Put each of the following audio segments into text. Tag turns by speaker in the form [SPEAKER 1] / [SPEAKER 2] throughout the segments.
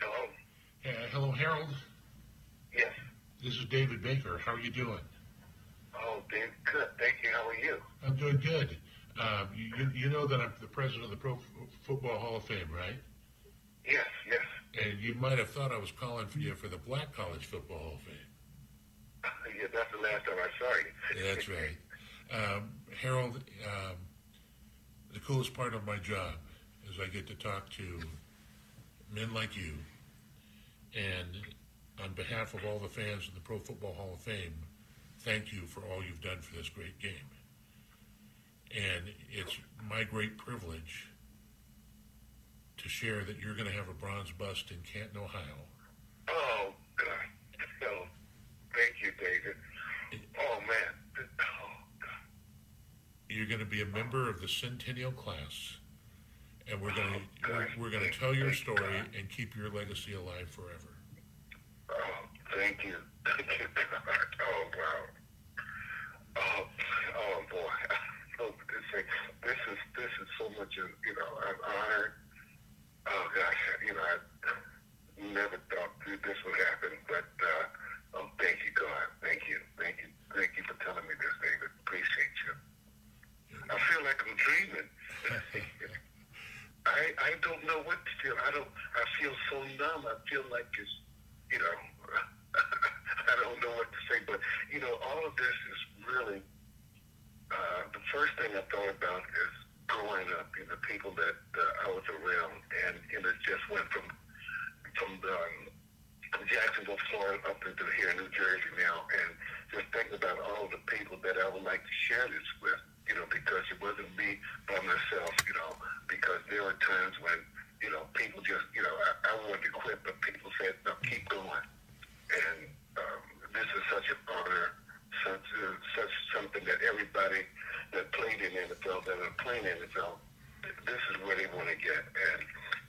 [SPEAKER 1] Uh, Harold,
[SPEAKER 2] Oh, Yes.
[SPEAKER 1] this is David Baker. How are you doing?
[SPEAKER 2] Oh, Dave, good. Thank you. How are you?
[SPEAKER 1] I'm doing good. Uh, you, you- you know that I'm the president of the Pro F- Football Hall of Fame, right?
[SPEAKER 2] Yes, yes.
[SPEAKER 1] And you might have thought I was calling for you for the Black College Football Hall of Fame.
[SPEAKER 2] yeah, that's the last time I saw you.
[SPEAKER 1] That's right. Um, Harold, um, the coolest part of my job is I get to talk to men like you. And on behalf of all the fans of the Pro Football Hall of Fame, thank you for all you've done for this great game. And it's my great privilege to share that you're going to have a bronze bust in Canton, Ohio.
[SPEAKER 2] oh, God. Oh, thank you, David. Oh, man. Oh, God.
[SPEAKER 1] you're going to be a member of the centennial class and we're going to we're, we're going to tell your story and keep your legacy alive forever
[SPEAKER 2] Oh, thank you. Thank you, God. Oh, wow. Oh, oh boy. Oh, this, thing, this is this is so much of you know an honor. Oh gosh, you know I never thought that this would happen, but uh, oh, thank you, God. Thank you, thank you, thank you for telling me this, David. Appreciate you. I feel like I'm dreaming. I I don't know what to feel. I don't. I feel so numb. I feel like it's you know, I don't know what to say, but you know, all of this is really uh, the first thing I thought about is growing up and the people that uh, I was around, and, and it just went from from um, Jacksonville, Florida, up into here in New Jersey now, and just thinking about all the people that I would like to share this with, you know, because it wasn't me by myself, you know, because there were times when, you know, people just, you know, I, I wanted to quit, but people said, no, keep going. And um, this is such an honor, such, uh, such something that everybody that played in NFL, that are playing in NFL, this is where they want to get. And,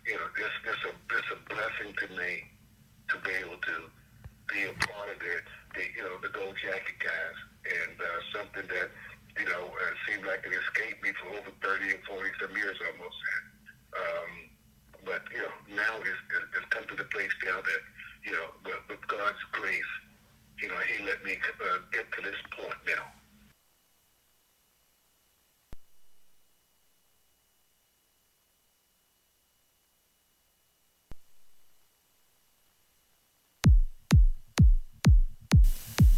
[SPEAKER 2] you know, this, this, a, this a blessing to me to be able to be a part of the, the you know, the Gold Jacket guys, and uh, something that you know uh, seemed like it escaped me for over thirty and forty some years almost. Um, but you know, now it's, it's it's come to the place now that you know, with, with God's grace, you know, He let me uh, get to this point now.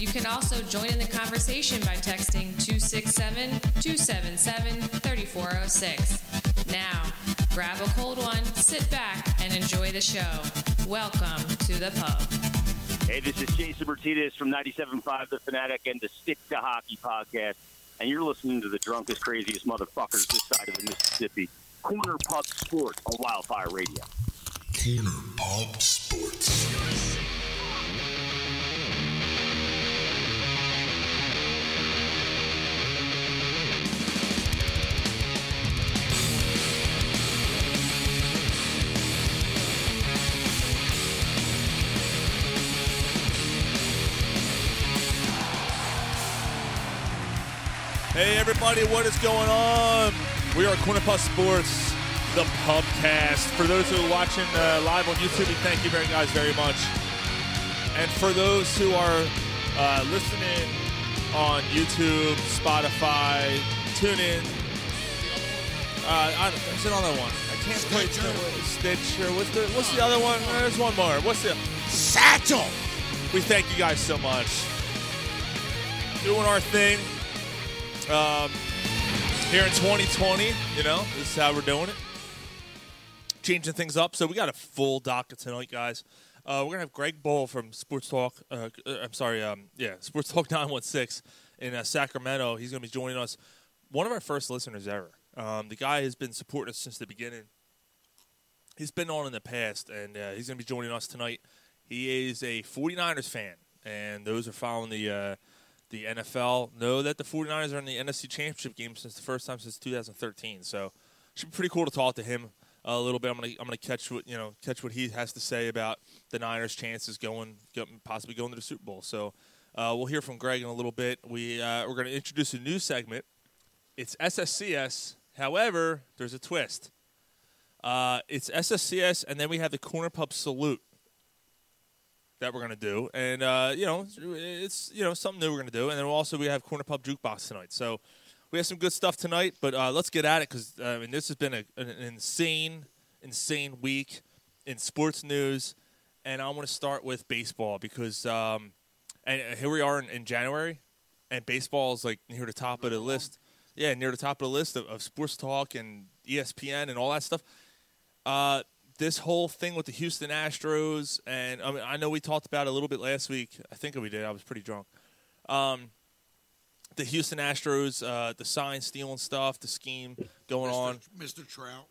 [SPEAKER 3] You can also join in the conversation by texting 267 277 3406. Now, grab a cold one, sit back, and enjoy the show. Welcome to the pub.
[SPEAKER 4] Hey, this is Jason Martinez from 97.5 The Fanatic and the Stick to Hockey podcast. And you're listening to the drunkest, craziest motherfuckers this side of the Mississippi. Corner Pub Sport on Wildfire Radio.
[SPEAKER 5] Corner Pop Sports.
[SPEAKER 6] Hey, everybody, what is going on? We are Corner Puff Sports, the pubcast. For those who are watching uh, live on YouTube, we thank you very guys very much. And for those who are uh, listening on YouTube, Spotify, TuneIn, uh, I, there's another one. I can't quite
[SPEAKER 5] Stitcher.
[SPEAKER 6] know. Stitcher. What's the, what's the other one? Uh, There's one more. What's the Satchel? We thank you guys so much. Doing our thing um, here in 2020. You know, this is how we're doing it. Changing things up. So we got a full docket tonight, guys. Uh, we're gonna have Greg Bull from Sports Talk. Uh, uh, I'm sorry, um, yeah, Sports Talk 916 in uh, Sacramento. He's gonna be joining us. One of our first listeners ever. Um, the guy has been supporting us since the beginning. He's been on in the past, and uh, he's gonna be joining us tonight. He is a 49ers fan, and those are following the uh, the NFL know that the 49ers are in the NFC Championship game since the first time since 2013. So should be pretty cool to talk to him a little bit. I'm gonna I'm gonna catch what you know catch what he has to say about the Niners' chances going go- possibly going to the Super Bowl. So uh, we'll hear from Greg in a little bit. We uh, we're gonna introduce a new segment. It's SSCS. However, there's a twist. Uh, it's SSCS, and then we have the Corner Pub Salute that we're gonna do, and uh, you know, it's you know something new we're gonna do, and then also we have corner pub jukebox tonight. So we have some good stuff tonight, but uh, let's get at it because I mean this has been a, an insane, insane week in sports news, and I want to start with baseball because um, and uh, here we are in, in January, and baseball is like near the top of the list. Yeah, near the top of the list of, of sports talk and E ESPN and all that stuff uh, this whole thing with the Houston Astros, and I mean, I know we talked about it a little bit last week. I think we did. I was pretty drunk. Um, the Houston Astros, uh, the sign stealing stuff, the scheme going on.
[SPEAKER 7] Mr. Trout.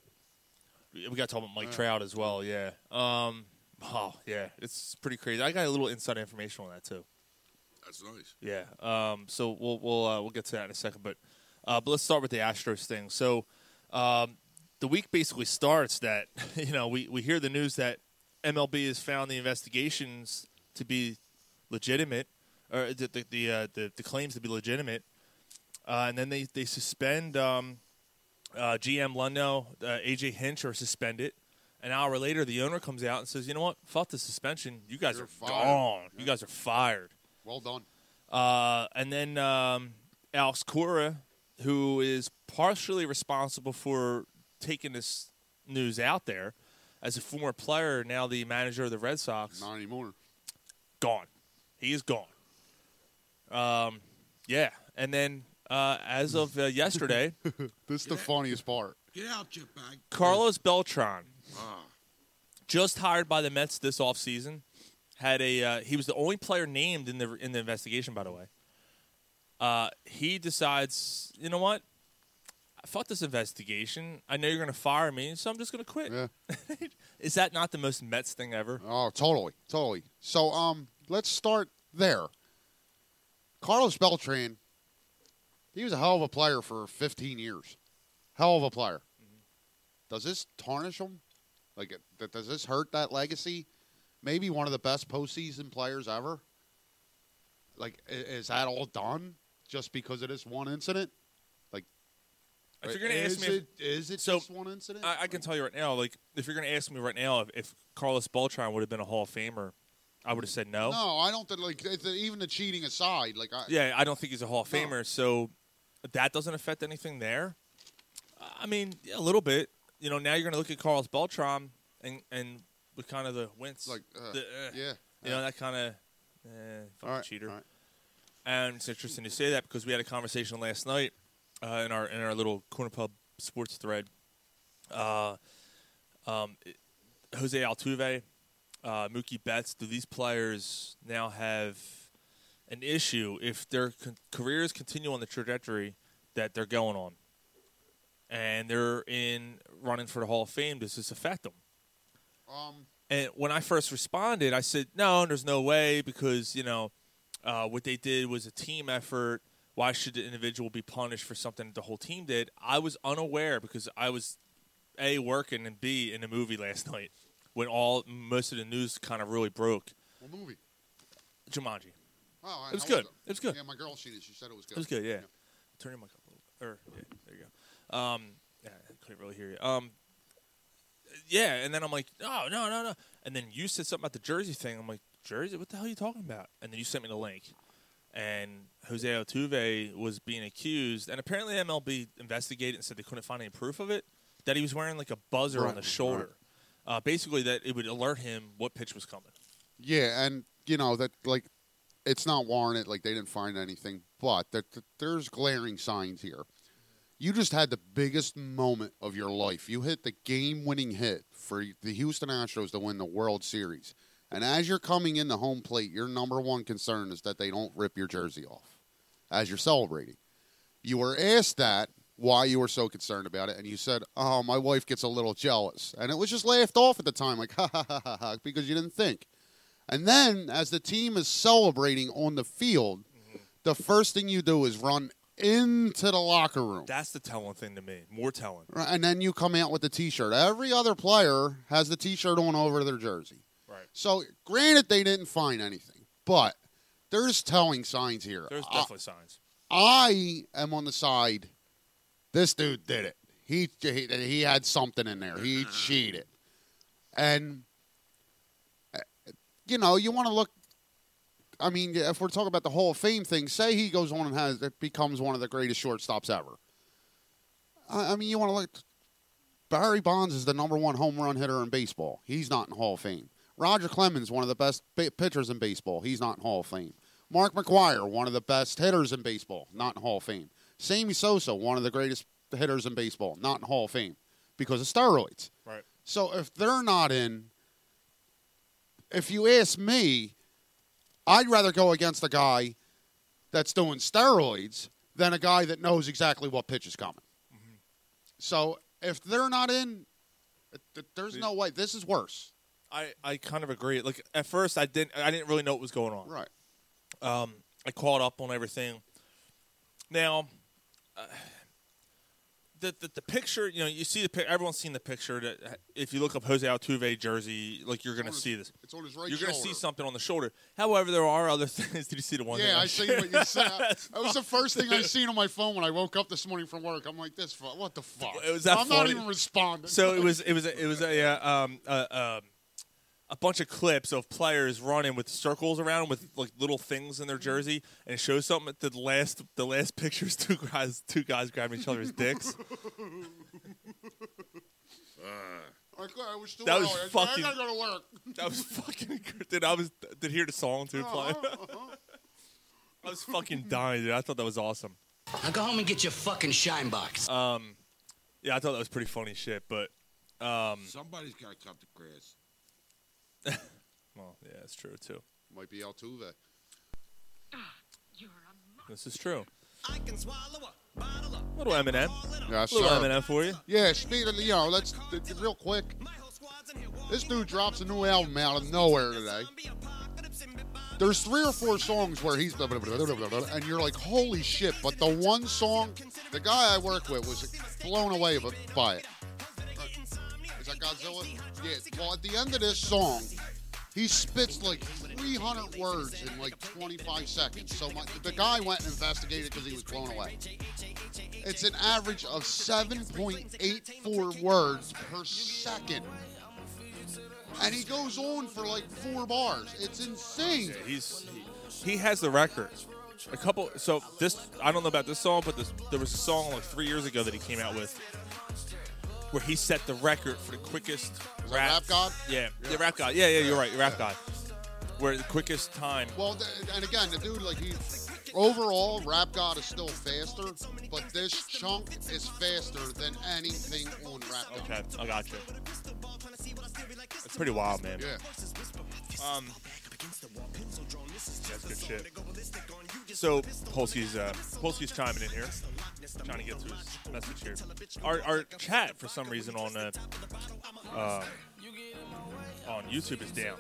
[SPEAKER 6] We got to talk about Mike Trout as well. Yeah. Um, oh, yeah. It's pretty crazy. I got a little inside information on that too.
[SPEAKER 7] That's nice.
[SPEAKER 6] Yeah. Um, so we'll we'll uh, we'll get to that in a second, but uh, but let's start with the Astros thing. So um, the week basically starts that you know we, we hear the news that MLB has found the investigations to be legitimate, or the the the, uh, the, the claims to be legitimate, uh, and then they they suspend um, uh, GM Lundo, uh, AJ Hinch are suspended. An hour later, the owner comes out and says, "You know what? Fuck the suspension. You guys
[SPEAKER 7] You're
[SPEAKER 6] are
[SPEAKER 7] fired."
[SPEAKER 6] gone.
[SPEAKER 7] Yeah.
[SPEAKER 6] You guys are fired."
[SPEAKER 7] Well done.
[SPEAKER 6] Uh, and then um, Alex Cora, who is partially responsible for taking this news out there as a former player, now the manager of the Red Sox,
[SPEAKER 7] Not anymore.
[SPEAKER 6] gone. He is gone. Um, yeah. And then uh, as of uh, yesterday,
[SPEAKER 7] This is the funniest part.
[SPEAKER 8] Get out, Jetbag.
[SPEAKER 6] Carlos Beltran, just hired by the Mets this offseason, had a uh, he was the only player named in the in the investigation. By the way, uh, he decides, you know what? Fuck this investigation. I know you're going to fire me, so I'm just going to quit.
[SPEAKER 7] Yeah.
[SPEAKER 6] Is that not the most Mets thing ever?
[SPEAKER 7] Oh, totally, totally. So, um, let's start there. Carlos Beltran, he was a hell of a player for 15 years. Hell of a player.
[SPEAKER 6] Mm-hmm.
[SPEAKER 7] Does this tarnish him? Like, it- that- does this hurt that legacy? Maybe one of the best postseason players ever. Like, i- is that all done just because of this one incident? Like,
[SPEAKER 6] If you're gonna
[SPEAKER 7] is
[SPEAKER 6] ask me if-
[SPEAKER 7] it, is it
[SPEAKER 6] So,
[SPEAKER 7] just one incident?
[SPEAKER 6] I, I can tell you right now, like if you're going to ask me right now if, if Carlos Beltran would have been a Hall of Famer, I would have said no.
[SPEAKER 7] No, I don't think like it's- even the cheating aside. Like, I,
[SPEAKER 6] Oh. Yeah, I don't think he's a Hall of
[SPEAKER 7] No.
[SPEAKER 6] Famer, so that doesn't affect anything there. I mean, yeah, a little bit. You know, now you're going to look at Carlos Beltram and and with kind of the wince,
[SPEAKER 7] Like, uh,
[SPEAKER 6] the, eh,
[SPEAKER 7] yeah,
[SPEAKER 6] you know, that kind of eh, fucking
[SPEAKER 7] All right,
[SPEAKER 6] cheater.
[SPEAKER 7] all right.
[SPEAKER 6] And it's interesting to say that because we had a conversation last night uh, in our in our little corner pub sports thread. Uh, um, it- Jose Altuve, uh, Mookie Betts. Do these players now have an issue if their con- careers continue on the trajectory that they're going on, and they're in running for the Hall of Fame? Does this affect them?
[SPEAKER 7] Um,
[SPEAKER 6] And when I first responded, I said, "No, there's no way because you know uh, what they did was a team effort. Why should the individual be punished for something that the whole team did?" I was unaware because I was a working and b in a movie last night when all most of the news kind of really broke.
[SPEAKER 7] what movie?
[SPEAKER 6] Jumanji.
[SPEAKER 7] Oh, I-
[SPEAKER 6] It was
[SPEAKER 7] I
[SPEAKER 6] good. It was good.
[SPEAKER 7] Yeah, my girl seen it. She said it was good.
[SPEAKER 6] It was good, yeah. Turn your mic up a little bit. Or, yeah, there you go. Um, yeah, I couldn't really hear you. Um, yeah, and then I'm like, oh, no, no, no. And then you said something about the jersey thing. I'm like, jersey? What the hell are you talking about? And then you sent me the link. And Jose Altuve was being accused, and apparently MLB investigated and said they couldn't find any proof of it, that he was wearing like a buzzer on
[SPEAKER 7] Right,
[SPEAKER 6] the shoulder. Uh, basically, that it would alert him what pitch was coming.
[SPEAKER 7] Yeah, and you know that like it's not warranted. Like they didn't find anything, but there, there- there's glaring signs here. You just had the biggest moment of your life. You hit the game-winning hit for the Houston Astros to win the World Series, and as you're coming in the home plate, your number one concern is that they don't rip your jersey off as you're celebrating. You were asked that why you were so concerned about it, and you said, "Oh, my wife gets a little jealous," and it was just laughed off at the time, like ha ha ha ha, ha because you didn't think. And then, as the team is celebrating on the field, the first thing you do is run into the locker room.
[SPEAKER 6] That's the telling thing to me. More telling.
[SPEAKER 7] Right, and then you come out with the T-shirt. Every other player has the T-shirt on over their jersey.
[SPEAKER 6] Right.
[SPEAKER 7] So, granted, they didn't find anything, but there's telling signs here.
[SPEAKER 6] There's
[SPEAKER 7] I,
[SPEAKER 6] definitely signs.
[SPEAKER 7] I am on the side. This dude did it. He he, he had something in there.
[SPEAKER 6] Mm-hmm.
[SPEAKER 7] He cheated, and uh, you know you want to look. I mean, if we're talking about the Hall of Fame thing, say he goes on and has becomes one of the greatest shortstops ever. I, I mean, you want to look. Barry Bonds is the number one home run hitter in baseball. He's not in Hall of Fame. Roger Clemens, one of the best ba- pitchers in baseball. He's not in Hall of Fame. Mark McGuire, one of the best hitters in baseball, not in Hall of Fame. Sammy Sosa, one of the greatest hitters in baseball, not in Hall of Fame because of steroids.
[SPEAKER 6] Right.
[SPEAKER 7] So if they're not in, if you ask me, I'd rather go against a guy that's doing steroids than a guy that knows exactly what pitch is coming.
[SPEAKER 6] Mm-hmm.
[SPEAKER 7] So if they're not in, th- there's no way. This is worse.
[SPEAKER 6] I, I kind of agree. Like at first, I didn't I didn't really know what was going on.
[SPEAKER 7] Right.
[SPEAKER 6] Um, I caught up on everything. Now, uh, the, the the picture, you know, you see the pic. Everyone's seen the picture. That if you look up Jose Altuve jersey, like you're gonna see this.
[SPEAKER 7] It's on his right
[SPEAKER 6] You're
[SPEAKER 7] shoulder.
[SPEAKER 6] gonna see something on the shoulder. However, there are other things. Did you see the one?
[SPEAKER 7] Yeah,
[SPEAKER 6] that-
[SPEAKER 7] I see what you said. That was the first thing I seen on my phone when I woke up this morning from work. I'm like, this, fu- what the fuck?
[SPEAKER 6] It was that
[SPEAKER 7] I'm
[SPEAKER 6] funny.
[SPEAKER 7] not even responding.
[SPEAKER 6] So it was it was a, it was a uh, um a, um a bunch of clips of players running with circles around with like little things in their jersey and it shows something at the last the last pictures two guys two guys grabbing each other's dicks.
[SPEAKER 7] I, I was still
[SPEAKER 6] That was
[SPEAKER 7] out. I-
[SPEAKER 6] fucking-
[SPEAKER 7] I gotta go to work.
[SPEAKER 6] That was fucking good. dude. I was did hear the song too play. I was fucking dying, dude. I thought that was awesome.
[SPEAKER 8] Now go home and get your fucking shine box.
[SPEAKER 6] Uh, Yeah, I thought that was pretty funny shit, but
[SPEAKER 9] Somebody's got to cut the grass.
[SPEAKER 6] well, yeah, it's true too.
[SPEAKER 7] Might be Altuve.
[SPEAKER 6] This is true. Little Eminem,
[SPEAKER 7] Yeah,
[SPEAKER 6] little
[SPEAKER 7] sir.
[SPEAKER 6] Eminem for you.
[SPEAKER 7] Yeah, speed of the, you know, let's, th- th- real quick. This dude drops a new album out of nowhere today. There's three or four songs where he's blah, blah, blah, blah, blah, blah, and you're like, holy shit. But the one song, the guy I work with was blown away b- by it. Is that Godzilla? Yeah. Well, at the end of this song, he spits like 300 words in like 25 seconds. So my, the guy went and investigated because he was blown away. It's an average of 7.84 words per second. And he goes on for like four bars. It's insane.
[SPEAKER 6] He's he, he has the record. A couple. So this I don't know about this song, but this, there was a song like three years ago that he came out with where he set the record for the quickest
[SPEAKER 7] that
[SPEAKER 6] rap.
[SPEAKER 7] Rap God?
[SPEAKER 6] Yeah, yeah, rap god. Yeah, yeah, you're right, rap god. Where the quickest time.
[SPEAKER 7] Well, th- and again, the dude, like, he overall, Rap God is still faster, but this chunk is faster than anything on Rap God.
[SPEAKER 6] Okay, I got you. It's pretty wild, man.
[SPEAKER 7] Yeah.
[SPEAKER 6] Um, that's good shit. So Polsky's uh, Polsky's chiming in here, trying to get to his message here. Our, our chat for some reason on uh, um, on YouTube is down.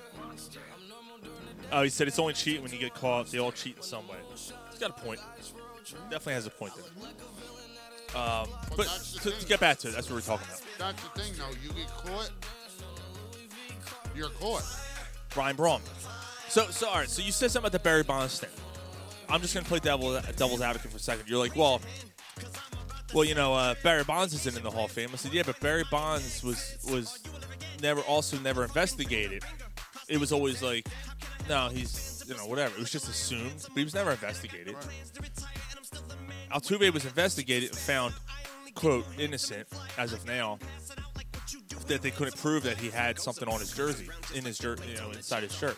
[SPEAKER 6] Oh, he said it's only cheat when you get caught. They all cheat in some way. He's got a point. Definitely has a point there. Um, but
[SPEAKER 7] that's the
[SPEAKER 6] to, to
[SPEAKER 7] thing.
[SPEAKER 6] get back to it, that's what we're talking about.
[SPEAKER 7] That's the thing, though. You get caught, you're caught.
[SPEAKER 6] Brian Braun. So, so all right. So you said something about the Barry Bonds thing. I'm just gonna play devil devil's advocate for a second. You're like, well, well, you know, uh, Barry Bonds isn't in the Hall of Fame. I said, yeah, but Barry Bonds was was never also never investigated. It was always like, no, he's you know whatever. It was just assumed, but he was never investigated. Altuve was investigated and found quote innocent as of now that they couldn't prove that he had something on his jersey, in his jer- you know, inside his shirt.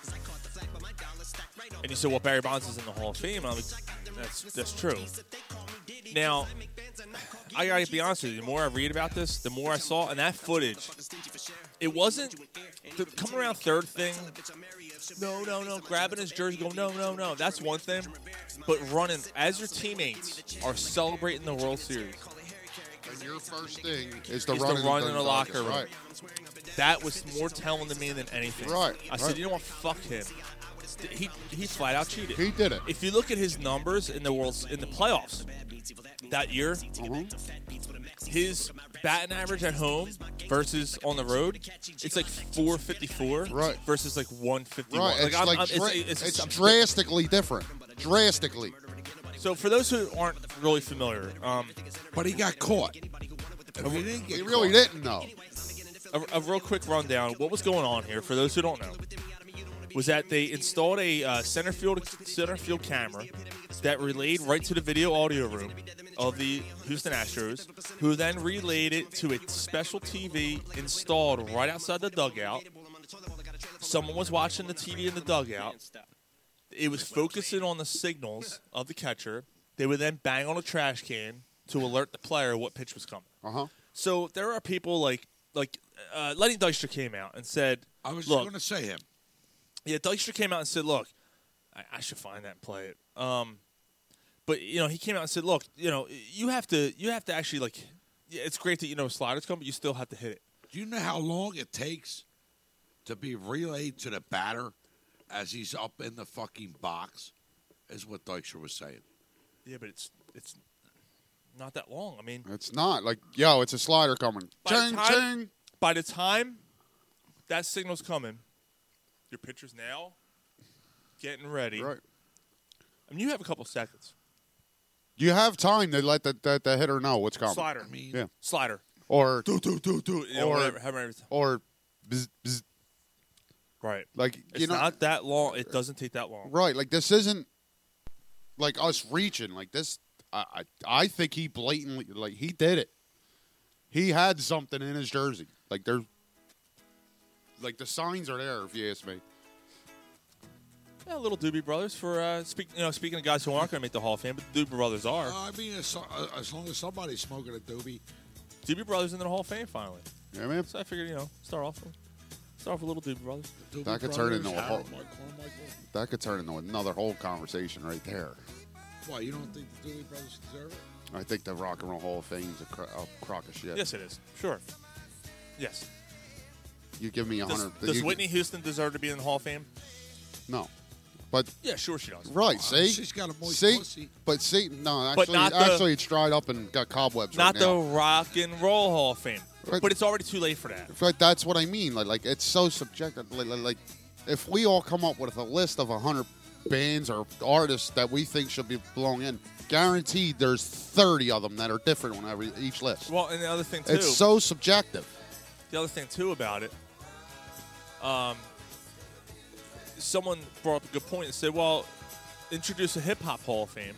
[SPEAKER 6] And you said, "Well, Barry Bonds is in the Hall of Fame." And I'm like, "That's that's true." Now, I gotta be honest with you. The more I read about this, the more I saw, and that footage, it wasn't the coming around third thing. No, no, no, grabbing his jersey, going, no, no, no. That's one thing, but running as your teammates are celebrating the World Series
[SPEAKER 7] And your first thing is to
[SPEAKER 6] is
[SPEAKER 7] run
[SPEAKER 6] to
[SPEAKER 7] in
[SPEAKER 6] run
[SPEAKER 7] the
[SPEAKER 6] in a locker
[SPEAKER 7] Right.
[SPEAKER 6] room. That was more telling to me than anything.
[SPEAKER 7] Right,
[SPEAKER 6] I said,
[SPEAKER 7] right.
[SPEAKER 6] you know what? Fuck him. He he flat out cheated.
[SPEAKER 7] He did it.
[SPEAKER 6] If you look at his numbers in the world's in the playoffs that year,
[SPEAKER 7] Uh-huh.
[SPEAKER 6] his batting average at home versus on the road, it's like 454
[SPEAKER 7] Right.
[SPEAKER 6] versus like 151.
[SPEAKER 7] Right. It's
[SPEAKER 6] I'm-
[SPEAKER 7] like
[SPEAKER 6] I'm-
[SPEAKER 7] dra-
[SPEAKER 6] it's-
[SPEAKER 7] it's,
[SPEAKER 6] it's- I'm-
[SPEAKER 7] drastically different. Drastically.
[SPEAKER 6] So for those who aren't really familiar, um,
[SPEAKER 9] But he got caught. If he didn't get
[SPEAKER 7] He really
[SPEAKER 9] caught,
[SPEAKER 7] didn't though.
[SPEAKER 6] a, a real quick rundown. What was going on here? For those who don't know, was that they installed a uh, center field center field camera that relayed right to the video audio room of the Houston Astros, who then relayed it to a special TV installed right outside the dugout. Someone was watching the TV in the dugout. It was focusing on the signals of the catcher. They would then bang on a trash can to alert the player what pitch was coming.
[SPEAKER 7] Uh huh.
[SPEAKER 6] So there are people like like uh, Lenny Dykstra came out and said,
[SPEAKER 9] I was
[SPEAKER 6] look,
[SPEAKER 9] going to say him.
[SPEAKER 6] yeah, Dykstra came out and said, look, I, I should find that and play it. Um, but you know, he came out and said, look, you know, you have to you have to actually like, yeah, it's great that you know sliders come, but you still have to hit it.
[SPEAKER 9] Do you know how long it takes to be relayed to the batter as he's up in the fucking box? Is what Dykstra was saying.
[SPEAKER 6] Yeah, but it's it's not that long. I mean,
[SPEAKER 7] It's not like yo. It's a slider coming.
[SPEAKER 6] By the
[SPEAKER 7] Ching
[SPEAKER 6] time-
[SPEAKER 7] ching.
[SPEAKER 6] by the time that signal's coming, your pitcher's now getting ready.
[SPEAKER 7] Right.
[SPEAKER 6] I mean, you have a couple seconds.
[SPEAKER 7] You have time to let the, the, the hitter know what's coming.
[SPEAKER 6] Slider,
[SPEAKER 9] Um, I mean,
[SPEAKER 7] Yeah.
[SPEAKER 6] slider,
[SPEAKER 7] Or
[SPEAKER 6] do do do do, you know,
[SPEAKER 7] Or-
[SPEAKER 6] whatever, however-
[SPEAKER 7] or bzz, bzz.
[SPEAKER 6] right.
[SPEAKER 7] like
[SPEAKER 6] It's
[SPEAKER 7] you know
[SPEAKER 6] not that long. It doesn't take that long.
[SPEAKER 7] right. Like this isn't like us reaching. Like this. I I, I think he blatantly like he did it. He had something in his jersey. Like there's like the signs are there. If you ask me.
[SPEAKER 6] Yeah, little Doobie Brothers for uh, speak, you know speaking of guys who aren't going to make the Hall of Fame, but the Doobie Brothers are.
[SPEAKER 7] Uh-huh.
[SPEAKER 9] Uh, I mean, as, uh, as long as somebody's smoking a doobie,
[SPEAKER 6] Doobie Brothers in the Hall of Fame finally.
[SPEAKER 7] Yeah, man.
[SPEAKER 6] So I figured you know start off with, start off with little Doobie Brothers.
[SPEAKER 9] the doobie
[SPEAKER 7] That could turn
[SPEAKER 9] Brothers,
[SPEAKER 7] into a
[SPEAKER 9] Harold
[SPEAKER 7] whole-
[SPEAKER 9] Michael, and Michael.
[SPEAKER 7] That could turn into another whole conversation right there.
[SPEAKER 9] Why you don't think the Doobie Brothers deserve it?
[SPEAKER 7] I think the Rock and Roll Hall of Fame's a, cro- a crock of shit.
[SPEAKER 6] Yes, it is. Sure. Yes.
[SPEAKER 7] You give me a
[SPEAKER 6] Does,
[SPEAKER 7] hundred.
[SPEAKER 6] does
[SPEAKER 7] you-
[SPEAKER 6] Whitney Houston deserve to be in the Hall of Fame?
[SPEAKER 7] No, but
[SPEAKER 6] Yeah, sure she does.
[SPEAKER 7] right. See,
[SPEAKER 9] she's got a moist
[SPEAKER 7] see,
[SPEAKER 9] pussy.
[SPEAKER 7] but see, no,
[SPEAKER 6] But
[SPEAKER 7] actually,
[SPEAKER 6] not the-
[SPEAKER 7] actually, it's dried up and got cobwebs.
[SPEAKER 6] Not
[SPEAKER 7] right
[SPEAKER 6] the
[SPEAKER 7] now.
[SPEAKER 6] Rock and Roll Hall of Fame,
[SPEAKER 7] Right.
[SPEAKER 6] but it's already too late for that.
[SPEAKER 7] But that's what I mean. Like, like it's so subjective. Like, like- like, if we all come up with a list of hundred bands or artists that we think should be belong in, guaranteed there's thirty of them that are different on every each list.
[SPEAKER 6] Well, and the other thing too.
[SPEAKER 7] It's so subjective.
[SPEAKER 6] the other thing too about it, um, someone brought up a good point and said, "Well, introduce a hip hop Hall of Fame,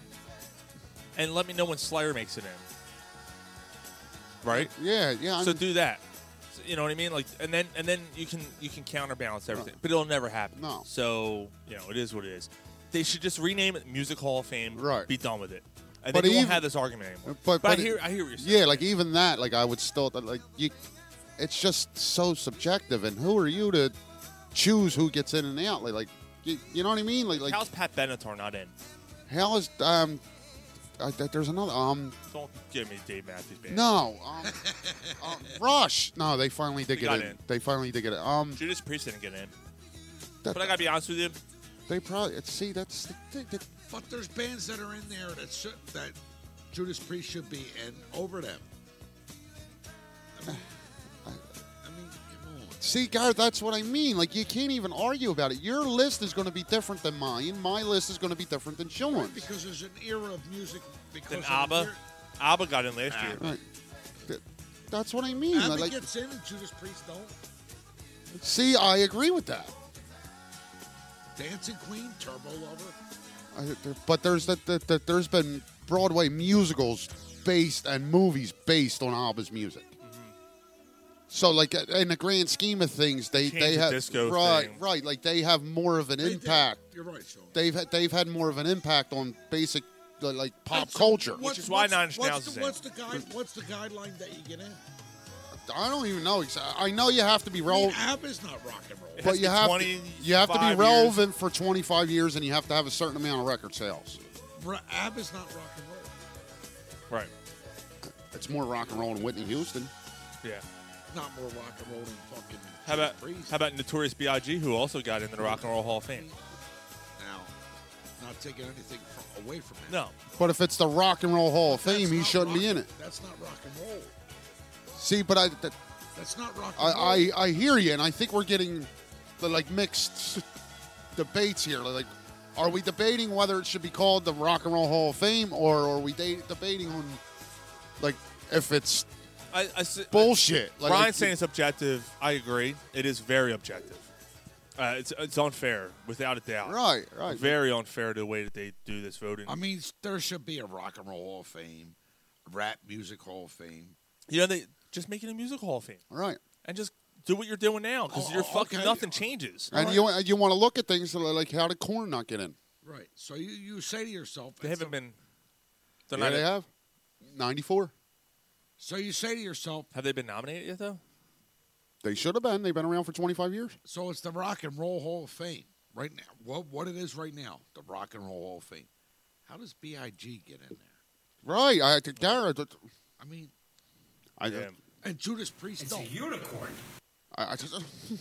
[SPEAKER 6] and let me know when Slayer makes it in." Right.
[SPEAKER 7] Yeah, yeah.
[SPEAKER 6] so
[SPEAKER 7] I'm-
[SPEAKER 6] do that. So, you know what I mean? Like, and then and then you can you can counterbalance everything, but it'll never happen.
[SPEAKER 7] No.
[SPEAKER 6] So you know it is what it is. They should just rename it Music Hall of Fame.
[SPEAKER 7] Right.
[SPEAKER 6] Be done with it. And
[SPEAKER 7] But
[SPEAKER 6] then you won't
[SPEAKER 7] even-
[SPEAKER 6] have this argument anymore.
[SPEAKER 7] But,
[SPEAKER 6] I
[SPEAKER 7] it-
[SPEAKER 6] hear I hear what you're saying.
[SPEAKER 7] Yeah, like even that, like I would still like you. It's just so subjective, and who are you to choose who gets in and out? Like, like you, you know what I mean? Like, like
[SPEAKER 6] how's Pat Benatar not in?
[SPEAKER 7] how is um. Uh, th- there's another um
[SPEAKER 6] Don't give me Dave Matthews Band.
[SPEAKER 7] no um, uh, Rush no they finally did
[SPEAKER 6] They
[SPEAKER 7] get
[SPEAKER 6] got
[SPEAKER 7] in.
[SPEAKER 6] in.
[SPEAKER 7] they finally did get it um
[SPEAKER 6] Judas Priest didn't get in.
[SPEAKER 7] that-
[SPEAKER 6] But I gotta be honest with you,
[SPEAKER 7] they probably see that's the thing that,
[SPEAKER 9] But there's bands that are in there that should, that Judas Priest should be in over them. I mean, I mean come on.
[SPEAKER 7] see Gareth that's what I mean like you can't even argue about it your list is going to be different than mine my list is going to be different than Sean's
[SPEAKER 9] Because there's an era of music. Because
[SPEAKER 6] then
[SPEAKER 9] of
[SPEAKER 6] ABBA, ABBA got in last year.
[SPEAKER 7] Right. Th- That's what Hmm, I mean.
[SPEAKER 9] The, ABBA
[SPEAKER 7] like,
[SPEAKER 9] gets in and Judas Priest don't.
[SPEAKER 7] see, I agree with that.
[SPEAKER 9] Dancing Queen, Turbo Lover.
[SPEAKER 7] I, there, but there's that the, the, there's been Broadway musicals based and movies based on ABBA's music. So, like uh, in the grand scheme of things, they
[SPEAKER 6] Change
[SPEAKER 7] they
[SPEAKER 6] the
[SPEAKER 7] have
[SPEAKER 6] disco
[SPEAKER 7] right,
[SPEAKER 6] thing.
[SPEAKER 7] right, like they have more of an
[SPEAKER 9] They did-
[SPEAKER 7] impact.
[SPEAKER 9] You're right, Sean.
[SPEAKER 7] They've had, they've had more of an impact on basic li- like pop
[SPEAKER 9] That's-
[SPEAKER 7] culture.
[SPEAKER 9] what's-
[SPEAKER 6] is why
[SPEAKER 9] what's-
[SPEAKER 6] Nine Inch
[SPEAKER 9] what's
[SPEAKER 6] Nails
[SPEAKER 9] the-
[SPEAKER 6] is in.
[SPEAKER 9] What's the guide? What's the guideline that you get in?
[SPEAKER 7] I don't even know. exa- I know you have to be
[SPEAKER 9] I
[SPEAKER 7] relevant.
[SPEAKER 9] mean, ABBA's not rock and roll.
[SPEAKER 6] has
[SPEAKER 7] but you
[SPEAKER 6] to be
[SPEAKER 7] have to,
[SPEAKER 6] 25
[SPEAKER 7] you have to be
[SPEAKER 6] years.
[SPEAKER 7] relevant for 25 years and you have to have a certain amount of record sales
[SPEAKER 9] Ra- ABBA's not rock and roll.
[SPEAKER 6] Right.
[SPEAKER 7] it's more rock and roll than whitney houston
[SPEAKER 6] Yeah.
[SPEAKER 9] not more rock and roll than fucking.
[SPEAKER 6] How about
[SPEAKER 9] Freeze.
[SPEAKER 6] how about Notorious B.I.G. who also got in the Rock and Roll Hall of Fame?
[SPEAKER 9] now? Not taking anything fro- away from him.
[SPEAKER 6] No,
[SPEAKER 7] But if it's the Rock and Roll Hall of Fame, he shouldn't be in it.
[SPEAKER 9] That's not rock and roll.
[SPEAKER 7] See, but I, th-
[SPEAKER 9] That's not rock and roll.
[SPEAKER 7] I, I, I hear you, and I think we're getting the like mixed debates here. Like, are we debating whether it should be called the Rock and Roll Hall of Fame, or are we da- debating on like if it's
[SPEAKER 6] I, I s-
[SPEAKER 7] bullshit? Like,
[SPEAKER 6] Brian's
[SPEAKER 7] it-
[SPEAKER 6] saying it's objective. I agree. It is very objective. Uh, it's it's unfair, without a doubt.
[SPEAKER 7] right, right.
[SPEAKER 6] Very unfair the way that they do this voting.
[SPEAKER 9] I mean, there should be a rock and roll Hall of Fame, rap music Hall of Fame.
[SPEAKER 6] you know, they just make it a music hall of fame
[SPEAKER 7] right.
[SPEAKER 6] and just do what you're doing now because
[SPEAKER 9] Oh,
[SPEAKER 6] you're
[SPEAKER 9] oh,
[SPEAKER 6] fucking
[SPEAKER 9] okay.
[SPEAKER 6] nothing changes.
[SPEAKER 7] And you you want to look at things like how did corn not get in?
[SPEAKER 9] Right. So you, you say to yourself,
[SPEAKER 6] They
[SPEAKER 9] it's
[SPEAKER 6] haven't
[SPEAKER 9] a-
[SPEAKER 6] been. They're
[SPEAKER 7] Yeah,
[SPEAKER 6] not.
[SPEAKER 7] they have ninety four.
[SPEAKER 9] So you say to yourself,
[SPEAKER 6] Have they been nominated yet though?
[SPEAKER 7] They should have been. They've been around for twenty five years.
[SPEAKER 9] so it's the Rock and Roll Hall of Fame right now. What what it is right now, the Rock and Roll Hall of Fame. How does Big get in there?
[SPEAKER 7] Right. I think Dara.
[SPEAKER 9] I mean,
[SPEAKER 7] I,
[SPEAKER 6] Yeah.
[SPEAKER 9] and Judas Priest. don't.
[SPEAKER 7] I, I,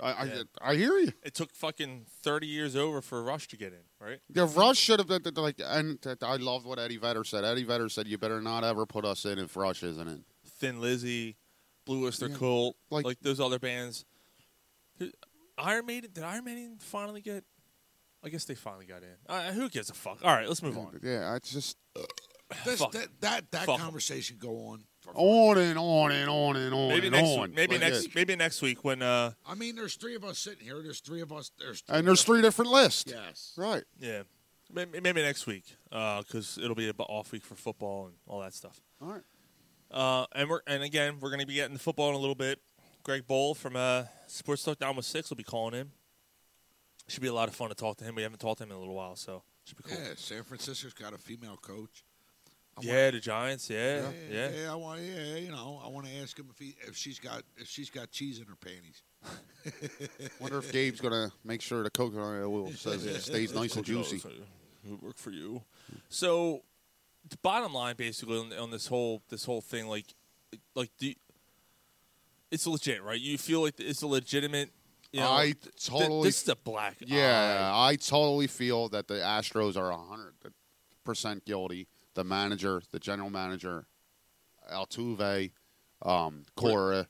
[SPEAKER 7] I, I, I hear you.
[SPEAKER 6] It took fucking 30 years over for Rush to get in, right?
[SPEAKER 7] The Rush should have been th- th- like, and th- I loved what Eddie Vedder said. Eddie Vedder said, "You better not ever put us in if Rush isn't in."
[SPEAKER 6] Thin Lizzy, Blue Oyster Cult, like,
[SPEAKER 7] like-
[SPEAKER 6] those other bands. Who- Iron Maiden, did Iron Maiden finally get? I guess they finally got in. Uh, who gives a fuck? All right, let's move on.
[SPEAKER 7] Yeah, it's just
[SPEAKER 9] This,
[SPEAKER 6] Fuck.
[SPEAKER 9] that that, that
[SPEAKER 6] Fuck 'em.
[SPEAKER 9] conversation go on. For,
[SPEAKER 7] on and on and on and on
[SPEAKER 6] Maybe
[SPEAKER 7] and
[SPEAKER 6] next.
[SPEAKER 7] on.
[SPEAKER 6] Maybe
[SPEAKER 7] Like,
[SPEAKER 6] next.
[SPEAKER 7] yeah.
[SPEAKER 6] Maybe next week when. uh
[SPEAKER 9] I mean, there's three of us sitting here. There's three of us. There's
[SPEAKER 7] And there's three different lists.
[SPEAKER 9] Yes.
[SPEAKER 7] Right.
[SPEAKER 6] Yeah, May- maybe next week because it'll be an off week for football and all that stuff.
[SPEAKER 7] All right.
[SPEAKER 6] Uh, and we're and again we're going to be getting the football in a little bit. Greg Bowl from uh, Sports Talk Down with Six will be calling in. Should be a lot of fun to talk to him. We haven't talked to him in a little while, so should be cool.
[SPEAKER 9] Yeah, San Francisco's got a female coach. I
[SPEAKER 6] Yeah, the Giants. Yeah,
[SPEAKER 9] wanna,
[SPEAKER 6] yeah.
[SPEAKER 9] yeah. I want, yeah, you know, I want to ask him if he, if she's got, if she's got cheese in her panties.
[SPEAKER 7] Wonder if Gabe's gonna make sure the coconut oil says it stays nice and juicy.
[SPEAKER 6] It work for you. So, the bottom line, basically, on, on this whole this whole thing, like, like the, it's legit, right? You feel like it's a legitimate. You know,
[SPEAKER 7] I
[SPEAKER 6] th-
[SPEAKER 7] totally-
[SPEAKER 6] this is a black.
[SPEAKER 7] Yeah, I totally feel that the Astros are hundred percent guilty. The manager, the general manager, Altuve, um, Cora,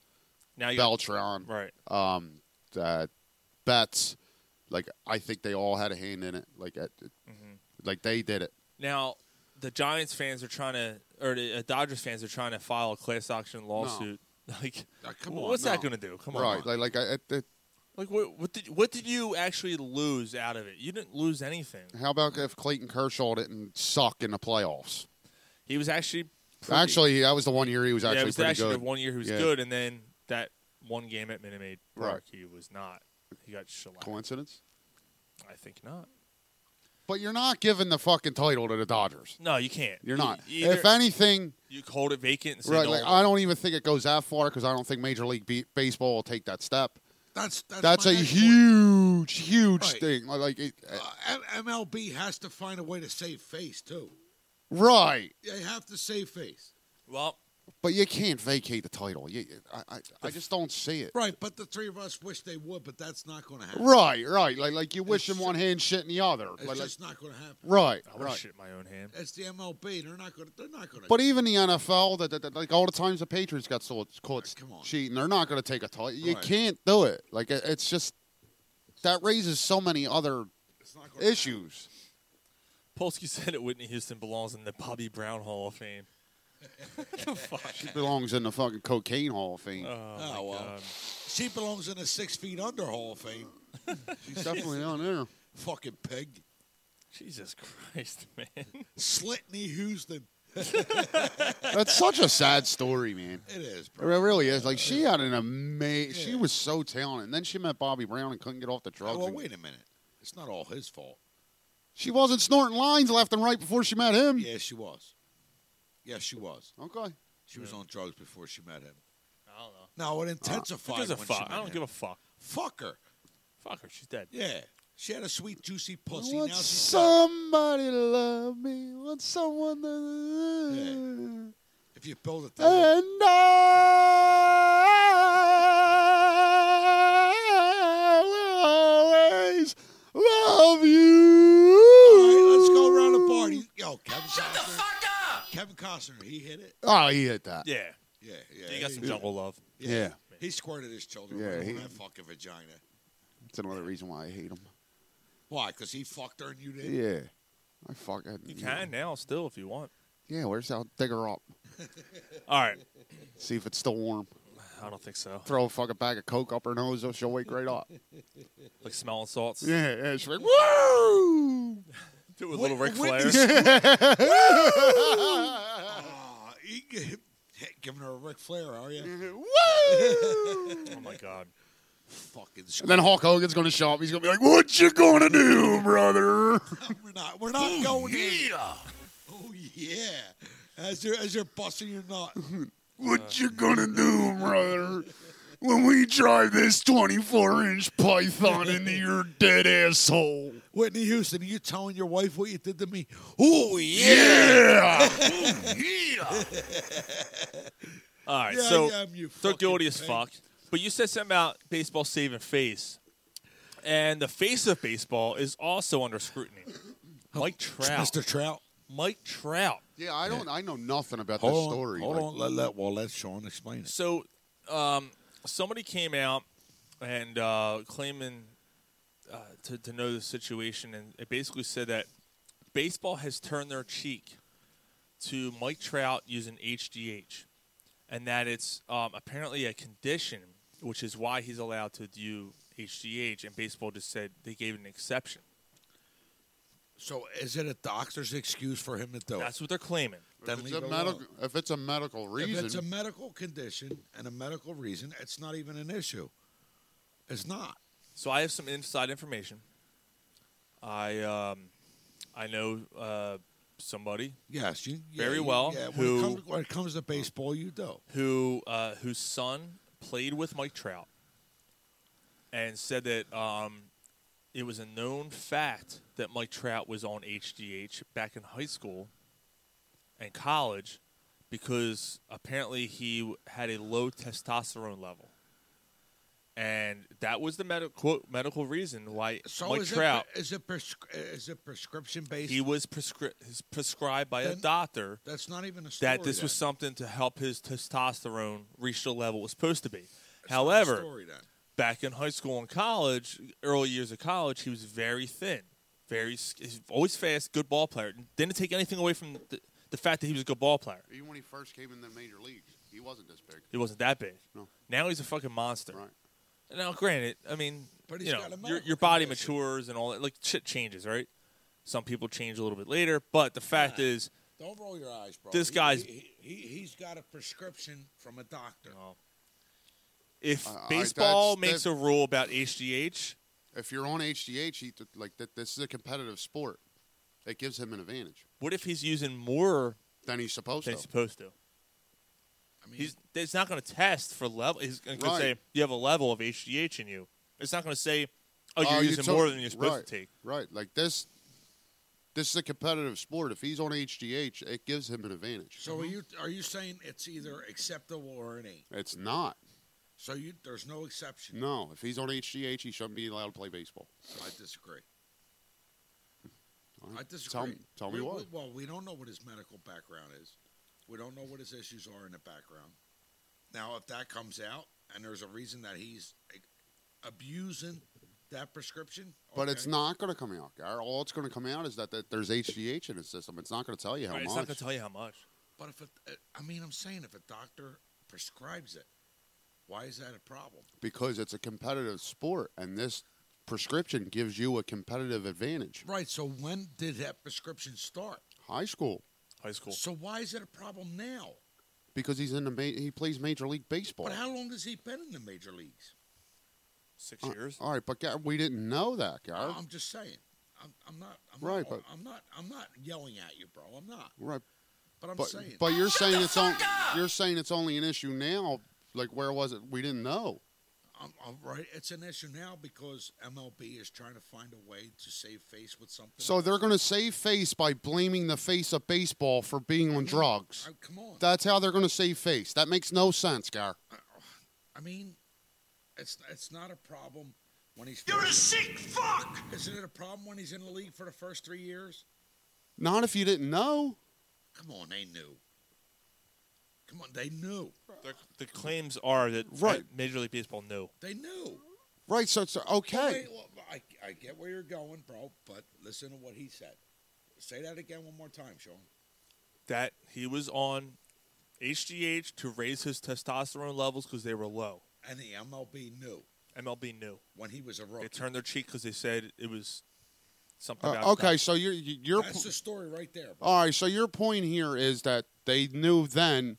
[SPEAKER 6] Now you got-
[SPEAKER 7] Beltran,
[SPEAKER 6] right.
[SPEAKER 7] um, uh, Betts. Like I think they all had a hand in it. Like it, it-
[SPEAKER 6] Mm-hmm.
[SPEAKER 7] like they did it.
[SPEAKER 6] Now, the Giants fans are trying to, or the uh, Dodgers fans are trying to file a class action lawsuit. Like,
[SPEAKER 9] Ah, come
[SPEAKER 6] wh-
[SPEAKER 9] on,
[SPEAKER 6] what's that
[SPEAKER 9] no.
[SPEAKER 6] going to do? Come
[SPEAKER 7] right.
[SPEAKER 6] on,
[SPEAKER 7] Like like I, it, it,
[SPEAKER 6] Like, what, what did what did you actually lose out of it? You didn't lose anything.
[SPEAKER 7] how about if Clayton Kershaw didn't suck in the playoffs?
[SPEAKER 6] He was actually pretty-
[SPEAKER 7] Actually, that was the one year he was actually
[SPEAKER 6] yeah, it was
[SPEAKER 7] pretty
[SPEAKER 6] actually
[SPEAKER 7] good.
[SPEAKER 6] the one year he was
[SPEAKER 7] Yeah.
[SPEAKER 6] good, and then that one game at Minute Maid Park,
[SPEAKER 7] Right.
[SPEAKER 6] he was not. He got shellacked.
[SPEAKER 7] Coincidence?
[SPEAKER 6] I think not.
[SPEAKER 7] But you're not giving the fucking title to the Dodgers.
[SPEAKER 6] No, you can't.
[SPEAKER 7] You're
[SPEAKER 6] You-
[SPEAKER 7] not.
[SPEAKER 6] E either
[SPEAKER 7] if anything,
[SPEAKER 6] you hold it vacant and say
[SPEAKER 7] right?
[SPEAKER 6] no.
[SPEAKER 7] Like I don't even think it goes that far because I don't think Major League Be- Baseball will take that step.
[SPEAKER 9] That's that's,
[SPEAKER 7] That's
[SPEAKER 9] my
[SPEAKER 7] a
[SPEAKER 9] next
[SPEAKER 7] huge, huge
[SPEAKER 9] Right.
[SPEAKER 7] thing. Like it,
[SPEAKER 9] point. Uh, M- MLB has to find a way to save face too.
[SPEAKER 7] right?
[SPEAKER 9] They have to save face.
[SPEAKER 6] well,
[SPEAKER 7] But you can't vacate the title. You, I, I, I just don't see it.
[SPEAKER 9] Right, but the three of us wish they would, but that's not going to happen.
[SPEAKER 7] Right, right. Like, like you wish in
[SPEAKER 9] just-
[SPEAKER 7] one hand, shit in the other.
[SPEAKER 9] It's
[SPEAKER 7] Like, like-
[SPEAKER 9] just not going to happen.
[SPEAKER 7] right,
[SPEAKER 6] I would
[SPEAKER 7] right.
[SPEAKER 6] shit in my own hand.
[SPEAKER 9] It's the MLB. They're not going. to They're not going to.
[SPEAKER 7] But even the NFL, that, that, that- like all the times the Patriots got so- caught
[SPEAKER 9] Come on.
[SPEAKER 7] cheating, they're not going to take a title. You
[SPEAKER 9] Right.
[SPEAKER 7] can't do it. Like it, it's just that raises so many other
[SPEAKER 9] it's not gonna
[SPEAKER 7] issues.
[SPEAKER 6] Polsky said it. Whitney Houston belongs in the Bobby Brown Hall of Fame.
[SPEAKER 7] She belongs in the fucking cocaine hall of fame.
[SPEAKER 6] Oh,
[SPEAKER 9] happen.
[SPEAKER 6] my
[SPEAKER 9] Oh, well,
[SPEAKER 6] God.
[SPEAKER 9] she belongs in the six feet under Hall of Fame.
[SPEAKER 7] She's definitely on there.
[SPEAKER 9] Fucking pig,
[SPEAKER 6] Jesus Christ, man.
[SPEAKER 9] Slitney Houston.
[SPEAKER 7] That's such a sad story, man.
[SPEAKER 9] It is,
[SPEAKER 7] It
[SPEAKER 9] bro.
[SPEAKER 7] really is. Like she had an amazing. She was so talented, and then she met Bobby Brown and couldn't get off the drugs.
[SPEAKER 9] Well,
[SPEAKER 7] and-
[SPEAKER 9] wait a minute. It's not all his fault.
[SPEAKER 7] She wasn't snorting lines left and right before she met
[SPEAKER 6] Hmm.
[SPEAKER 7] him.
[SPEAKER 9] Yeah, she was. Yeah, she was.
[SPEAKER 7] Okay.
[SPEAKER 9] She was on drugs before she met him.
[SPEAKER 6] I don't know.
[SPEAKER 9] No, it
[SPEAKER 6] Who
[SPEAKER 9] intensified.
[SPEAKER 6] gives a
[SPEAKER 9] when
[SPEAKER 6] fuck?
[SPEAKER 9] She
[SPEAKER 6] I don't give a fuck.
[SPEAKER 9] fuck her.
[SPEAKER 6] Fuck her. She's dead.
[SPEAKER 9] Yeah, she had a sweet, juicy pussy.
[SPEAKER 7] Want
[SPEAKER 9] now she's got-
[SPEAKER 7] somebody to love me? Want someone to?
[SPEAKER 9] If you build it, that
[SPEAKER 7] And I will always
[SPEAKER 9] All
[SPEAKER 7] love
[SPEAKER 9] right,
[SPEAKER 7] you.
[SPEAKER 9] let's go around the board. He- Yo, Kevin Shut Costner. the fuck up! Kevin Costner, he hit it.
[SPEAKER 7] Oh, he hit that.
[SPEAKER 6] Yeah.
[SPEAKER 9] Yeah, yeah.
[SPEAKER 6] You got
[SPEAKER 9] he-
[SPEAKER 6] some jungle love.
[SPEAKER 7] Yeah.
[SPEAKER 9] He squirted his children
[SPEAKER 7] Yeah,
[SPEAKER 9] right
[SPEAKER 7] he-
[SPEAKER 9] in that fucking vagina.
[SPEAKER 7] That's another reason why I hate him.
[SPEAKER 9] Why? Because he fucked her and you didn't?
[SPEAKER 7] Yeah. I fuck. I,
[SPEAKER 6] You can now still if you want.
[SPEAKER 7] Yeah, where's that? Dig her up.
[SPEAKER 6] All right.
[SPEAKER 7] See if it's still warm.
[SPEAKER 6] I don't think so.
[SPEAKER 7] Throw a fucking bag of coke up her nose. oh, She'll wake right up.
[SPEAKER 6] Like smelling salts.
[SPEAKER 7] Yeah, yeah. She's like, woo!
[SPEAKER 6] Do it with little Ric
[SPEAKER 9] Whitney
[SPEAKER 6] Flair.
[SPEAKER 9] Aw, he, giving her a Ric Flair, are you?
[SPEAKER 7] Woo!
[SPEAKER 6] Oh my god.
[SPEAKER 9] fucking
[SPEAKER 7] And then Hulk Hogan's going to show up. He's going to be like, what you going to do, brother?
[SPEAKER 9] squirted. We're not, we're not going in. Oh, yeah. As they're, as they're busting your nut.
[SPEAKER 7] What you gonna do, brother? When we drive this 24 inch python into your dead asshole.
[SPEAKER 9] Whitney Houston, are you telling your wife what you did to me? Oh, yeah.
[SPEAKER 7] Yeah!
[SPEAKER 6] All right.
[SPEAKER 9] Yeah,
[SPEAKER 6] so
[SPEAKER 9] yeah, I'm you
[SPEAKER 6] they're
[SPEAKER 9] fucking
[SPEAKER 6] guilty as
[SPEAKER 9] pig.
[SPEAKER 6] fuck. But you said something about baseball saving face, and the face of baseball is also under scrutiny. Mike Trout.
[SPEAKER 9] Mr. Trout.
[SPEAKER 6] Mike Trout.
[SPEAKER 7] Yeah, I don't. I know nothing about
[SPEAKER 9] Hold
[SPEAKER 7] this
[SPEAKER 9] on,
[SPEAKER 7] story.
[SPEAKER 9] Hold
[SPEAKER 7] like- mm-hmm.
[SPEAKER 9] on. Let, let, well, let Sean explain it.
[SPEAKER 6] So, um, somebody came out and uh, claiming uh, to, to know the situation, and it basically said that baseball has turned their cheek to Mike Trout using HGH, and that it's um, apparently a condition, which is why he's allowed to do HGH. And baseball just said they gave an exception.
[SPEAKER 9] So, is it a doctor's excuse for him to do it?
[SPEAKER 6] That's what they're claiming.
[SPEAKER 9] Then
[SPEAKER 7] If it's,
[SPEAKER 9] leave
[SPEAKER 7] a
[SPEAKER 9] it alone.
[SPEAKER 7] medical, if it's a medical
[SPEAKER 9] If
[SPEAKER 7] reason,
[SPEAKER 9] it's a medical condition and a medical reason, it's not even an issue. It's not.
[SPEAKER 6] So I have some inside information. I um, I know uh, somebody
[SPEAKER 9] Yes, you yeah,
[SPEAKER 6] Very
[SPEAKER 9] you-
[SPEAKER 6] well.
[SPEAKER 9] Yeah, when,
[SPEAKER 6] Who-
[SPEAKER 9] it comes, when it comes to baseball, you do.
[SPEAKER 6] who uh, whose son played with Mike Trout, and said that um, it was a known fact that Mike Trout was on HGH back in high school and college because apparently he w- had a low testosterone level. And that was the medical quote, medical reason why
[SPEAKER 9] So
[SPEAKER 6] Mike
[SPEAKER 9] is
[SPEAKER 6] Trout
[SPEAKER 9] it is it prescri- is it prescription based?
[SPEAKER 6] he was prescri- he's prescribed by a
[SPEAKER 9] Then-
[SPEAKER 6] doctor
[SPEAKER 9] That's not even a story.
[SPEAKER 6] that this was
[SPEAKER 9] then.
[SPEAKER 6] something to help his testosterone reach the level it was supposed to be.
[SPEAKER 9] It's not a
[SPEAKER 6] However,
[SPEAKER 9] story then.
[SPEAKER 6] back in high school and college, early years of college, he was very thin, very s- he's always fast, good ball player. Didn't take anything away from the, the fact that he was a good ball player.
[SPEAKER 7] even when he first came in the major leagues, he wasn't this big.
[SPEAKER 6] He wasn't that big.
[SPEAKER 7] No.
[SPEAKER 6] Now he's a fucking monster.
[SPEAKER 7] Right.
[SPEAKER 6] Now, granted, I mean,
[SPEAKER 9] But he's
[SPEAKER 6] you know,
[SPEAKER 9] got a
[SPEAKER 6] your,
[SPEAKER 9] medical
[SPEAKER 6] your body
[SPEAKER 9] condition.
[SPEAKER 6] matures and all that. Like shit changes, right? Some people change a little bit later, but the fact is,
[SPEAKER 9] Don't roll your eyes, bro.
[SPEAKER 6] This
[SPEAKER 9] He-
[SPEAKER 6] guy's-
[SPEAKER 9] he, he, he, has got a prescription from a doctor.
[SPEAKER 6] if
[SPEAKER 7] I- I-
[SPEAKER 6] baseball
[SPEAKER 7] that's-
[SPEAKER 6] makes
[SPEAKER 7] that-
[SPEAKER 6] a rule about HGH,
[SPEAKER 7] If you're on HGH, he, th- like that, this is a competitive sport. It gives him an advantage.
[SPEAKER 6] what if he's using more
[SPEAKER 7] Then he's supposed
[SPEAKER 6] than
[SPEAKER 7] to.
[SPEAKER 6] he's supposed to?
[SPEAKER 9] I mean,
[SPEAKER 6] He's it's not going to test for level. He's going to
[SPEAKER 7] Right.
[SPEAKER 6] say you have a level of HGH in you. It's not going to say, oh, you're
[SPEAKER 7] Oh, you
[SPEAKER 6] using
[SPEAKER 7] took-
[SPEAKER 6] more than you're supposed
[SPEAKER 7] right,
[SPEAKER 6] to take.
[SPEAKER 7] Right. Like this this is a competitive sport. If he's on HGH, it gives him an advantage.
[SPEAKER 9] so are
[SPEAKER 6] Mm-hmm.
[SPEAKER 9] you are you saying it's either acceptable or it ain't?
[SPEAKER 7] It's not.
[SPEAKER 9] So you there's no exception.
[SPEAKER 7] No. If he's on HGH, he shouldn't be allowed to play baseball.
[SPEAKER 9] I disagree.
[SPEAKER 7] All
[SPEAKER 9] I
[SPEAKER 7] right?
[SPEAKER 9] disagree.
[SPEAKER 7] Tell, me- tell me
[SPEAKER 9] We-
[SPEAKER 7] why.
[SPEAKER 9] we- well, we don't know what his medical background is. We don't know what his issues are in the background. Now, if that comes out and there's a reason that he's like, abusing that prescription,
[SPEAKER 7] But it's
[SPEAKER 9] okay.
[SPEAKER 7] not going to come out, Gar. All it's going to come out is that, that there's HGH in his system. It's not going to tell you how
[SPEAKER 6] Right, It's not
[SPEAKER 7] much.
[SPEAKER 6] going to tell you how much.
[SPEAKER 9] But if it, uh, I mean, I'm saying if a doctor prescribes it, why is that a problem?
[SPEAKER 7] because it's a competitive sport, and this prescription gives you a competitive advantage.
[SPEAKER 9] Right. So when did that prescription start?
[SPEAKER 7] High school.
[SPEAKER 6] High school.
[SPEAKER 9] So why is it a problem now?
[SPEAKER 7] Because he's in the ma- he plays major league baseball.
[SPEAKER 9] But how long has he been in the major leagues?
[SPEAKER 6] Six
[SPEAKER 7] uh,
[SPEAKER 6] years.
[SPEAKER 7] All right, but Gar, we didn't know that, Gar.
[SPEAKER 9] I'm just saying. I'm, I'm not. I'm Not,
[SPEAKER 7] Right, but-
[SPEAKER 9] I'm not. I'm not yelling at you, bro. I'm not.
[SPEAKER 7] right,
[SPEAKER 9] But I'm
[SPEAKER 7] But,
[SPEAKER 9] saying.
[SPEAKER 7] but you're saying it's on, you're saying it's only an issue now. Like where was it? We didn't know.
[SPEAKER 9] I'm, I'm right. It's an issue now because MLB is trying to find a way to save face with something.
[SPEAKER 7] So they're going to save face by blaming the face of baseball for being on drugs.
[SPEAKER 9] Mm-hmm. I- come on.
[SPEAKER 7] That's how they're going to save face. That makes no sense, Gar.
[SPEAKER 9] I mean, it's it's not a problem when he's. You're a sick fuck. Isn't it a problem when he's in the league for the first three years?
[SPEAKER 7] Not if you didn't know.
[SPEAKER 9] Come on, they knew. Come on, they knew.
[SPEAKER 6] The, the claims are that
[SPEAKER 7] Right.
[SPEAKER 6] that Major League Baseball knew.
[SPEAKER 9] They knew.
[SPEAKER 7] Right, so it's okay.
[SPEAKER 9] Wait, well, I, I get where you're going, bro, but listen to what he said. Say that again one more time, Sean.
[SPEAKER 6] that he was on HGH to raise his testosterone levels because they were low.
[SPEAKER 9] And the MLB knew
[SPEAKER 6] MLB knew.
[SPEAKER 9] when he was a rookie.
[SPEAKER 6] They turned their cheek because they said it was something.
[SPEAKER 7] Uh,
[SPEAKER 6] about
[SPEAKER 7] okay, so you're you're
[SPEAKER 9] That's the story right there. bro.
[SPEAKER 7] all right. So your point here is that they knew then,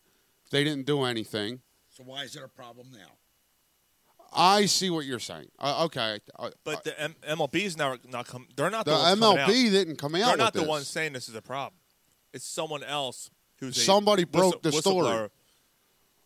[SPEAKER 7] they didn't do anything.
[SPEAKER 9] So why is it a problem now?
[SPEAKER 7] I see what you're saying. Uh, okay, uh,
[SPEAKER 6] But the M- MLB is now not come. They're not
[SPEAKER 7] the
[SPEAKER 6] the, ones coming out.
[SPEAKER 7] MLB didn't come out.
[SPEAKER 6] They're not
[SPEAKER 7] with
[SPEAKER 6] the
[SPEAKER 7] this.
[SPEAKER 6] ones saying this is a problem. It's someone else who's a
[SPEAKER 7] Somebody broke the
[SPEAKER 6] whistle-
[SPEAKER 7] story.
[SPEAKER 6] whistleblower.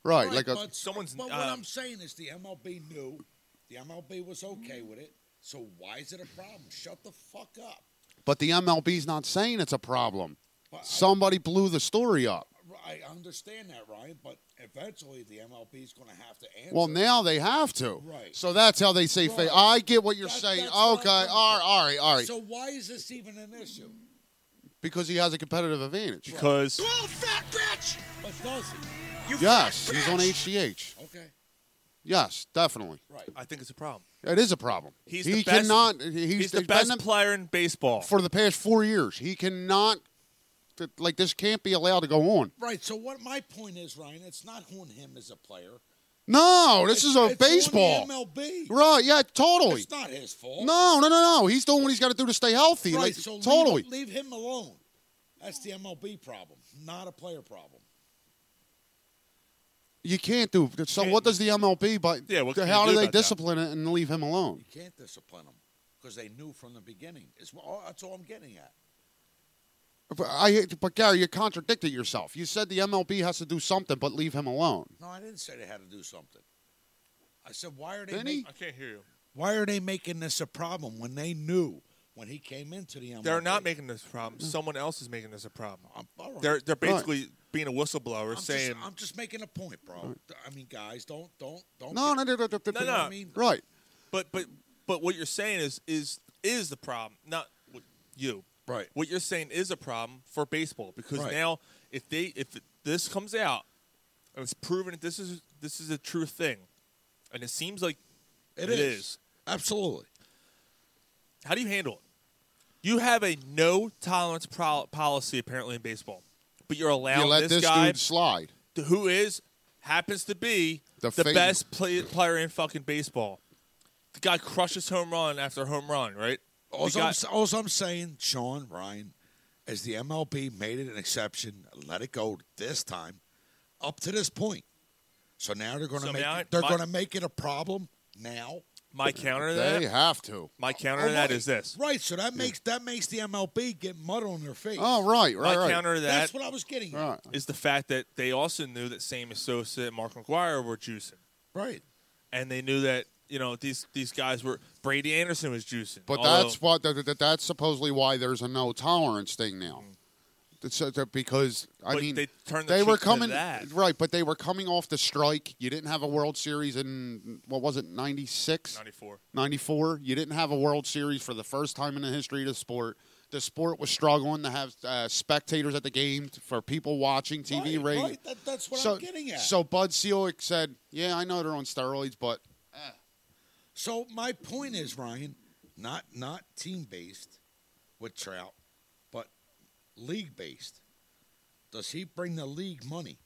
[SPEAKER 7] right?
[SPEAKER 9] Right,
[SPEAKER 7] Like a
[SPEAKER 9] but,
[SPEAKER 6] Someone's-
[SPEAKER 9] but what
[SPEAKER 6] uh,
[SPEAKER 9] I'm saying is the MLB knew. The MLB was okay with it. So why is it a problem? Shut the fuck up.
[SPEAKER 7] But the MLB's not saying it's a problem.
[SPEAKER 9] But I-
[SPEAKER 7] Somebody blew the story up.
[SPEAKER 9] I understand that, Ryan, but eventually the MLB is going to have to answer.
[SPEAKER 7] Well, now they have to.
[SPEAKER 9] Right.
[SPEAKER 7] So that's how they say
[SPEAKER 9] Right.
[SPEAKER 7] fa I get what you're
[SPEAKER 9] That-
[SPEAKER 7] saying. Okay.
[SPEAKER 9] that's
[SPEAKER 7] All
[SPEAKER 9] what I'm
[SPEAKER 7] right. All right. All right.
[SPEAKER 9] So why is this even an issue?
[SPEAKER 7] because he has a competitive advantage.
[SPEAKER 6] because
[SPEAKER 9] But does it?
[SPEAKER 7] Yes, he's on HGH.
[SPEAKER 9] Okay,
[SPEAKER 7] Yes, definitely.
[SPEAKER 9] right.
[SPEAKER 6] I think it's a problem.
[SPEAKER 7] It is a problem.
[SPEAKER 6] He's
[SPEAKER 7] he
[SPEAKER 6] the best-
[SPEAKER 7] cannot. He's,
[SPEAKER 6] He's, the
[SPEAKER 7] he's been
[SPEAKER 6] best player in baseball.
[SPEAKER 7] for the past four years. He cannot. th- Like this can't be allowed to go on.
[SPEAKER 9] Right. So what my point is, Ryan, it's not on him as a player.
[SPEAKER 7] No, this
[SPEAKER 9] It's-
[SPEAKER 7] is
[SPEAKER 9] it's
[SPEAKER 7] a
[SPEAKER 9] on the
[SPEAKER 7] baseball.
[SPEAKER 9] MLB.
[SPEAKER 7] Right? Yeah, totally.
[SPEAKER 9] It's not his fault.
[SPEAKER 7] No, no, no, no. He's doing what he's got to do to stay healthy.
[SPEAKER 9] Right.
[SPEAKER 7] like,
[SPEAKER 9] so leave-
[SPEAKER 7] totally.
[SPEAKER 9] leave, him alone. That's the MLB problem, not a player problem.
[SPEAKER 7] You can't do. So what does the MLB? But
[SPEAKER 6] Yeah, what can
[SPEAKER 7] how
[SPEAKER 6] you do
[SPEAKER 7] they
[SPEAKER 6] about that?
[SPEAKER 7] discipline it and leave him alone?
[SPEAKER 9] You can't discipline them because they knew from the beginning. Is all, that's all I'm getting at.
[SPEAKER 7] But I. But Gary, you contradicted yourself. You said the MLB has to do something, but leave him alone.
[SPEAKER 9] No, I didn't say they had to do something. I said, why are they?
[SPEAKER 7] Didn't he?
[SPEAKER 9] make-
[SPEAKER 6] I can't hear you.
[SPEAKER 9] why are they making this a problem when they knew when he came into the MLB?
[SPEAKER 6] They're not making this a problem. Someone else is making this a problem.
[SPEAKER 9] I'm, all right.
[SPEAKER 6] They're they're basically being a whistleblower,
[SPEAKER 9] I'm
[SPEAKER 6] saying
[SPEAKER 9] Just, I'm just making a point, bro. I mean, guys, don't, don't, don't.
[SPEAKER 7] No,
[SPEAKER 9] get-
[SPEAKER 7] no, no, no, no, no,
[SPEAKER 6] No,
[SPEAKER 9] You know what I
[SPEAKER 6] no.
[SPEAKER 9] mean,
[SPEAKER 7] Right.
[SPEAKER 6] But but but what you're saying is is is the problem, not what you.
[SPEAKER 9] Right.
[SPEAKER 6] What you're saying is a problem for baseball because
[SPEAKER 9] Right.
[SPEAKER 6] now if they if this comes out and it's proven that this is this is a true thing, and it seems like
[SPEAKER 9] It
[SPEAKER 6] it
[SPEAKER 9] is.
[SPEAKER 6] is.
[SPEAKER 9] absolutely.
[SPEAKER 6] how do you handle it? You have a no tolerance pro- policy apparently in baseball, but you're allowing
[SPEAKER 7] You let
[SPEAKER 6] this,
[SPEAKER 7] this
[SPEAKER 6] guy
[SPEAKER 7] dude slide.
[SPEAKER 6] who is happens to be
[SPEAKER 7] The
[SPEAKER 6] the,
[SPEAKER 7] fam-
[SPEAKER 6] best play, player in fucking baseball. The guy crushes home run after home run, right? We
[SPEAKER 9] All Oh, I'm,
[SPEAKER 6] got-
[SPEAKER 9] s- alls I'm saying, Sean Ryan, is the MLB made it an exception, let it go this time, up to this point. So now they're going
[SPEAKER 6] So
[SPEAKER 9] to make
[SPEAKER 6] now
[SPEAKER 9] it, they're
[SPEAKER 6] my-
[SPEAKER 9] going to make it a problem now.
[SPEAKER 6] my counter to
[SPEAKER 7] They
[SPEAKER 6] that,
[SPEAKER 7] have to.
[SPEAKER 6] my counter
[SPEAKER 9] Oh,
[SPEAKER 6] to that
[SPEAKER 9] right.
[SPEAKER 6] is this.
[SPEAKER 9] right? So that makes that makes the MLB get mud on their face.
[SPEAKER 7] Oh, right, right,
[SPEAKER 6] my
[SPEAKER 7] right.
[SPEAKER 6] counter to that
[SPEAKER 9] that's
[SPEAKER 6] is
[SPEAKER 9] what I was getting. at.
[SPEAKER 7] right.
[SPEAKER 6] the fact that they also knew that Sam Sosa and Mark McGuire were juicing,
[SPEAKER 9] right.
[SPEAKER 6] and they knew that you know these these guys were Brady Anderson was juicing.
[SPEAKER 7] But
[SPEAKER 6] although-
[SPEAKER 7] that's what that, that, that's supposedly why there's a no tolerance thing now. That's- uh, that- because I
[SPEAKER 6] But
[SPEAKER 7] mean,
[SPEAKER 6] they turned the
[SPEAKER 7] they were
[SPEAKER 6] cheek to
[SPEAKER 7] coming
[SPEAKER 6] that.
[SPEAKER 7] right, but they were coming off the strike. You didn't have a World Series in what was it, 96?
[SPEAKER 6] 94.
[SPEAKER 7] 94. You didn't have a World Series for the first time in the history of the sport. The sport was struggling to have uh, spectators at the game t- for people watching TV
[SPEAKER 9] right,
[SPEAKER 7] ratings.
[SPEAKER 9] right. That, that's what
[SPEAKER 7] so,
[SPEAKER 9] I'm getting at.
[SPEAKER 7] So Bud Selig said, "Yeah, I know they're on steroids, but
[SPEAKER 9] So my point is, Ryan, not not team based with Trout, but league based. Does he bring the league money?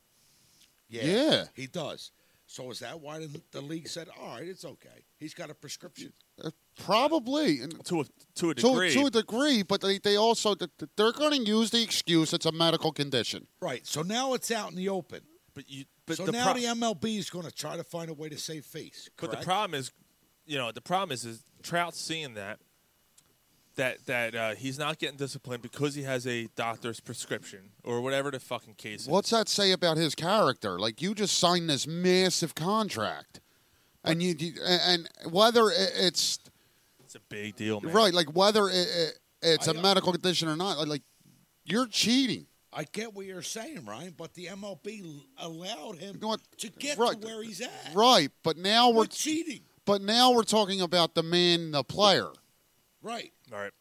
[SPEAKER 7] Yeah.
[SPEAKER 9] he does. So is that why the, the league said, "All right, it's okay. He's got a prescription."
[SPEAKER 7] uh, probably." And
[SPEAKER 6] to a to a
[SPEAKER 7] to,
[SPEAKER 6] degree.
[SPEAKER 7] to a degree, but they, they also th- th- they're going to use the excuse it's a medical condition.
[SPEAKER 9] Right. So now it's out in the open.
[SPEAKER 6] but you but
[SPEAKER 9] so
[SPEAKER 6] the
[SPEAKER 9] now
[SPEAKER 6] pro-
[SPEAKER 9] the MLB is going to try to find a way to save face.
[SPEAKER 6] But the
[SPEAKER 9] correct?
[SPEAKER 6] problem is, you know, the problem is, is Trout seeing that that that uh, he's not getting disciplined because he has a doctor's prescription or whatever the fucking case. is.
[SPEAKER 7] What's that say about his character? Like you just signed this massive contract, and you you- and and whether it- it's
[SPEAKER 6] It's a big deal, man.
[SPEAKER 7] right, like whether it, it, it's a
[SPEAKER 9] I-
[SPEAKER 7] medical condition or not, like, like you're cheating.
[SPEAKER 9] I get what you're saying, Ryan, but the MLB l- allowed him
[SPEAKER 7] You know what?
[SPEAKER 9] to get
[SPEAKER 7] Right.
[SPEAKER 9] to where he's at.
[SPEAKER 7] Right, but now
[SPEAKER 9] We're
[SPEAKER 7] we're
[SPEAKER 9] cheating.
[SPEAKER 7] but now we're talking about the man, the player.
[SPEAKER 9] Right.
[SPEAKER 6] All right.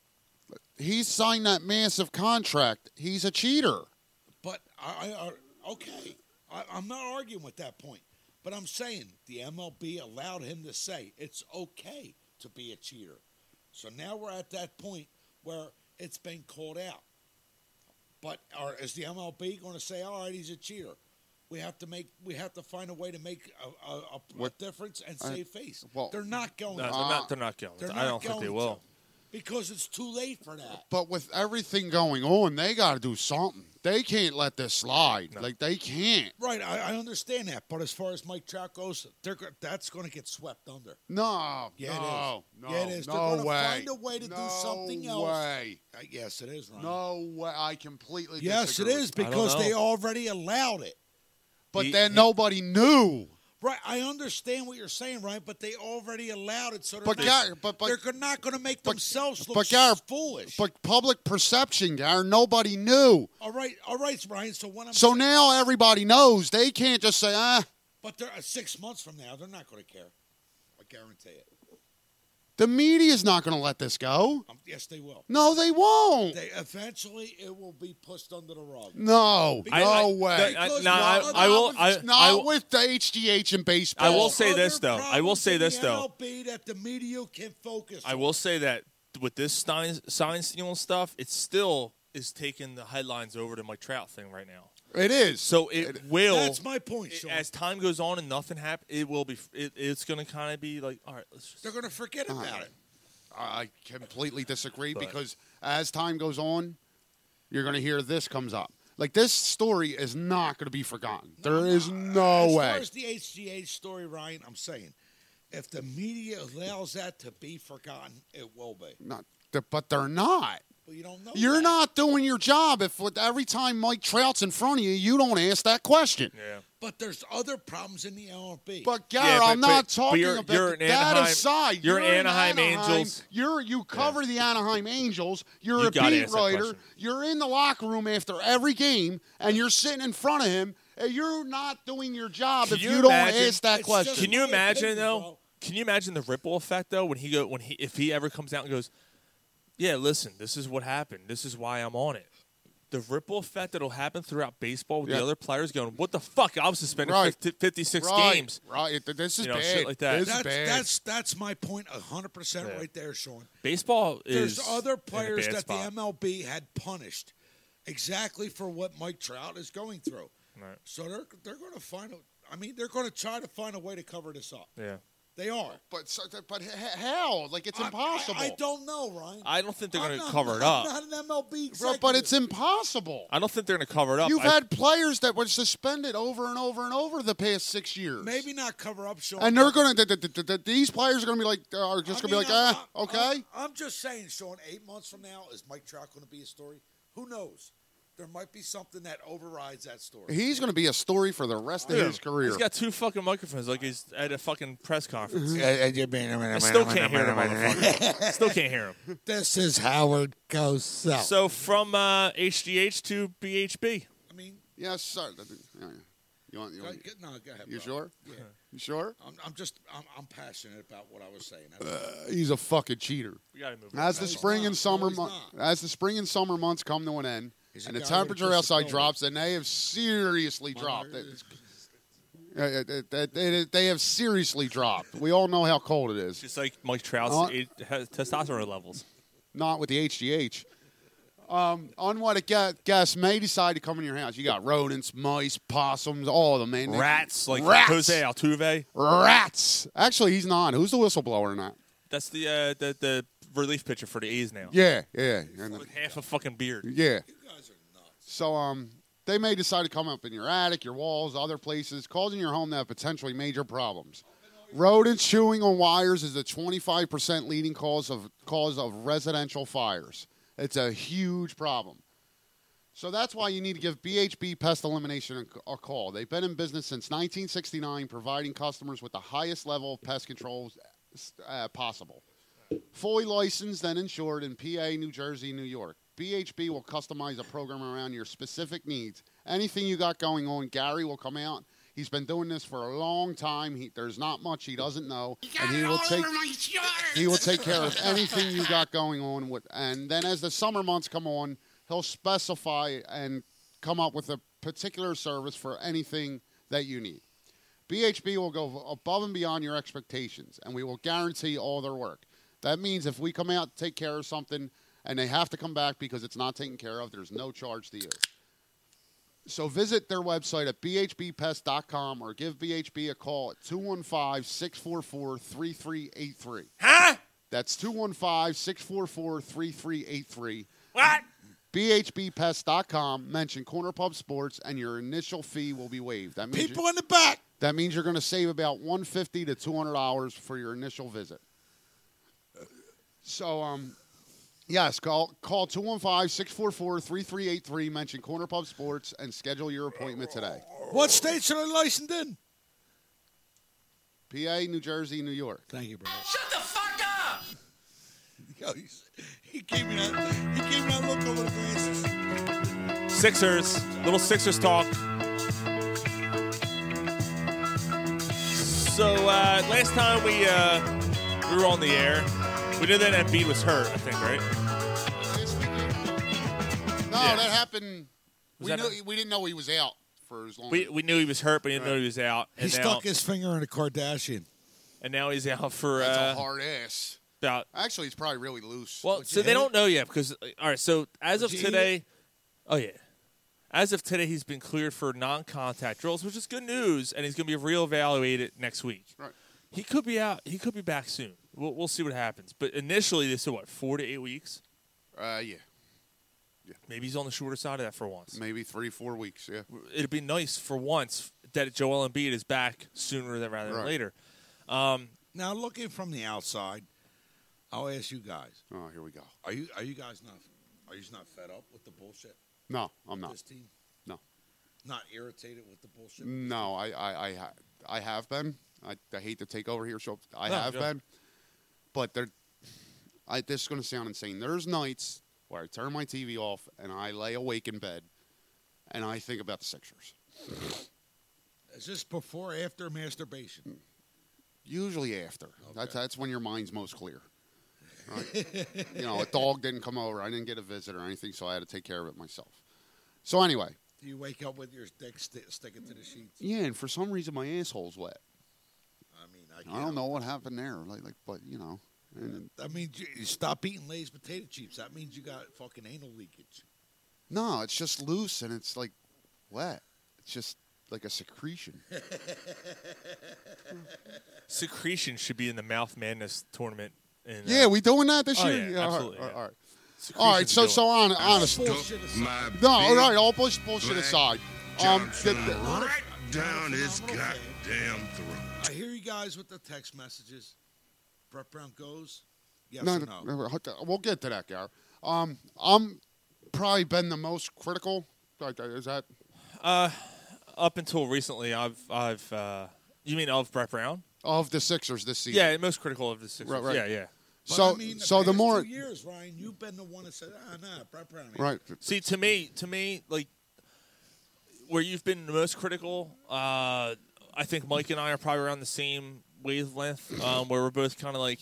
[SPEAKER 7] He signed that massive contract. He's a cheater.
[SPEAKER 9] But I, I I- okay. I, I'm not arguing with that point. But I'm saying the MLB allowed him to say it's okay to be a cheater. So now we're at that point where it's been called out. But are, is the MLB going to say, "All right, he's a cheater"? We have to make. We have to find a way to make a, a, a- a,
[SPEAKER 7] What-
[SPEAKER 9] difference and
[SPEAKER 7] I-
[SPEAKER 9] save face.
[SPEAKER 7] well,
[SPEAKER 9] they're not going.
[SPEAKER 6] No,
[SPEAKER 9] to.
[SPEAKER 6] they're not. They're not going.
[SPEAKER 9] They're
[SPEAKER 6] I don't
[SPEAKER 9] not
[SPEAKER 6] think they
[SPEAKER 9] going
[SPEAKER 6] will.
[SPEAKER 9] to, because it's too late for that.
[SPEAKER 7] But with everything going on, they got to do something. They can't let this slide. Like they can't.
[SPEAKER 9] Right, I, I understand that, but as far as Mike Trout goes, they're go- that's going to get swept under.
[SPEAKER 7] No.
[SPEAKER 9] Yeah, it
[SPEAKER 7] no,
[SPEAKER 9] is.
[SPEAKER 7] No.
[SPEAKER 9] Yeah, it is. They're
[SPEAKER 7] No
[SPEAKER 9] gonna
[SPEAKER 7] way.
[SPEAKER 9] find a way to do
[SPEAKER 7] No
[SPEAKER 9] something else.
[SPEAKER 7] way.
[SPEAKER 9] Uh, yes, it is, Ryan.
[SPEAKER 7] No way. I completely.
[SPEAKER 9] yes, it
[SPEAKER 7] disagree
[SPEAKER 9] is
[SPEAKER 7] with-
[SPEAKER 6] I don't
[SPEAKER 9] because they
[SPEAKER 6] know.
[SPEAKER 9] already allowed it.
[SPEAKER 7] But
[SPEAKER 6] He-
[SPEAKER 7] then
[SPEAKER 6] he-
[SPEAKER 7] nobody knew.
[SPEAKER 9] Right, I understand what you're saying, Ryan, but they already allowed it, so they're
[SPEAKER 7] But
[SPEAKER 9] not,
[SPEAKER 7] Gar- but- but-
[SPEAKER 9] they're go- not going to make
[SPEAKER 7] but-
[SPEAKER 9] themselves look
[SPEAKER 7] but Gar-
[SPEAKER 9] foolish.
[SPEAKER 7] But public perception, Gar, nobody knew.
[SPEAKER 9] all right, all right, Ryan. So when I'm
[SPEAKER 7] So
[SPEAKER 9] saying-
[SPEAKER 7] now everybody knows. They can't just say, ah,
[SPEAKER 9] but they're uh, six months from now, they're not going to care. I guarantee it.
[SPEAKER 7] the media's not going to let this go.
[SPEAKER 9] Um, yes, they will.
[SPEAKER 7] No, they won't.
[SPEAKER 9] They eventually it will be pushed under the rug.
[SPEAKER 7] no,
[SPEAKER 9] I-
[SPEAKER 7] no
[SPEAKER 9] I-
[SPEAKER 7] way.
[SPEAKER 6] I,
[SPEAKER 9] Because
[SPEAKER 6] no, I,
[SPEAKER 9] not-
[SPEAKER 6] I will.
[SPEAKER 9] not
[SPEAKER 6] I,
[SPEAKER 7] not
[SPEAKER 6] I, will-
[SPEAKER 7] with the HGH and baseball.
[SPEAKER 6] I will say
[SPEAKER 9] Other
[SPEAKER 6] this, though. I will
[SPEAKER 9] problems
[SPEAKER 6] say
[SPEAKER 9] in
[SPEAKER 6] this,
[SPEAKER 9] the
[SPEAKER 6] though.
[SPEAKER 9] MLB that the media can focus.
[SPEAKER 6] I
[SPEAKER 9] on.
[SPEAKER 6] will say that with this Stein, sign stealing stuff, it still is taking the headlines over to Mike Trout thing right now.
[SPEAKER 7] It is.
[SPEAKER 6] So it, will.
[SPEAKER 9] That's my point,
[SPEAKER 6] it-
[SPEAKER 9] Sean.
[SPEAKER 6] as time goes on and nothing happens, it will be. It, it's going to kind of be like, all right, let's just.
[SPEAKER 9] They're going to forget about it.
[SPEAKER 7] I completely disagree
[SPEAKER 6] But-
[SPEAKER 7] because as time goes on, you're going to hear this comes up. Like this story is not going to be forgotten. there is no
[SPEAKER 9] as
[SPEAKER 7] way.
[SPEAKER 9] far as the HGH story, Ryan, I'm saying, if the media allows that to be forgotten, it will be.
[SPEAKER 7] not, th- but they're not.
[SPEAKER 9] But you don't know.
[SPEAKER 7] You're
[SPEAKER 9] that.
[SPEAKER 7] not doing your job if with every time Mike Trout's in front of you, you don't ask that question.
[SPEAKER 6] Yeah.
[SPEAKER 9] But there's other problems in the MLB.
[SPEAKER 7] But Gar,
[SPEAKER 6] Yeah, but-
[SPEAKER 7] I'm not
[SPEAKER 6] but- but
[SPEAKER 7] talking
[SPEAKER 6] you're-
[SPEAKER 7] about
[SPEAKER 6] you're an
[SPEAKER 7] that
[SPEAKER 6] Anaheim-
[SPEAKER 7] aside.
[SPEAKER 6] you're an
[SPEAKER 7] in
[SPEAKER 6] Anaheim Angels.
[SPEAKER 7] You're you cover the Anaheim Angels. You're
[SPEAKER 6] You
[SPEAKER 7] a
[SPEAKER 6] gotta
[SPEAKER 7] beat
[SPEAKER 6] ask that
[SPEAKER 7] writer.
[SPEAKER 6] question.
[SPEAKER 7] You're in the locker room after every game, and you're sitting in front of him. And you're not doing your job
[SPEAKER 6] Can
[SPEAKER 7] if
[SPEAKER 6] you
[SPEAKER 7] you, don't
[SPEAKER 6] imagine-
[SPEAKER 7] ask that
[SPEAKER 9] It's
[SPEAKER 7] question.
[SPEAKER 9] just-
[SPEAKER 6] Can you
[SPEAKER 9] my
[SPEAKER 6] imagine
[SPEAKER 9] opinion,
[SPEAKER 6] though?
[SPEAKER 9] bro.
[SPEAKER 6] Can you imagine the ripple effect though when he go when he if he ever comes out and goes, yeah, listen, this is what happened. This is why I'm on it. The ripple effect that'll happen throughout baseball with
[SPEAKER 7] Yeah.
[SPEAKER 6] the other players going, what the fuck? I was suspended
[SPEAKER 7] Right.
[SPEAKER 6] 50, 56
[SPEAKER 7] right,
[SPEAKER 6] games.
[SPEAKER 7] right? Th- This is
[SPEAKER 6] You know,
[SPEAKER 7] bad.
[SPEAKER 6] shit like that.
[SPEAKER 7] This is
[SPEAKER 9] that's,
[SPEAKER 7] bad.
[SPEAKER 9] that's that's my point, hundred percent,
[SPEAKER 6] Yeah.
[SPEAKER 9] right there, Sean.
[SPEAKER 6] Baseball is
[SPEAKER 9] There's other
[SPEAKER 6] in a
[SPEAKER 9] players
[SPEAKER 6] bad
[SPEAKER 9] that
[SPEAKER 6] spot.
[SPEAKER 9] the MLB had punished exactly for what Mike Trout is going through.
[SPEAKER 6] Right.
[SPEAKER 9] So they're they're going to find a. I mean, they're going to try to find a way to cover this up.
[SPEAKER 6] yeah.
[SPEAKER 9] They are.
[SPEAKER 7] but so- but h- h- how? Like it's
[SPEAKER 9] I-
[SPEAKER 7] impossible.
[SPEAKER 9] I, I don't know, Ryan.
[SPEAKER 6] I don't think they're
[SPEAKER 9] I'm
[SPEAKER 6] going to
[SPEAKER 9] not-
[SPEAKER 6] cover it up.
[SPEAKER 9] I'm not an MLB
[SPEAKER 7] Bro,
[SPEAKER 9] executive.
[SPEAKER 7] but it's impossible.
[SPEAKER 6] I don't think they're going to cover it up.
[SPEAKER 7] You've
[SPEAKER 6] I-
[SPEAKER 7] had players that were suspended over and over and over the past six years.
[SPEAKER 9] maybe not cover up, Sean.
[SPEAKER 7] And they're gonna th- th- th- th- these players are gonna be like are just
[SPEAKER 9] I
[SPEAKER 7] gonna
[SPEAKER 9] mean,
[SPEAKER 7] be
[SPEAKER 9] I'm-
[SPEAKER 7] like ah
[SPEAKER 9] I'm-
[SPEAKER 7] okay.
[SPEAKER 9] I'm, I'm just saying, Sean. Eight months from now, is Mike Trout going to be a story? Who knows? There might be something that overrides that story.
[SPEAKER 7] He's gonna be a story for the rest of
[SPEAKER 6] Dude,
[SPEAKER 7] his career.
[SPEAKER 6] He's got two fucking microphones like he's at a fucking press conference. I
[SPEAKER 9] I
[SPEAKER 6] still can't hear him. motherfucker. Still can't hear him.
[SPEAKER 9] This is Howard goes south.
[SPEAKER 6] So from uh, HGH to BHB.
[SPEAKER 9] I mean,
[SPEAKER 7] yes, sir. That- yeah, yeah. You want? You,
[SPEAKER 9] go,
[SPEAKER 7] want,
[SPEAKER 9] go- no, go ahead.
[SPEAKER 7] you
[SPEAKER 9] bro.
[SPEAKER 7] sure?
[SPEAKER 9] Yeah.
[SPEAKER 7] You sure?
[SPEAKER 9] I'm, I'm just, I'm, I'm passionate about what I was saying.
[SPEAKER 6] Uh,
[SPEAKER 7] Uh, He's a fucking cheater.
[SPEAKER 6] We gotta move.
[SPEAKER 7] As the
[SPEAKER 9] he's
[SPEAKER 7] spring
[SPEAKER 9] not.
[SPEAKER 7] and summer
[SPEAKER 9] No, he's
[SPEAKER 7] months,
[SPEAKER 9] not.
[SPEAKER 7] as the spring and summer months come to an end,
[SPEAKER 9] He's a
[SPEAKER 7] and the
[SPEAKER 9] guy with
[SPEAKER 7] temperature outside
[SPEAKER 9] disabilities.
[SPEAKER 7] drops, and they have seriously dropped. It- uh, it- it- it- They have seriously dropped. We all know how cold it is.
[SPEAKER 6] Just like Mike Trout's
[SPEAKER 7] Uh,
[SPEAKER 6] it has testosterone levels.
[SPEAKER 7] not with the HGH. Um, unwanted gu- guests may decide to come in your house. You got rodents, mice, possums, all of them, man. They-
[SPEAKER 6] Rats, like
[SPEAKER 7] Rats.
[SPEAKER 6] Jose Altuve.
[SPEAKER 7] Rats. Actually, he's not. Who's the whistleblower in that?
[SPEAKER 6] That's the uh, the the relief pitcher for the A's now.
[SPEAKER 7] Yeah, yeah, and-
[SPEAKER 6] With half a fucking beard.
[SPEAKER 7] yeah.
[SPEAKER 9] You guys are nuts.
[SPEAKER 7] So, um, they may decide to come up in your attic, your walls, other places, causing your home to have potentially major problems. Rodents chewing on wires is the 25% leading cause of cause of residential fires. It's a huge problem. So that's why you need to give BHB Pest Elimination a a call. They've been in business since 1969, providing customers with the highest level of pest controls uh, possible. Fully licensed and insured in PA, New Jersey, New York. BHB will customize a program around your specific needs. Anything you got going on, Gary will come out. He's been doing this for a long time. He, there's not much he doesn't know, and he will take he will take care of anything you got going on with and then as the summer months come on he'll specify and come up with a particular service for anything that you need bhb will go above and beyond your expectations and we will guarantee all their work that means if we come out to take care of something and they have to come back because it's not taken care of there's no charge to you so visit their website at bhbpest.com or give BHB a call at 215-644-3383.
[SPEAKER 6] Huh?
[SPEAKER 7] That's 215-644-3383.
[SPEAKER 6] What?
[SPEAKER 7] BHBpest.com, mention Corner Pub Sports and your initial fee will be waived. That means
[SPEAKER 9] People
[SPEAKER 7] you-
[SPEAKER 9] in the back.
[SPEAKER 7] that means you're going to save about 150 to 200 dollars for your initial visit. So um Yes, call call 215-644-3383, mention Corner Pub Sports and schedule your appointment today.
[SPEAKER 9] What states are they licensed in?
[SPEAKER 7] PA, New Jersey, New York.
[SPEAKER 9] Thank you, brother. Shut the fuck up! Yo, he's, he gave me that. He gave me that look over the glasses.
[SPEAKER 6] Sixers, little Sixers talk. So uh, last time we uh, we were on the air, we did that. Embiid was hurt, I think, right?
[SPEAKER 7] No,
[SPEAKER 6] Yeah.
[SPEAKER 7] that happened.
[SPEAKER 6] Was
[SPEAKER 7] we
[SPEAKER 6] that
[SPEAKER 7] knew
[SPEAKER 6] a-
[SPEAKER 7] we didn't know he was out for as long.
[SPEAKER 6] We, we knew he was hurt, but we didn't know he was out.
[SPEAKER 9] He
[SPEAKER 6] And now,
[SPEAKER 9] stuck his finger in a Kardashian.
[SPEAKER 6] and now he's out for
[SPEAKER 7] That's a
[SPEAKER 6] uh,
[SPEAKER 7] hard ass.
[SPEAKER 6] about.
[SPEAKER 7] Actually, he's probably really loose.
[SPEAKER 6] Well,
[SPEAKER 9] Would you
[SPEAKER 6] so
[SPEAKER 9] eat
[SPEAKER 6] they don't know yet because uh, all right. So as
[SPEAKER 9] Would
[SPEAKER 6] of
[SPEAKER 9] you eat
[SPEAKER 6] today, oh yeah, as of today, he's been cleared for non-contact drills, which is good news, and he's going to be reevaluated next week.
[SPEAKER 7] Right.
[SPEAKER 6] He could be out. He could be back soon. We'll, we'll see what happens. But initially, they said what four to eight weeks.
[SPEAKER 7] uh, yeah,
[SPEAKER 6] Maybe he's on the shorter side of that for once.
[SPEAKER 7] maybe three, four weeks. Yeah,
[SPEAKER 6] It'd be nice for once that Joel Embiid is back sooner than rather than
[SPEAKER 7] Right.
[SPEAKER 6] later.
[SPEAKER 9] Now, looking from the outside, I'll ask you guys:
[SPEAKER 7] Oh, here we go.
[SPEAKER 9] Are you are you guys not are you not fed up with the bullshit?
[SPEAKER 7] No, I'm
[SPEAKER 9] with
[SPEAKER 7] not.
[SPEAKER 9] This team
[SPEAKER 7] No,
[SPEAKER 9] not irritated with the bullshit.
[SPEAKER 7] no, I, I, I, ha- I have been. I, I hate to take over here, so I
[SPEAKER 6] No,
[SPEAKER 7] have
[SPEAKER 6] go.
[SPEAKER 7] been. But there, I this is going to sound insane. There's nights where I turn my TV off and I lay awake in bed, and I think about the Sixers.
[SPEAKER 9] Is this before or after masturbation?
[SPEAKER 7] Usually after. That's that's when your mind's most clear. Right? you know, a dog didn't come over. I didn't get a visit or anything, so I had to take care of it myself. So anyway,
[SPEAKER 9] Do you wake up with your dick sti- sticking to the sheets?
[SPEAKER 7] yeah, and for some reason my asshole's wet.
[SPEAKER 9] I mean, I,
[SPEAKER 7] I
[SPEAKER 9] can't-
[SPEAKER 7] don't know what happened there. Like, like but you know, and,
[SPEAKER 9] That means you, you stop eating Lay's potato chips. That means you got fucking anal leakage.
[SPEAKER 7] no, it's just loose and it's like wet. It's just like a secretion.
[SPEAKER 6] Secretion should be in the Mouth Madness tournament. In, uh,
[SPEAKER 7] Yeah, we doing that this
[SPEAKER 6] Oh,
[SPEAKER 7] year.
[SPEAKER 6] yeah,
[SPEAKER 7] all right,
[SPEAKER 6] absolutely,
[SPEAKER 7] all right,
[SPEAKER 6] yeah.
[SPEAKER 7] all right.
[SPEAKER 6] Secretion's
[SPEAKER 7] All right, so
[SPEAKER 6] doing it.
[SPEAKER 7] so on, honest. No,
[SPEAKER 9] Bullshit aside,
[SPEAKER 7] all right, all bullshit, bullshit aside. Um, the- the-
[SPEAKER 5] right down his
[SPEAKER 9] Phenomenal
[SPEAKER 5] goddamn
[SPEAKER 9] player.
[SPEAKER 5] throat.
[SPEAKER 9] I hear you guys with the text messages. Brett Brown goes. Yes
[SPEAKER 7] No,
[SPEAKER 9] or
[SPEAKER 7] no,
[SPEAKER 9] no?
[SPEAKER 7] no, hold on. We'll get to that, Gar. Um, I'm probably been the most critical. Like, uh, Is that
[SPEAKER 6] up until recently, I've I've uh, you mean of Brett Brown?
[SPEAKER 7] of the Sixers this season?
[SPEAKER 6] Yeah, most critical of the Sixers.
[SPEAKER 7] Right, right.
[SPEAKER 6] Yeah, yeah.
[SPEAKER 9] But
[SPEAKER 7] So,
[SPEAKER 9] I mean,
[SPEAKER 7] so the
[SPEAKER 9] past
[SPEAKER 7] more
[SPEAKER 9] two years, Ryan, you've been the one that said, ah, nah, Brett Brown. ain't
[SPEAKER 7] right,
[SPEAKER 6] See, to me, to me, like where you've been the most critical, uh, I think Mike and I are probably around the same wavelength, um, where we're both kind of like,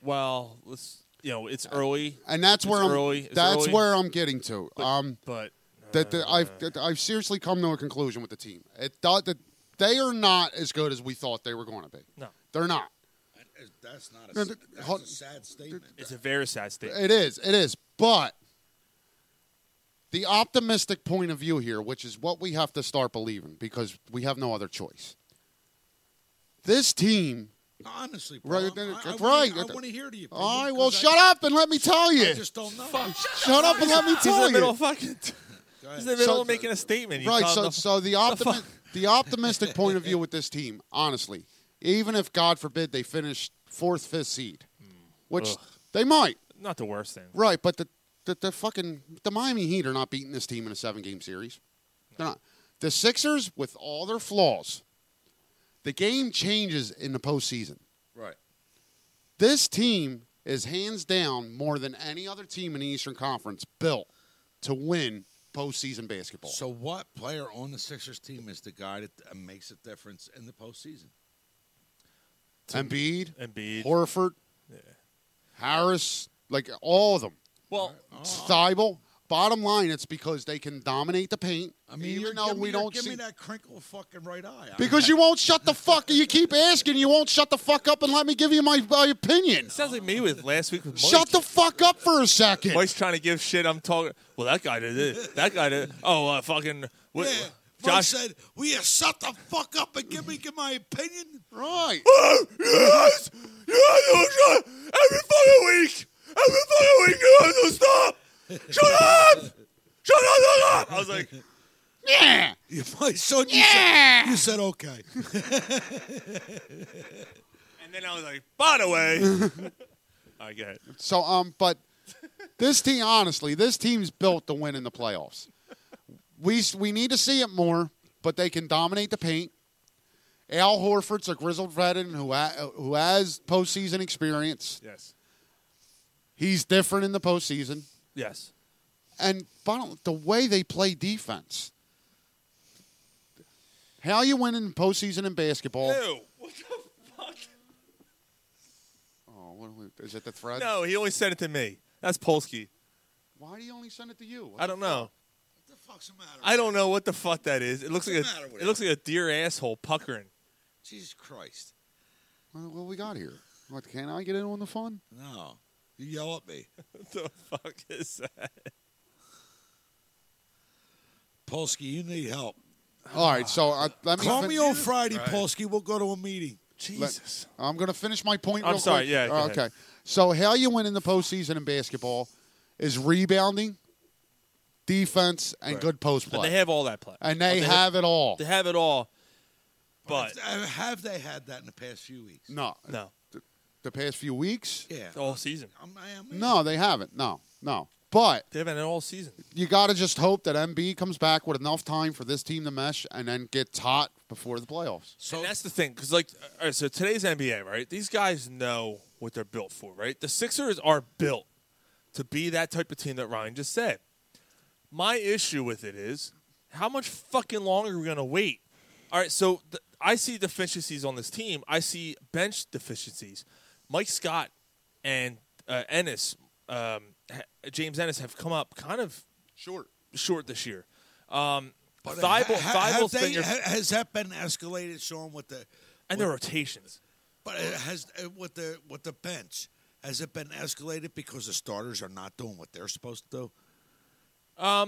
[SPEAKER 6] well, let's you know, it's early,
[SPEAKER 7] and that's where
[SPEAKER 6] It's
[SPEAKER 7] I'm.
[SPEAKER 6] early, it's
[SPEAKER 7] that's
[SPEAKER 6] early.
[SPEAKER 7] where I'm getting to. um,
[SPEAKER 6] but
[SPEAKER 7] that the, I've that I've seriously come to a conclusion with the team. It thought that they are not as good as we thought they were going to be.
[SPEAKER 6] no,
[SPEAKER 7] They're not.
[SPEAKER 9] That- That's not a,
[SPEAKER 7] No,
[SPEAKER 9] s-
[SPEAKER 7] th-
[SPEAKER 9] that's
[SPEAKER 7] hold-
[SPEAKER 9] a sad statement.
[SPEAKER 6] it's a very sad statement.
[SPEAKER 7] It is. It is. But the optimistic point of view here, which is what we have to start believing because we have no other choice. This team.
[SPEAKER 9] Honestly, bro,
[SPEAKER 7] Right,
[SPEAKER 9] right, I, I,
[SPEAKER 7] that's
[SPEAKER 9] right.
[SPEAKER 7] right.
[SPEAKER 9] I want to hear to you.
[SPEAKER 7] All right, well, shut up and let me tell
[SPEAKER 9] I
[SPEAKER 7] you.
[SPEAKER 9] just don't know.
[SPEAKER 7] Shut up and let me
[SPEAKER 6] He's in
[SPEAKER 7] tell
[SPEAKER 6] the middle
[SPEAKER 7] you.
[SPEAKER 6] of fucking.
[SPEAKER 9] Go ahead.
[SPEAKER 6] He's in the middle
[SPEAKER 7] So-
[SPEAKER 6] of making a statement. You
[SPEAKER 7] Right.
[SPEAKER 6] tell him
[SPEAKER 7] So,
[SPEAKER 6] to-
[SPEAKER 7] so the
[SPEAKER 6] fuck?
[SPEAKER 7] optimi- the optimistic point of view with this team, honestly, even if God forbid they finish fourth, fifth seed, which
[SPEAKER 6] Ugh.
[SPEAKER 7] they might,
[SPEAKER 6] not the worst thing.
[SPEAKER 7] right? But the the, the fucking the Miami Heat are not beating this team in a seven game series. They're not. The Sixers, with all their flaws, the game changes in the postseason.
[SPEAKER 10] Right.
[SPEAKER 7] This team is hands down more than any other team in the Eastern Conference built to win postseason basketball.
[SPEAKER 10] So, what player on the Sixers team is the guy that uh, makes a difference in the postseason?
[SPEAKER 7] Embiid,
[SPEAKER 6] Embiid.
[SPEAKER 7] Horford, Harris, like all of them.
[SPEAKER 10] Well,
[SPEAKER 7] Steibel. Bottom line, it's because they can dominate the paint.
[SPEAKER 10] I mean, you
[SPEAKER 7] even though
[SPEAKER 10] give me
[SPEAKER 7] we
[SPEAKER 10] your-
[SPEAKER 7] don't
[SPEAKER 10] give
[SPEAKER 7] see
[SPEAKER 10] me that crinkle fucking right eye. I-
[SPEAKER 7] because you won't shut the fuck. You keep asking, you won't shut the fuck up and let me give you my, my opinion.
[SPEAKER 6] Sounds like me with last week with Mike.
[SPEAKER 7] Shut the fuck up for a second.
[SPEAKER 6] Mike's trying to give shit. I'm talking. Well, that guy did it. That guy did. Oh, uh, fucking. What,
[SPEAKER 9] Yeah. Mike
[SPEAKER 6] Josh.
[SPEAKER 9] said, "Will you shut the fuck up and give me give my opinion?"
[SPEAKER 7] Right.
[SPEAKER 6] yes, yes, you shut every fucking week. Every fucking week, you have to stop. Shut up. Shut up. Shut up. I was like,
[SPEAKER 7] Yeah.
[SPEAKER 9] You- My son, you, said, you said okay.
[SPEAKER 6] and then I was like, by the way, I get it.
[SPEAKER 7] So um, but this team, honestly, this team's built to win in the playoffs. We we need to see it more, but they can dominate the paint. Al Horford's a grizzled veteran who ha- who has postseason experience.
[SPEAKER 6] Yes.
[SPEAKER 7] He's different in the postseason,
[SPEAKER 6] Yes.
[SPEAKER 7] and bottom, the way they play defense. How you win in the postseason in basketball?
[SPEAKER 6] Ew. What the fuck?
[SPEAKER 7] Oh, what are we- is it the thread?
[SPEAKER 6] No, he only sent it to me. That's Polsky.
[SPEAKER 7] Why do you only send it to you?
[SPEAKER 6] I don't know.
[SPEAKER 9] what the fuck's the matter?
[SPEAKER 6] I don't know what the fuck that is. It looks like
[SPEAKER 9] What's the
[SPEAKER 6] a
[SPEAKER 9] matter with
[SPEAKER 6] it looks like a deer asshole puckering.
[SPEAKER 9] Jesus Christ!
[SPEAKER 7] What, what we got here? What, can I get in on the fun?
[SPEAKER 9] No, you yell at me.
[SPEAKER 6] What the fuck is that?
[SPEAKER 9] Polsky, you need help.
[SPEAKER 7] All right, so I, let me.
[SPEAKER 9] Call
[SPEAKER 7] fin-
[SPEAKER 9] me on Friday, Polsky. We'll go to a meeting.
[SPEAKER 6] Jesus.
[SPEAKER 7] I'm going to finish my point.
[SPEAKER 6] I'm
[SPEAKER 7] real
[SPEAKER 6] sorry,
[SPEAKER 7] Quick.
[SPEAKER 6] yeah, go
[SPEAKER 7] Uh,
[SPEAKER 6] ahead.
[SPEAKER 7] okay. So how you win in the postseason in basketball is rebounding, defense, and good post
[SPEAKER 6] And
[SPEAKER 7] play,
[SPEAKER 6] they have all that play.
[SPEAKER 7] And they have it all.
[SPEAKER 6] they have it all. But
[SPEAKER 9] Uh, have they had that in the past few weeks?
[SPEAKER 7] no,
[SPEAKER 6] no.
[SPEAKER 7] the past few weeks,
[SPEAKER 9] Yeah.
[SPEAKER 6] All season.
[SPEAKER 9] I'm, I am
[SPEAKER 7] no, they haven't. No, no. But
[SPEAKER 6] They haven't had it all season.
[SPEAKER 7] you got to just hope that MB comes back with enough time for this team to mesh and then gets hot before the playoffs.
[SPEAKER 9] So
[SPEAKER 6] and that's the thing, because like, all right, so today's NBA, right? These guys know what they're built for, right? The Sixers are built to be that type of team that Ryan just said. My issue with it is, how much fucking longer are we gonna wait? All right, so th- I see deficiencies on this team. I see bench deficiencies. Mike Scott and uh, Ennis, um, ha- James Ennis, have come up kind of
[SPEAKER 7] Short.
[SPEAKER 6] short this year. Um,
[SPEAKER 9] But
[SPEAKER 6] Thibault,
[SPEAKER 9] ha- ha- have
[SPEAKER 6] Thibault's
[SPEAKER 9] they-
[SPEAKER 6] been your,
[SPEAKER 9] ha- has that been escalated, Sean? With the
[SPEAKER 6] and their rotations.
[SPEAKER 9] but it has uh, with the with the bench has it been escalated because the starters are not doing what they're supposed to do?
[SPEAKER 6] Yeah,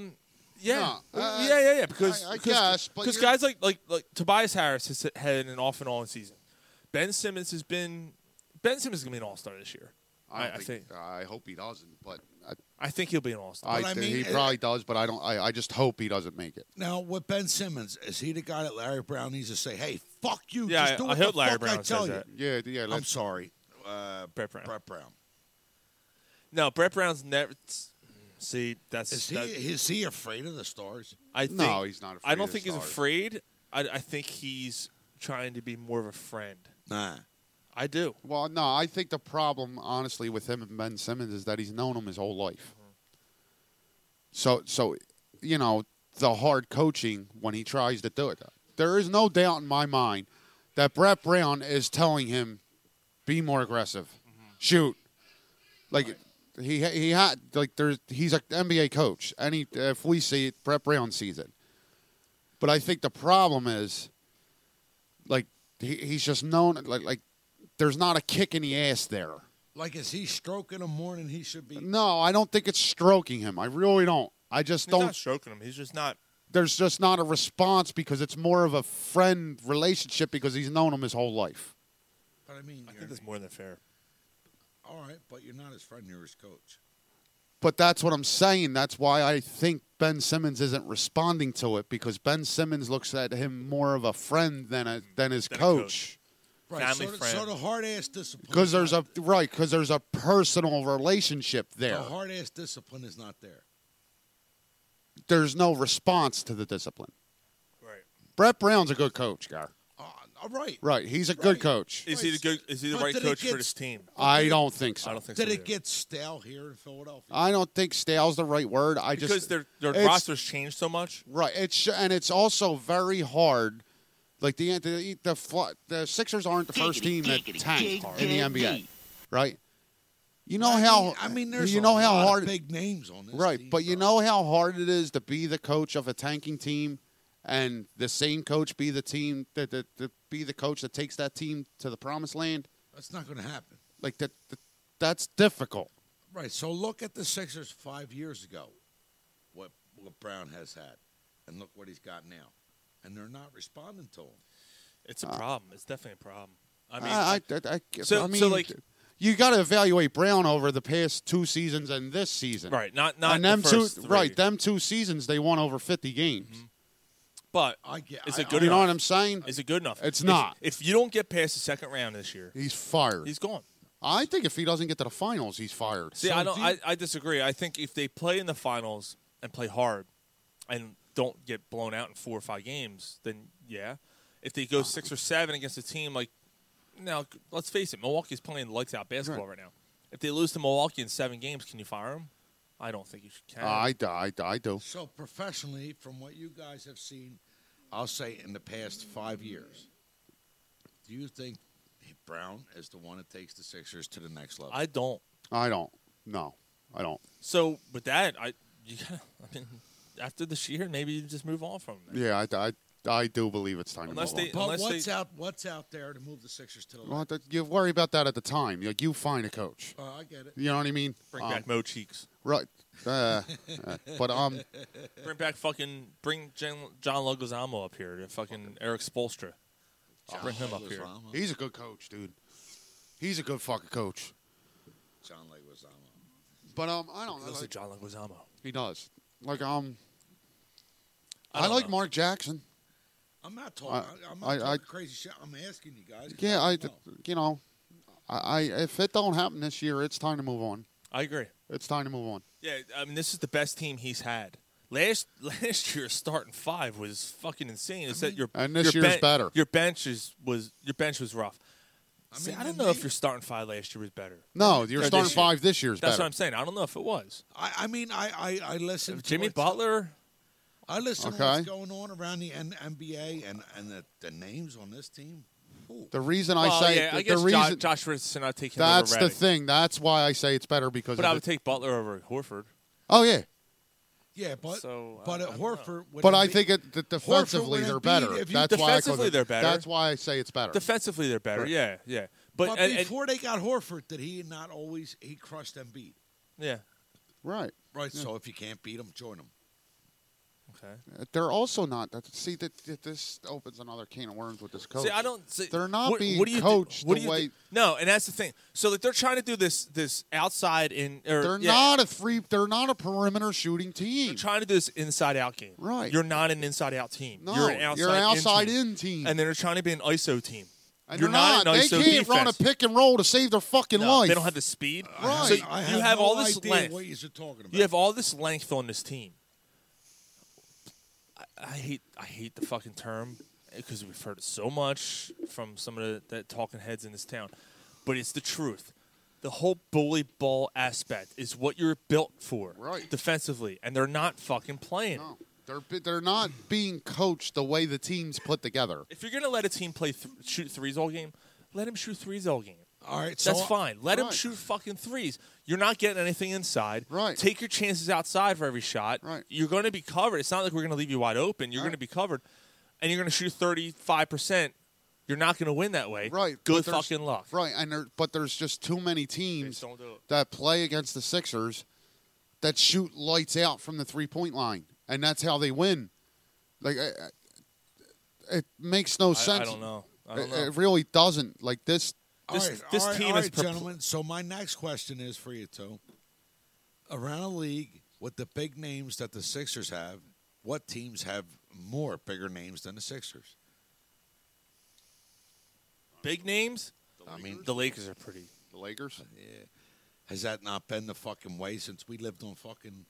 [SPEAKER 7] No,
[SPEAKER 6] Uh,
[SPEAKER 7] I-
[SPEAKER 6] yeah, yeah, yeah. Because
[SPEAKER 7] I- I
[SPEAKER 6] because-
[SPEAKER 7] guess, but
[SPEAKER 6] because
[SPEAKER 7] you're-
[SPEAKER 6] guys like like like Tobias Harris has had an off and on season. Ben Simmons has been Ben Simmons is gonna be an All Star this year. I, I think
[SPEAKER 7] I hope he doesn't, but I,
[SPEAKER 6] I think he'll be an All Star.
[SPEAKER 7] I,
[SPEAKER 9] But I
[SPEAKER 7] think
[SPEAKER 9] mean,
[SPEAKER 7] he
[SPEAKER 9] it-
[SPEAKER 7] probably does. But I don't. I, I just hope he doesn't make it.
[SPEAKER 9] Now with Ben Simmons, is he the guy that Larry Brown needs to say, "Hey, fuck you"?
[SPEAKER 6] Yeah,
[SPEAKER 9] just do
[SPEAKER 6] I- I
[SPEAKER 9] what
[SPEAKER 6] hope
[SPEAKER 9] the
[SPEAKER 6] Larry
[SPEAKER 9] fuck I
[SPEAKER 6] Brown
[SPEAKER 9] tell
[SPEAKER 6] says
[SPEAKER 9] you.
[SPEAKER 6] that.
[SPEAKER 7] Yeah, yeah.
[SPEAKER 9] I'm
[SPEAKER 7] Let's,
[SPEAKER 9] sorry, uh,
[SPEAKER 6] Brett Brown.
[SPEAKER 9] Brett Brown.
[SPEAKER 6] No, Brett Brown's never. See, that's
[SPEAKER 9] Is he
[SPEAKER 6] that-
[SPEAKER 9] is he afraid of the stars?
[SPEAKER 6] I think,
[SPEAKER 7] No, he's not
[SPEAKER 6] I
[SPEAKER 7] afraid
[SPEAKER 6] don't
[SPEAKER 7] of
[SPEAKER 6] think he's
[SPEAKER 7] stars.
[SPEAKER 6] afraid. I, I think he's trying to be more of a friend.
[SPEAKER 9] Nah.
[SPEAKER 6] I do.
[SPEAKER 7] Well, no, I think the problem, honestly, with him and Ben Simmons is that he's known him his whole life. So, so you know, the hard coaching when he tries to do it. There is no doubt in my mind that Brett Brown is telling him, "Be more aggressive, shoot." Like he he had like there's he's an NBA coach, and he, if we see it, Brett Brown sees it. But I think the problem is, like he, he's just known like like there's not a kick in the ass there.
[SPEAKER 9] Like is he stroking him more than he should be?
[SPEAKER 7] No, I don't think it's stroking him. I really don't. I just
[SPEAKER 6] He's
[SPEAKER 7] don't.
[SPEAKER 6] not stroking him. He's just not.
[SPEAKER 7] there's just not a response because it's more of a friend relationship because he's known him his whole life.
[SPEAKER 9] But I mean,
[SPEAKER 6] I
[SPEAKER 9] you're-
[SPEAKER 6] think that's more than fair.
[SPEAKER 9] all right, but you're not his friend. You're his coach.
[SPEAKER 7] But that's what I'm saying. That's why I think Ben Simmons isn't responding to it because Ben Simmons looks at him more of a friend than a than his
[SPEAKER 6] Than a
[SPEAKER 7] coach.
[SPEAKER 6] coach. family
[SPEAKER 9] so, the-
[SPEAKER 6] friend.
[SPEAKER 9] So the hard ass discipline.
[SPEAKER 7] Because there's a right. Because there's a personal relationship there.
[SPEAKER 9] The hard ass discipline is not there.
[SPEAKER 7] There's no response to the discipline.
[SPEAKER 9] Right.
[SPEAKER 7] Brett Brown's a good coach, Gar.
[SPEAKER 9] Ah, All right.
[SPEAKER 7] Right, he's a good coach.
[SPEAKER 6] Is he the good? Is he the
[SPEAKER 9] But
[SPEAKER 6] right
[SPEAKER 9] did it
[SPEAKER 6] coach
[SPEAKER 9] get-
[SPEAKER 6] for this team?
[SPEAKER 7] I don't think so.
[SPEAKER 6] I don't think
[SPEAKER 9] Did
[SPEAKER 6] so.
[SPEAKER 9] it get stale here in Philadelphia?
[SPEAKER 7] I don't think stale's the right word. I
[SPEAKER 6] because
[SPEAKER 7] just
[SPEAKER 6] their their
[SPEAKER 7] it's-
[SPEAKER 6] rosters changed so much.
[SPEAKER 7] Right. It's sh- and it's also very hard. Like the the the, fl- the Sixers aren't the first team that tanked in the NBA, right? You know how
[SPEAKER 9] I mean, there's
[SPEAKER 7] you
[SPEAKER 9] a
[SPEAKER 7] know how
[SPEAKER 9] lot of
[SPEAKER 7] hard
[SPEAKER 9] big names on this.
[SPEAKER 7] right, but you know how hard it is to be the coach of a tanking team, and the same coach be the team that that that be the coach that takes that team to the promised land.
[SPEAKER 9] That's not going to happen.
[SPEAKER 7] Like that, that that's difficult.
[SPEAKER 9] Right. So look at the Sixers five years ago, what what Brown has had, and look what he's got now, and they're not responding to him.
[SPEAKER 6] It's a problem. It's definitely a problem. I mean,
[SPEAKER 7] Uh, I, I, I, I,
[SPEAKER 6] So- so,
[SPEAKER 7] I mean,
[SPEAKER 6] like-
[SPEAKER 7] you got to evaluate Brown over the past two seasons and this season,
[SPEAKER 6] Right, not- not
[SPEAKER 7] and
[SPEAKER 6] the
[SPEAKER 7] them
[SPEAKER 6] first
[SPEAKER 7] two,
[SPEAKER 6] three.
[SPEAKER 7] right? Them two seasons, they won over fifty games.
[SPEAKER 6] but
[SPEAKER 9] I get.
[SPEAKER 6] is
[SPEAKER 9] I-
[SPEAKER 6] it good
[SPEAKER 7] You
[SPEAKER 6] enough?
[SPEAKER 7] know what I'm saying?
[SPEAKER 6] Is it good enough?
[SPEAKER 7] It's
[SPEAKER 6] If-
[SPEAKER 7] not.
[SPEAKER 6] If, you don't get past the second round this year,
[SPEAKER 7] He's fired.
[SPEAKER 6] he's gone.
[SPEAKER 7] I think if he doesn't get to the finals, he's fired.
[SPEAKER 6] See,
[SPEAKER 9] So
[SPEAKER 6] I don't.
[SPEAKER 9] do you-
[SPEAKER 6] I, I disagree. I think if they play in the finals and play hard, and don't get blown out in four or five games, then yeah. If they go six or seven against a team like now, let's face it, Milwaukee's playing lights out basketball right, now. If they lose to Milwaukee in seven games, can you fire him? I don't think you should. Can.
[SPEAKER 7] I, I, I do.
[SPEAKER 9] So professionally, from what you guys have seen, I'll say in the past five years, do you think Brown is the one that takes the Sixers to the next level?
[SPEAKER 6] I don't.
[SPEAKER 7] I don't. No, I don't.
[SPEAKER 6] So with that, I you gotta, I mean, after this year, maybe you just move on from them.
[SPEAKER 7] Yeah, I, I, I do believe it's time
[SPEAKER 6] Unless
[SPEAKER 7] to move
[SPEAKER 6] they-
[SPEAKER 7] on.
[SPEAKER 9] but
[SPEAKER 6] unless
[SPEAKER 9] what's out? What's out there to move the Sixers to the
[SPEAKER 7] Well,
[SPEAKER 9] left?
[SPEAKER 7] th- you worry about that at the time. Like you find a coach.
[SPEAKER 9] Uh, I get it.
[SPEAKER 7] You know what I mean?
[SPEAKER 6] Bring
[SPEAKER 7] Um,
[SPEAKER 6] back Mo Cheeks.
[SPEAKER 7] right. Uh, uh, but um,
[SPEAKER 6] Bring back fucking bring Jan, John Leguizamo up here to fucking Eric Spolstra. bring him up here.
[SPEAKER 9] Leguizamo.
[SPEAKER 7] He's a good coach, dude. He's a good fucking coach.
[SPEAKER 9] John Leguizamo.
[SPEAKER 7] But um, I don't know.
[SPEAKER 6] Listen,
[SPEAKER 7] like-
[SPEAKER 6] John Leguizamo.
[SPEAKER 7] he does. Like um,
[SPEAKER 6] I
[SPEAKER 7] I,
[SPEAKER 6] don't
[SPEAKER 7] like
[SPEAKER 6] know.
[SPEAKER 7] Mark Jackson.
[SPEAKER 9] I'm not talking.
[SPEAKER 7] I-
[SPEAKER 9] I, am not
[SPEAKER 7] I-
[SPEAKER 9] talking
[SPEAKER 7] I-
[SPEAKER 9] crazy shit. I'm asking you guys. 'cause
[SPEAKER 7] Yeah, I,
[SPEAKER 9] don't know.
[SPEAKER 7] you know, I, I if it don't happen this year, it's time to move on.
[SPEAKER 6] I agree.
[SPEAKER 7] It's time to move on.
[SPEAKER 6] Yeah, I mean, this is the best team he's had. Last last year's starting five was fucking insane. Is that your
[SPEAKER 7] And this
[SPEAKER 6] your
[SPEAKER 7] year's better.
[SPEAKER 6] Your bench is was your bench was rough. See, I
[SPEAKER 9] mean,
[SPEAKER 6] don't
[SPEAKER 9] and
[SPEAKER 6] know
[SPEAKER 9] they-
[SPEAKER 6] if your starting five last year was better.
[SPEAKER 7] No, your
[SPEAKER 6] Or
[SPEAKER 7] starting
[SPEAKER 6] this year.
[SPEAKER 7] five this year is
[SPEAKER 6] That's
[SPEAKER 7] better.
[SPEAKER 6] what I'm saying. I don't know if it was
[SPEAKER 9] I, I mean, I I, I listen. to
[SPEAKER 6] Jimmy
[SPEAKER 9] what's-
[SPEAKER 6] Butler.
[SPEAKER 9] I listen to
[SPEAKER 7] Okay.
[SPEAKER 9] what's going on around the N- NBA and and the, the names on this team. Ooh.
[SPEAKER 7] the reason I
[SPEAKER 6] Well,
[SPEAKER 7] say
[SPEAKER 6] yeah,
[SPEAKER 7] the,
[SPEAKER 6] I
[SPEAKER 7] the
[SPEAKER 6] guess Jo-
[SPEAKER 7] reason
[SPEAKER 6] Josh Richardson. I'd take him
[SPEAKER 7] that's
[SPEAKER 6] over
[SPEAKER 7] the
[SPEAKER 6] Reddick.
[SPEAKER 7] thing. That's why I say it's better because.
[SPEAKER 6] But
[SPEAKER 7] of
[SPEAKER 6] I
[SPEAKER 7] the-
[SPEAKER 6] would take Butler over Horford.
[SPEAKER 7] oh yeah,
[SPEAKER 9] Yeah, but
[SPEAKER 6] So, I-
[SPEAKER 9] but
[SPEAKER 6] I
[SPEAKER 9] at
[SPEAKER 6] don't know.
[SPEAKER 9] Horford. with
[SPEAKER 7] but I
[SPEAKER 9] Embiid-
[SPEAKER 7] think it, that defensively
[SPEAKER 9] with
[SPEAKER 7] they're
[SPEAKER 9] Embiid,
[SPEAKER 7] better.
[SPEAKER 9] if you-
[SPEAKER 7] that's why I call
[SPEAKER 6] Defensively
[SPEAKER 7] them-
[SPEAKER 6] they're better.
[SPEAKER 7] That's why I say it's better.
[SPEAKER 6] Defensively, they're better.
[SPEAKER 7] Right.
[SPEAKER 6] Yeah, yeah. But,
[SPEAKER 9] But,
[SPEAKER 6] and- and-
[SPEAKER 9] before they got Horford, did he not always he crushed Embiid?
[SPEAKER 6] yeah,
[SPEAKER 7] right.
[SPEAKER 9] Right. So if you can't beat him, join him.
[SPEAKER 6] okay.
[SPEAKER 7] They're also not. that- See that that this opens another can of worms with this coach.
[SPEAKER 6] See, I don't. See,
[SPEAKER 7] They're not
[SPEAKER 6] what,
[SPEAKER 7] being
[SPEAKER 6] what do you thi-
[SPEAKER 7] coached
[SPEAKER 6] what
[SPEAKER 7] the
[SPEAKER 6] do you
[SPEAKER 7] way-
[SPEAKER 6] thi- no, and that's the thing. So like they're trying to do this this outside in. Or,
[SPEAKER 7] They're
[SPEAKER 6] yeah,
[SPEAKER 7] not a free. They're not a perimeter shooting
[SPEAKER 6] They're
[SPEAKER 7] team.
[SPEAKER 6] trying to do this inside out game.
[SPEAKER 7] Right.
[SPEAKER 6] You're not an inside out team.
[SPEAKER 7] No,
[SPEAKER 6] you're an outside,
[SPEAKER 7] you're an outside
[SPEAKER 6] in, team.
[SPEAKER 7] in team.
[SPEAKER 6] And then they're trying to be an ISO team.
[SPEAKER 7] And
[SPEAKER 6] you're
[SPEAKER 7] they're not.
[SPEAKER 6] an
[SPEAKER 7] they
[SPEAKER 6] ISO
[SPEAKER 7] can't
[SPEAKER 6] defense.
[SPEAKER 7] run a pick and roll to save their fucking
[SPEAKER 6] No,
[SPEAKER 7] life.
[SPEAKER 6] They don't have the speed.
[SPEAKER 7] Right.
[SPEAKER 6] So
[SPEAKER 9] I
[SPEAKER 6] you have
[SPEAKER 9] no
[SPEAKER 6] all this
[SPEAKER 9] idea
[SPEAKER 6] length.
[SPEAKER 9] What you're talking about?
[SPEAKER 6] You have all this length on this team. I, I hate I hate the fucking term because we've heard it so much from some of the, the talking heads in this town, but it's the truth. The whole bully ball aspect is what you're built for,
[SPEAKER 7] Right.
[SPEAKER 6] Defensively, and they're not fucking playing.
[SPEAKER 7] No. They're bi- they're not being coached the way the team's put together.
[SPEAKER 6] If you're gonna let a team play th- shoot threes all game, let him shoot threes all game.
[SPEAKER 9] all right. So
[SPEAKER 6] That's fine. Let him
[SPEAKER 7] right.
[SPEAKER 6] shoot fucking threes. You're not getting anything inside.
[SPEAKER 7] Right.
[SPEAKER 6] Take your chances outside for every shot.
[SPEAKER 7] Right.
[SPEAKER 6] You're going to be covered. It's not like we're going to leave you wide open. You're going to be covered, and you're going to shoot 35 percent. You're not going to win that way.
[SPEAKER 7] Right. but
[SPEAKER 6] Good
[SPEAKER 7] there's-
[SPEAKER 6] fucking luck.
[SPEAKER 7] Right, and there, but there's just too many teams
[SPEAKER 6] don't do it.
[SPEAKER 7] that play against the Sixers that shoot lights out from the three point line, and that's how they win. Like I, I- it makes no
[SPEAKER 6] I,
[SPEAKER 7] sense. Eh,
[SPEAKER 6] I don't know. I
[SPEAKER 7] It-
[SPEAKER 6] don't know.
[SPEAKER 7] It really doesn't. Like this.
[SPEAKER 6] This- this team
[SPEAKER 9] all
[SPEAKER 6] is
[SPEAKER 9] right,
[SPEAKER 6] perpl-
[SPEAKER 9] gentlemen. So my next question is for you two. Around the league, with the big names that the Sixers have, what teams have more bigger names than the Sixers?
[SPEAKER 6] big names.
[SPEAKER 10] I mean,
[SPEAKER 6] the Lakers are pretty.
[SPEAKER 7] The Lakers?
[SPEAKER 10] Yeah. Has that not been the fucking way since we lived on fucking.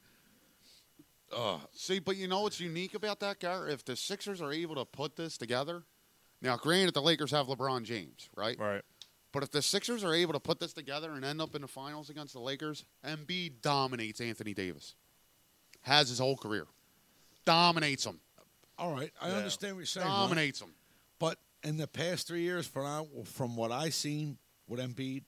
[SPEAKER 10] Oh.
[SPEAKER 7] See, but you know what's unique about that, Garrett? If the Sixers are able to put this together, now granted the Lakers have LeBron James, right?
[SPEAKER 6] Right.
[SPEAKER 7] But if the Sixers are able to put this together and end up in the finals against the Lakers, Embiid dominates Anthony Davis. Has his whole career. Dominates him.
[SPEAKER 10] All right, I
[SPEAKER 7] Yeah.
[SPEAKER 10] understand what you're saying.
[SPEAKER 7] Dominates
[SPEAKER 10] Ron.
[SPEAKER 7] him.
[SPEAKER 10] But in the past three years, from I- from what I seen with Embiid,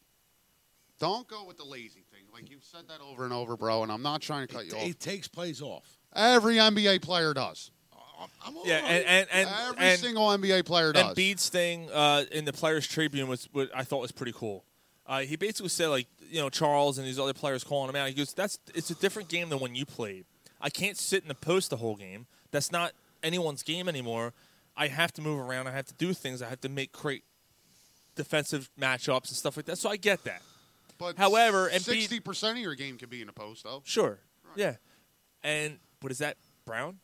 [SPEAKER 7] don't go with the lazy thing. Like you've said that Over and over, bro, and I'm not trying to cut you
[SPEAKER 10] He
[SPEAKER 7] off.
[SPEAKER 10] takes plays off.
[SPEAKER 7] Every NBA player does.
[SPEAKER 6] Yeah, and and, and
[SPEAKER 7] Oh, Every
[SPEAKER 6] and-
[SPEAKER 7] single NBA player does.
[SPEAKER 6] And Bede's thing uh, in the Players Tribune was what I thought was pretty cool. Uh, he basically said like you know Charles and these other players calling him out. He goes, "That's it's a different game than when you played. I can't sit in the post the whole game. That's not anyone's game anymore. I have to move around. I have to do things. I have to make create defensive matchups and stuff like that. So I get that.
[SPEAKER 7] But
[SPEAKER 6] However, Embiid-
[SPEAKER 7] sixty percent of your game could be in a post, though.
[SPEAKER 6] Sure, yeah. And what is that? Brown?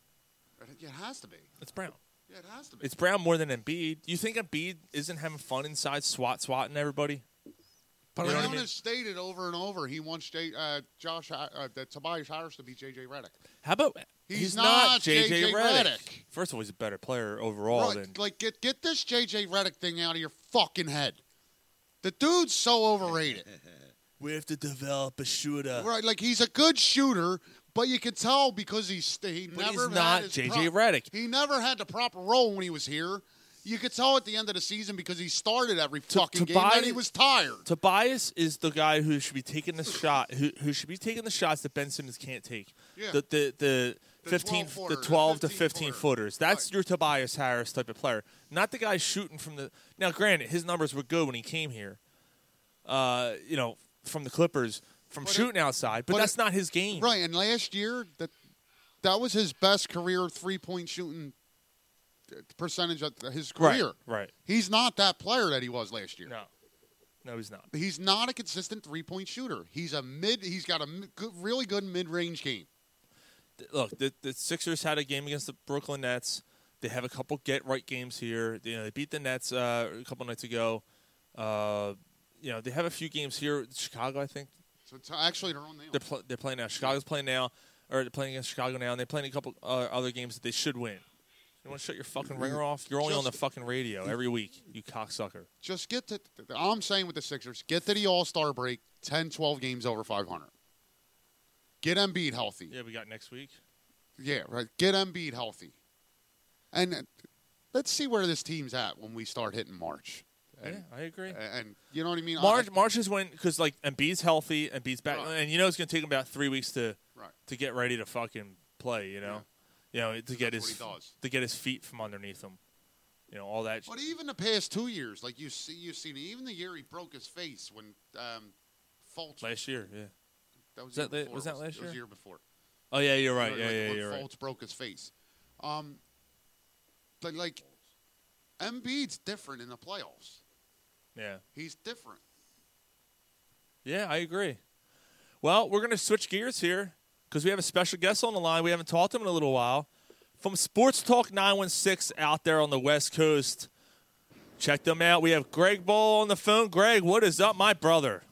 [SPEAKER 7] It has to be.
[SPEAKER 6] It's Brown.
[SPEAKER 7] Yeah, it has to be.
[SPEAKER 6] It's Brown more than Embiid. Do you think Embiid isn't having fun inside swat swatting everybody?
[SPEAKER 7] But
[SPEAKER 6] You know
[SPEAKER 7] Brown
[SPEAKER 6] what I mean?
[SPEAKER 7] has stated over and over he wants J, uh, Josh Hi- uh, that Tobias Harris to be JJ Redick.
[SPEAKER 6] How about
[SPEAKER 7] He's
[SPEAKER 6] he's,
[SPEAKER 7] not
[SPEAKER 6] not, JJ
[SPEAKER 7] J.J.
[SPEAKER 6] Redick.
[SPEAKER 7] Redick.
[SPEAKER 6] First of all, he's a better player overall
[SPEAKER 7] Right,
[SPEAKER 6] than
[SPEAKER 7] like get get this JJ Redick thing out of your fucking head. The dude's so overrated.
[SPEAKER 6] we have to develop a shooter.
[SPEAKER 7] right, like he's a good shooter, but you could tell because he's st- he
[SPEAKER 6] But
[SPEAKER 7] never
[SPEAKER 6] he's
[SPEAKER 7] had
[SPEAKER 6] not
[SPEAKER 7] his
[SPEAKER 6] J.J.
[SPEAKER 7] prop-
[SPEAKER 6] Redick.
[SPEAKER 7] He never had the proper role when he was here. You could tell at the end of the season because he started every fucking game and he was tired.
[SPEAKER 6] Tobias is the guy who should be taking the shot, who, who should be taking the shots that Ben Simmons can't take.
[SPEAKER 7] Yeah.
[SPEAKER 6] The the the.
[SPEAKER 7] The
[SPEAKER 6] 15
[SPEAKER 7] 12
[SPEAKER 6] the
[SPEAKER 7] footer, the
[SPEAKER 6] 12 to
[SPEAKER 7] 15
[SPEAKER 6] 15 footers that's your tobias harris type of player not the guy shooting from the now granted his numbers were good when he came here uh, you know from the clippers from shooting outside but,
[SPEAKER 7] but
[SPEAKER 6] that's
[SPEAKER 7] it-
[SPEAKER 6] not his game
[SPEAKER 7] Right, and last year that that was his best career three point shooting percentage of his
[SPEAKER 6] Right,
[SPEAKER 7] career.
[SPEAKER 6] right.
[SPEAKER 7] He's not that player that he was last year.
[SPEAKER 6] no no he's not
[SPEAKER 7] He's not a consistent three point shooter. He's a mid. He's got a mi- good, really good mid range game.
[SPEAKER 6] th- look, the, the Sixers had a game against the Brooklyn Nets. They have a couple get right games here. You know, they beat the Nets uh, a couple nights ago. Uh, you know, they have a few games here. Chicago, I think.
[SPEAKER 7] So it's actually their own name.
[SPEAKER 6] They're pl- they're playing now. Chicago's playing now, or they're playing against Chicago now, and they're playing a couple uh, other games that they should win. You want to shut your fucking ringer off? You're only on the
[SPEAKER 7] Just-
[SPEAKER 6] fucking radio every week, you cocksucker.
[SPEAKER 7] Just get to. All I'm saying with the Sixers, get to the All Star break. 10, 12 games over 500. Get Embiid healthy.
[SPEAKER 6] Yeah, we got next week.
[SPEAKER 7] Yeah, right. Get Embiid healthy, and uh, let's see where this team's at when we start hitting March. And,
[SPEAKER 6] yeah, I agree.
[SPEAKER 7] and you know what I mean.
[SPEAKER 6] March
[SPEAKER 7] I-
[SPEAKER 6] March is when because like Embiid's healthy, Embiid's back,
[SPEAKER 7] Right.
[SPEAKER 6] and you know it's going to take him about three weeks to
[SPEAKER 7] Right.
[SPEAKER 6] to get ready to fucking play. You know, you know to get
[SPEAKER 7] That's
[SPEAKER 6] his
[SPEAKER 7] what he does.
[SPEAKER 6] to get his feet from underneath him. You know all that. sh-
[SPEAKER 7] but even the past two years, like you see, you've seen even the year he broke his face when um, Fultz.
[SPEAKER 6] last year, yeah.
[SPEAKER 7] That
[SPEAKER 6] was
[SPEAKER 7] was,
[SPEAKER 6] that
[SPEAKER 7] the
[SPEAKER 6] la-
[SPEAKER 7] year before.
[SPEAKER 6] was
[SPEAKER 7] It
[SPEAKER 6] that last
[SPEAKER 7] it was the
[SPEAKER 6] year?
[SPEAKER 7] year before.
[SPEAKER 6] Oh yeah, you're right.
[SPEAKER 7] Like,
[SPEAKER 6] Yeah,
[SPEAKER 7] like,
[SPEAKER 6] yeah,
[SPEAKER 7] when
[SPEAKER 6] you're
[SPEAKER 7] Fultz
[SPEAKER 6] right.
[SPEAKER 7] broke his face. Um, but like, Embiid's different in the playoffs.
[SPEAKER 6] Yeah,
[SPEAKER 7] He's different.
[SPEAKER 6] yeah, I agree. Well, we're going to switch gears here because we have a special guest on the line. We haven't talked to him in a little while. From Sports Talk 916 out there on the West Coast. Check them out. We have Greg Ball on the phone. Greg, what is up, my brother?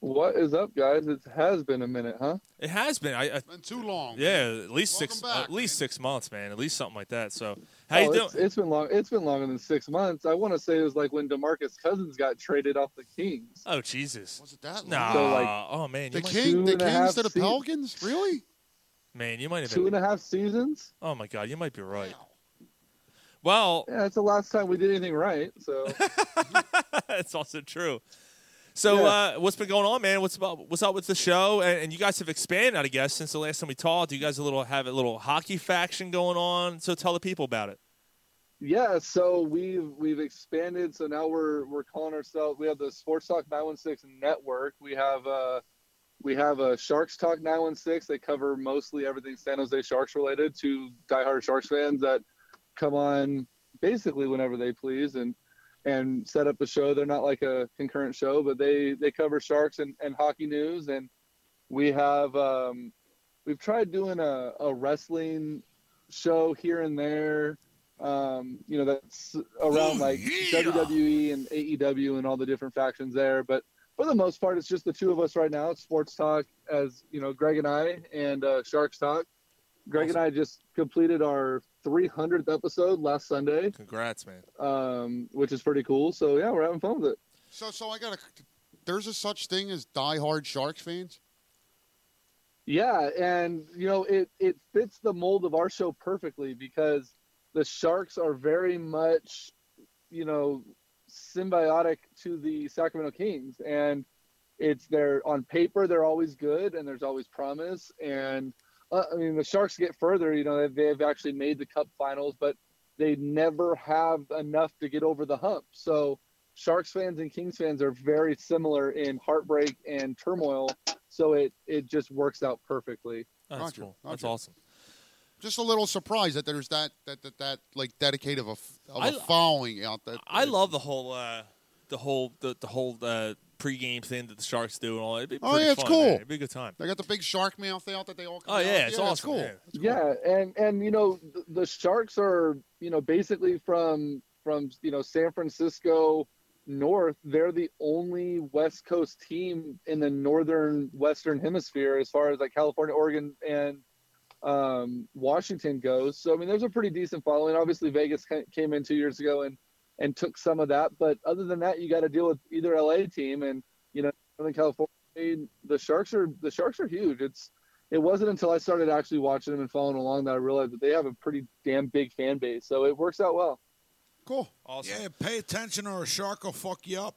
[SPEAKER 11] What is up, guys? It has been a minute, huh?
[SPEAKER 6] It has been. I, I
[SPEAKER 7] Been too long.
[SPEAKER 6] Yeah, at least six,
[SPEAKER 7] Welcome back,
[SPEAKER 6] at least six months, man. At least something like that. So, how
[SPEAKER 11] Oh,
[SPEAKER 6] you
[SPEAKER 11] it's-
[SPEAKER 6] doing?
[SPEAKER 11] it's been long. It's been longer than six months. I want to say it was like when Demarcus Cousins got traded off the Kings.
[SPEAKER 6] Oh Jesus!
[SPEAKER 7] Was it that long?
[SPEAKER 6] Nah.
[SPEAKER 11] So, like,
[SPEAKER 6] oh man,
[SPEAKER 7] The
[SPEAKER 6] you might,
[SPEAKER 7] king,
[SPEAKER 11] Two
[SPEAKER 7] the
[SPEAKER 11] and a half
[SPEAKER 7] Kings to the
[SPEAKER 11] seasons.
[SPEAKER 7] Pelicans, really?
[SPEAKER 6] man, you might have
[SPEAKER 11] Two
[SPEAKER 6] been.
[SPEAKER 11] and a half seasons.
[SPEAKER 6] Oh my God, you might be right. Well,
[SPEAKER 11] Yeah, that's the last time we did anything right. So
[SPEAKER 6] that's also true. So,
[SPEAKER 11] Yeah.
[SPEAKER 6] uh, what's been going on, man? What's about, what's up with the show? And, and you guys have expanded, I guess, since the last time we talked. You guys a little have a little hockey faction going on. So, tell the people about it.
[SPEAKER 11] yeah, so we've we've expanded. So now we're we're calling ourselves. We have the Sports Talk 916 Network. We have uh we have a Sharks Talk 916. They cover mostly everything San Jose Sharks related to diehard Sharks fans that come on basically whenever they please and and set up a show. They're not like a concurrent show, but they they cover sharks and, and hockey news. And we have um, we've tried doing a, a wrestling show here and there. um, you know, that's around like WWE and AEW and all the different factions there. But for the most part, it's just the two of us right now. It's sports talk, as you know, Greg and I, and uh, Sharks Talk. Greg and I just completed our 300th episode last Sunday,
[SPEAKER 12] Congrats, man.
[SPEAKER 6] Oh,
[SPEAKER 11] um, which is pretty cool. So yeah, we're having fun with it.
[SPEAKER 7] So, so I got a. There's a such thing as diehard Sharks fans.
[SPEAKER 11] Yeah, and you know it it fits the mold of our show perfectly because the sharks are very much, you know, symbiotic to the Sacramento Kings, and it's they're on paper they're always good and there's always promise and uh, I mean the sharks get further you know they've, they've actually made the cup finals but they never have enough to get over the hump so sharks fans and kings fans are very similar in heartbreak and turmoil so it it just works out perfectly
[SPEAKER 12] Oh, that's cool. That's awesome.
[SPEAKER 7] Just a little surprised that there's that that that, that like dedicated of a, f- of a
[SPEAKER 12] I-
[SPEAKER 7] following out there.
[SPEAKER 12] I love the whole, uh, the whole, the, the whole uh, pregame thing that the Sharks do and all. that. It'd be
[SPEAKER 7] Oh,
[SPEAKER 12] pretty
[SPEAKER 7] yeah, it's
[SPEAKER 12] fun,
[SPEAKER 7] cool.
[SPEAKER 12] man. It'd be a good time.
[SPEAKER 7] They got the big shark mouth out that they all. Come
[SPEAKER 12] Oh,
[SPEAKER 7] out.
[SPEAKER 12] yeah, it's
[SPEAKER 7] that's
[SPEAKER 12] awesome,
[SPEAKER 7] cool.
[SPEAKER 12] yeah.
[SPEAKER 11] Yeah, and and you know th- the sharks are you know basically from from you know San Francisco north. They're the only West Coast team in the northern Western Hemisphere as far as like California, Oregon, and um, Washington goes. So I mean, there's a pretty decent following. Obviously, Vegas ca- came in two years ago and and took some of that, but other than that, you got to deal with either LA team and you know Northern California. The sharks are the sharks are huge. It's it wasn't until I started actually watching them and following along that I realized that they have a pretty damn big fan base. So it works out well.
[SPEAKER 7] Cool.
[SPEAKER 12] Awesome.
[SPEAKER 9] Yeah, pay attention or a shark will fuck you up.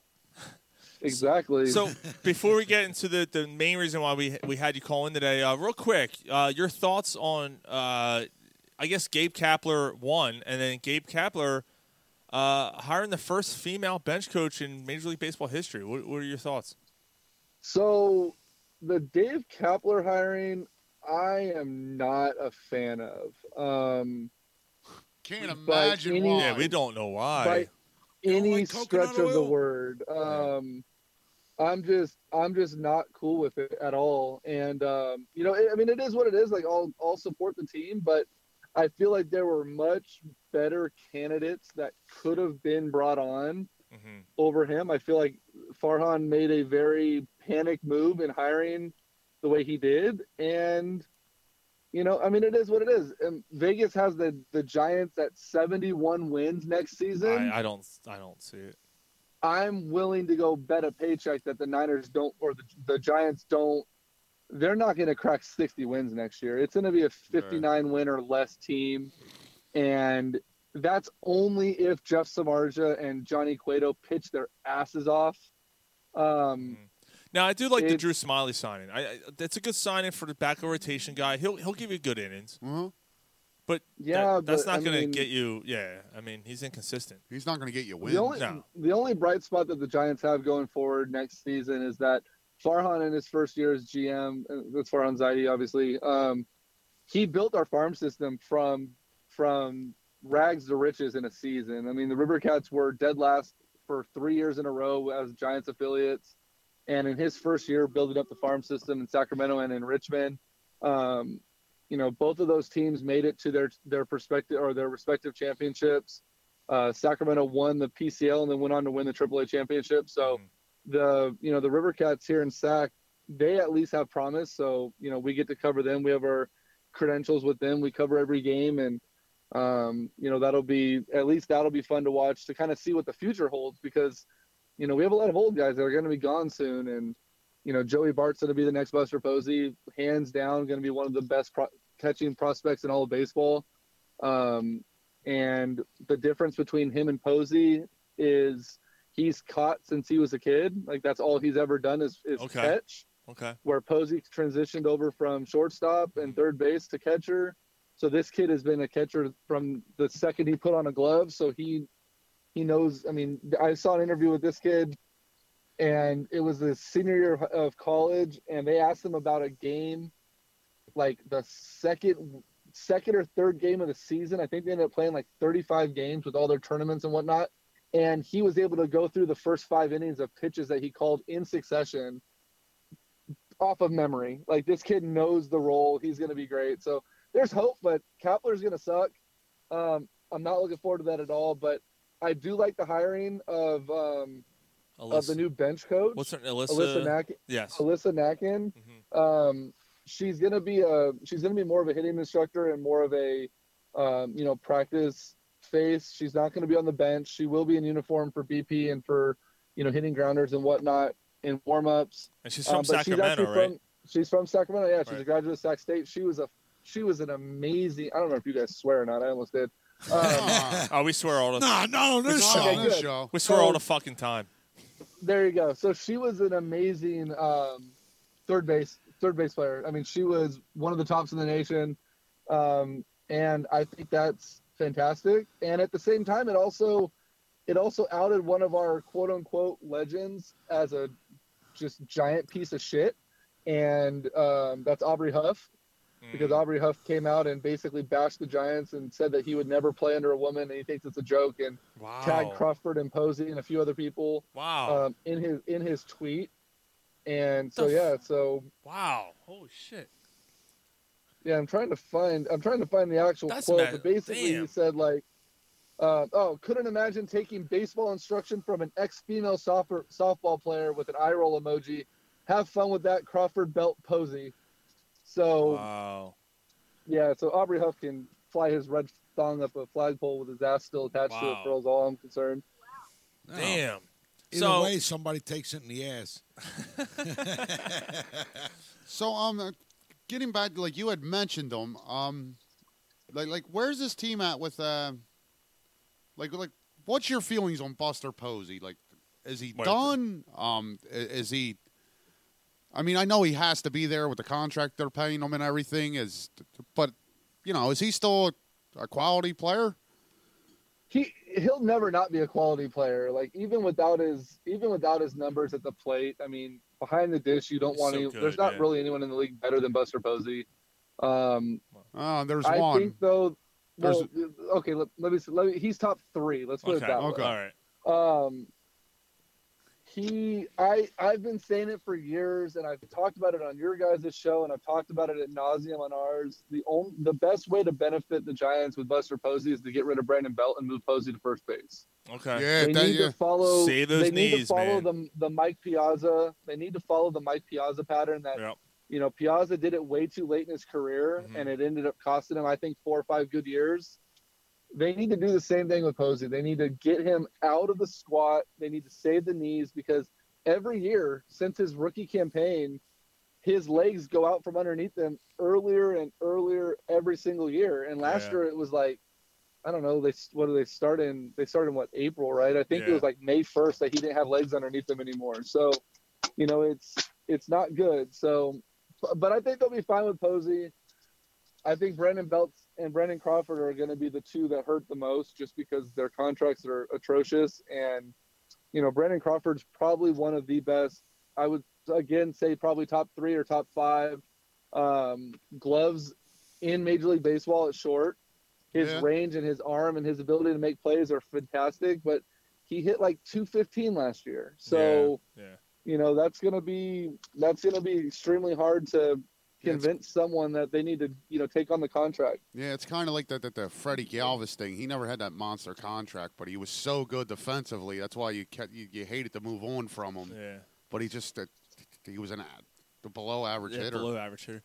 [SPEAKER 11] Exactly.
[SPEAKER 12] So before we get into the, the main reason why we we had you call in today, uh, real quick, uh, your thoughts on uh, I guess Gabe Kapler won, and then Gabe Kapler uh, hiring the first female bench coach in Major League Baseball history. What, what are your thoughts?
[SPEAKER 11] So the Dave Kapler hiring, I am not a fan of. Um,
[SPEAKER 7] Can't
[SPEAKER 11] by
[SPEAKER 7] imagine
[SPEAKER 11] any-
[SPEAKER 7] why.
[SPEAKER 12] Yeah, we don't know why.
[SPEAKER 11] by any stretch of the word. Um, I'm just I'm just not cool with it at all. And um, you know, I mean, it is what it is. Like I'll I'll support the team, but I feel like there were much better candidates that could have been brought on
[SPEAKER 12] Mm-hmm.
[SPEAKER 11] over him. I feel like Farhan made a very panic move in hiring the way he did, and you know, I mean, it is what it is. And Vegas has the the Giants at 71 wins next season.
[SPEAKER 12] I, I don't I don't see it.
[SPEAKER 11] I'm willing to go bet a paycheck that the Niners don't or the, the Giants don't. They're not going to crack 60 wins next year. It's going to be a 59 win or less team, and that's only if Jeff Samarja and Johnny Cueto pitch their asses off. Um,
[SPEAKER 12] Mm. Now I do like the Drew Smiley signing. I, I that's a good signing for the back rotation guy. He'll he'll give you good innings.
[SPEAKER 7] Uh-huh.
[SPEAKER 12] But
[SPEAKER 11] Yeah,
[SPEAKER 12] that- that's
[SPEAKER 11] but,
[SPEAKER 12] not
[SPEAKER 11] I
[SPEAKER 12] going
[SPEAKER 11] mean-
[SPEAKER 12] to get you. Yeah, I mean he's inconsistent.
[SPEAKER 7] He's not going to get you
[SPEAKER 11] The only,
[SPEAKER 12] No,
[SPEAKER 11] the only bright spot that the Giants have going forward next season is that Farhan in his first year as GM, uh, that's Farhan Zaidi, obviously. Um, he built our farm system from from rags to riches in a season. I mean, the Rivercats were dead last for three years in a row as Giants affiliates, and in his first year building up the farm system in Sacramento and in Richmond, um, you know, both of those teams made it to their their perspective or their respective championships. Uh, Sacramento won the PCL and then went on to win the AAA championship. So
[SPEAKER 12] Mm.
[SPEAKER 11] the you know the Rivercats here in Sac, they at least have promise. So you know we get to cover them. We have our credentials with them. We cover every game, and um, you know that'll be at least that'll be fun to watch to kind of see what the future holds because you know we have a lot of old guys that are going to be gone soon, and you know Joey Bart's going to be the next Buster Posey, hands down, going to be one of the best pro- catching prospects in all of baseball. Um, and the difference between him and Posey is he's caught since he was a kid. Like that's all he's ever done is, is
[SPEAKER 12] Okay.
[SPEAKER 11] catch.
[SPEAKER 12] Okay.
[SPEAKER 11] Where Posey transitioned over from shortstop and third base to catcher. So this kid has been a catcher from the second he put on a glove. So he he knows. I mean, I saw an interview with this kid, and it was his senior year of- of college, and they asked him about a game, like the second second or third game of the season. I think they ended up playing like 35 games with all their tournaments and whatnot. And he was able to go through the first five innings of pitches that he called in succession off of memory. Like this kid knows the role. He's going to be great. So there's hope, but Kapler's going to suck. Um, I'm not looking forward to that at all. But I do like the hiring of um, of the
[SPEAKER 12] Alyssa-
[SPEAKER 11] new bench coach.
[SPEAKER 12] What's her Alyssa? Mm-hmm.
[SPEAKER 11] Nack-
[SPEAKER 12] Yes.
[SPEAKER 11] Alyssa Nacken. Um, she's gonna be a she's gonna be more of a hitting instructor and more of a um, you know practice face. She's not gonna be on the bench. She will be in uniform for BP and for you know hitting grounders and whatnot in warm ups.
[SPEAKER 12] And she's from
[SPEAKER 11] Um, she's
[SPEAKER 12] Sacramento,
[SPEAKER 11] actually
[SPEAKER 12] right?
[SPEAKER 11] From, she's from Sacramento. Yeah, she's a
[SPEAKER 12] Right.
[SPEAKER 11] graduate of Sac State. She was a she was an amazing. I don't know if you guys swear or not. I almost did. Um,
[SPEAKER 12] oh, we swear all the
[SPEAKER 11] Nah, no, this
[SPEAKER 12] We
[SPEAKER 11] show,
[SPEAKER 12] swear-
[SPEAKER 11] this show.
[SPEAKER 12] We swear all the fucking time.
[SPEAKER 11] there you go. So she was an amazing um, third base third base player. I mean, she was one of the tops in the nation, um, and I think that's fantastic. And at the same time, it also it also outed one of our quote unquote legends as a just giant piece of shit, and um, that's Aubrey Huff.
[SPEAKER 12] Mm.
[SPEAKER 11] Because Aubrey Huff came out and basically bashed the Giants and said that he would never play under a woman, and he thinks it's a joke. And
[SPEAKER 12] Wow.
[SPEAKER 11] tagged Crawford and Posey and a few other people.
[SPEAKER 12] Wow.
[SPEAKER 11] Um, in his in his tweet, and so
[SPEAKER 12] The
[SPEAKER 11] yeah,
[SPEAKER 12] f-
[SPEAKER 11] so
[SPEAKER 12] Wow. Holy shit.
[SPEAKER 11] yeah, I'm trying to find I'm trying to find the actual
[SPEAKER 12] That's
[SPEAKER 11] quote,
[SPEAKER 12] mad-
[SPEAKER 11] but basically
[SPEAKER 12] damn.
[SPEAKER 11] he said like, uh, "Oh, couldn't imagine taking baseball instruction from an ex-female soccer, softball player with an eye roll emoji. Have fun with that, Crawford Belt Posey." So
[SPEAKER 12] Wow.
[SPEAKER 11] yeah, so Aubrey Huff can fly his red thong up a flagpole with his ass still attached to it
[SPEAKER 10] Wow.
[SPEAKER 11] for as all I'm concerned.
[SPEAKER 12] Damn.
[SPEAKER 10] Either
[SPEAKER 12] So-
[SPEAKER 10] way, somebody takes it in the ass.
[SPEAKER 7] So um, uh, getting back, like you had mentioned them, um, like like where's this team at with uh, like like what's your feelings on Buster Posey? Like, is he
[SPEAKER 12] Wait.
[SPEAKER 7] done? Um, i- is he? I mean, I know he has to be there with the contract they're paying him and everything. Is but you know, is he still a quality player?
[SPEAKER 11] he he'll never not be a quality player. Like even without his even without his numbers at the plate, I mean, behind the dish, you don't
[SPEAKER 7] He's
[SPEAKER 11] want
[SPEAKER 7] so
[SPEAKER 11] to.
[SPEAKER 7] good,
[SPEAKER 11] There's not
[SPEAKER 7] yeah.
[SPEAKER 11] really anyone in the league better than Buster Posey. Um,
[SPEAKER 7] Oh, there's
[SPEAKER 11] I
[SPEAKER 7] one.
[SPEAKER 11] think though.
[SPEAKER 7] There's-
[SPEAKER 11] Well, okay. Let, let me. Let me. He's top three. Let's put
[SPEAKER 7] Okay,
[SPEAKER 11] it that
[SPEAKER 7] okay.
[SPEAKER 11] way.
[SPEAKER 7] All right.
[SPEAKER 11] Um, he, I, I've been saying it for years, and I've talked about it on your guys' show, and I've talked about it at nauseum on ours. The only, the best way to benefit the Giants with Buster Posey is to get rid of Brandon Belt and move Posey to first base.
[SPEAKER 12] Okay.
[SPEAKER 11] they need to follow.
[SPEAKER 12] Save those
[SPEAKER 11] they
[SPEAKER 12] knees,
[SPEAKER 11] need to follow
[SPEAKER 12] man.
[SPEAKER 11] the the Mike Piazza. They need to follow the Mike Piazza pattern that
[SPEAKER 12] Yep.
[SPEAKER 11] you know Piazza did it way too late in his career, and it ended up costing him I think four or five good years. They need to do the same thing with Posey. They need to get him out of the squat. They need to save the knees because every year since his rookie campaign, his legs go out from underneath him earlier and earlier every single year. And last
[SPEAKER 12] Yeah.
[SPEAKER 11] year it was like I don't know. They what do they start in? They start in what April, right? I think it
[SPEAKER 12] Yeah.
[SPEAKER 11] was like May first that he didn't have legs underneath him anymore. So, you know, it's it's not good. So, bu- but I think they'll be fine with Posey. I think Brandon Belt and Brandon Crawford are going to be the two that hurt the most, just because their contracts are atrocious. And you know, Brandon Crawford's probably one of the best. I would again say probably top three or top five um, gloves in Major League Baseball at short. His
[SPEAKER 7] Yeah.
[SPEAKER 11] range and his arm and his ability to make plays are fantastic, but he hit like 215 last year. So,
[SPEAKER 12] Yeah.
[SPEAKER 11] you know, that's going to be that's going to be extremely hard to convince someone that they need to, you know, take on the contract.
[SPEAKER 7] Yeah, it's kind of like the, the, the Freddie Galvis thing. He never had that monster contract, but he was so good defensively. That's why you kept, you, you hated to move on from him.
[SPEAKER 12] Yeah.
[SPEAKER 7] But he just uh, he was an ad, the below average
[SPEAKER 12] Yeah,
[SPEAKER 7] hitter.
[SPEAKER 12] below average hitter.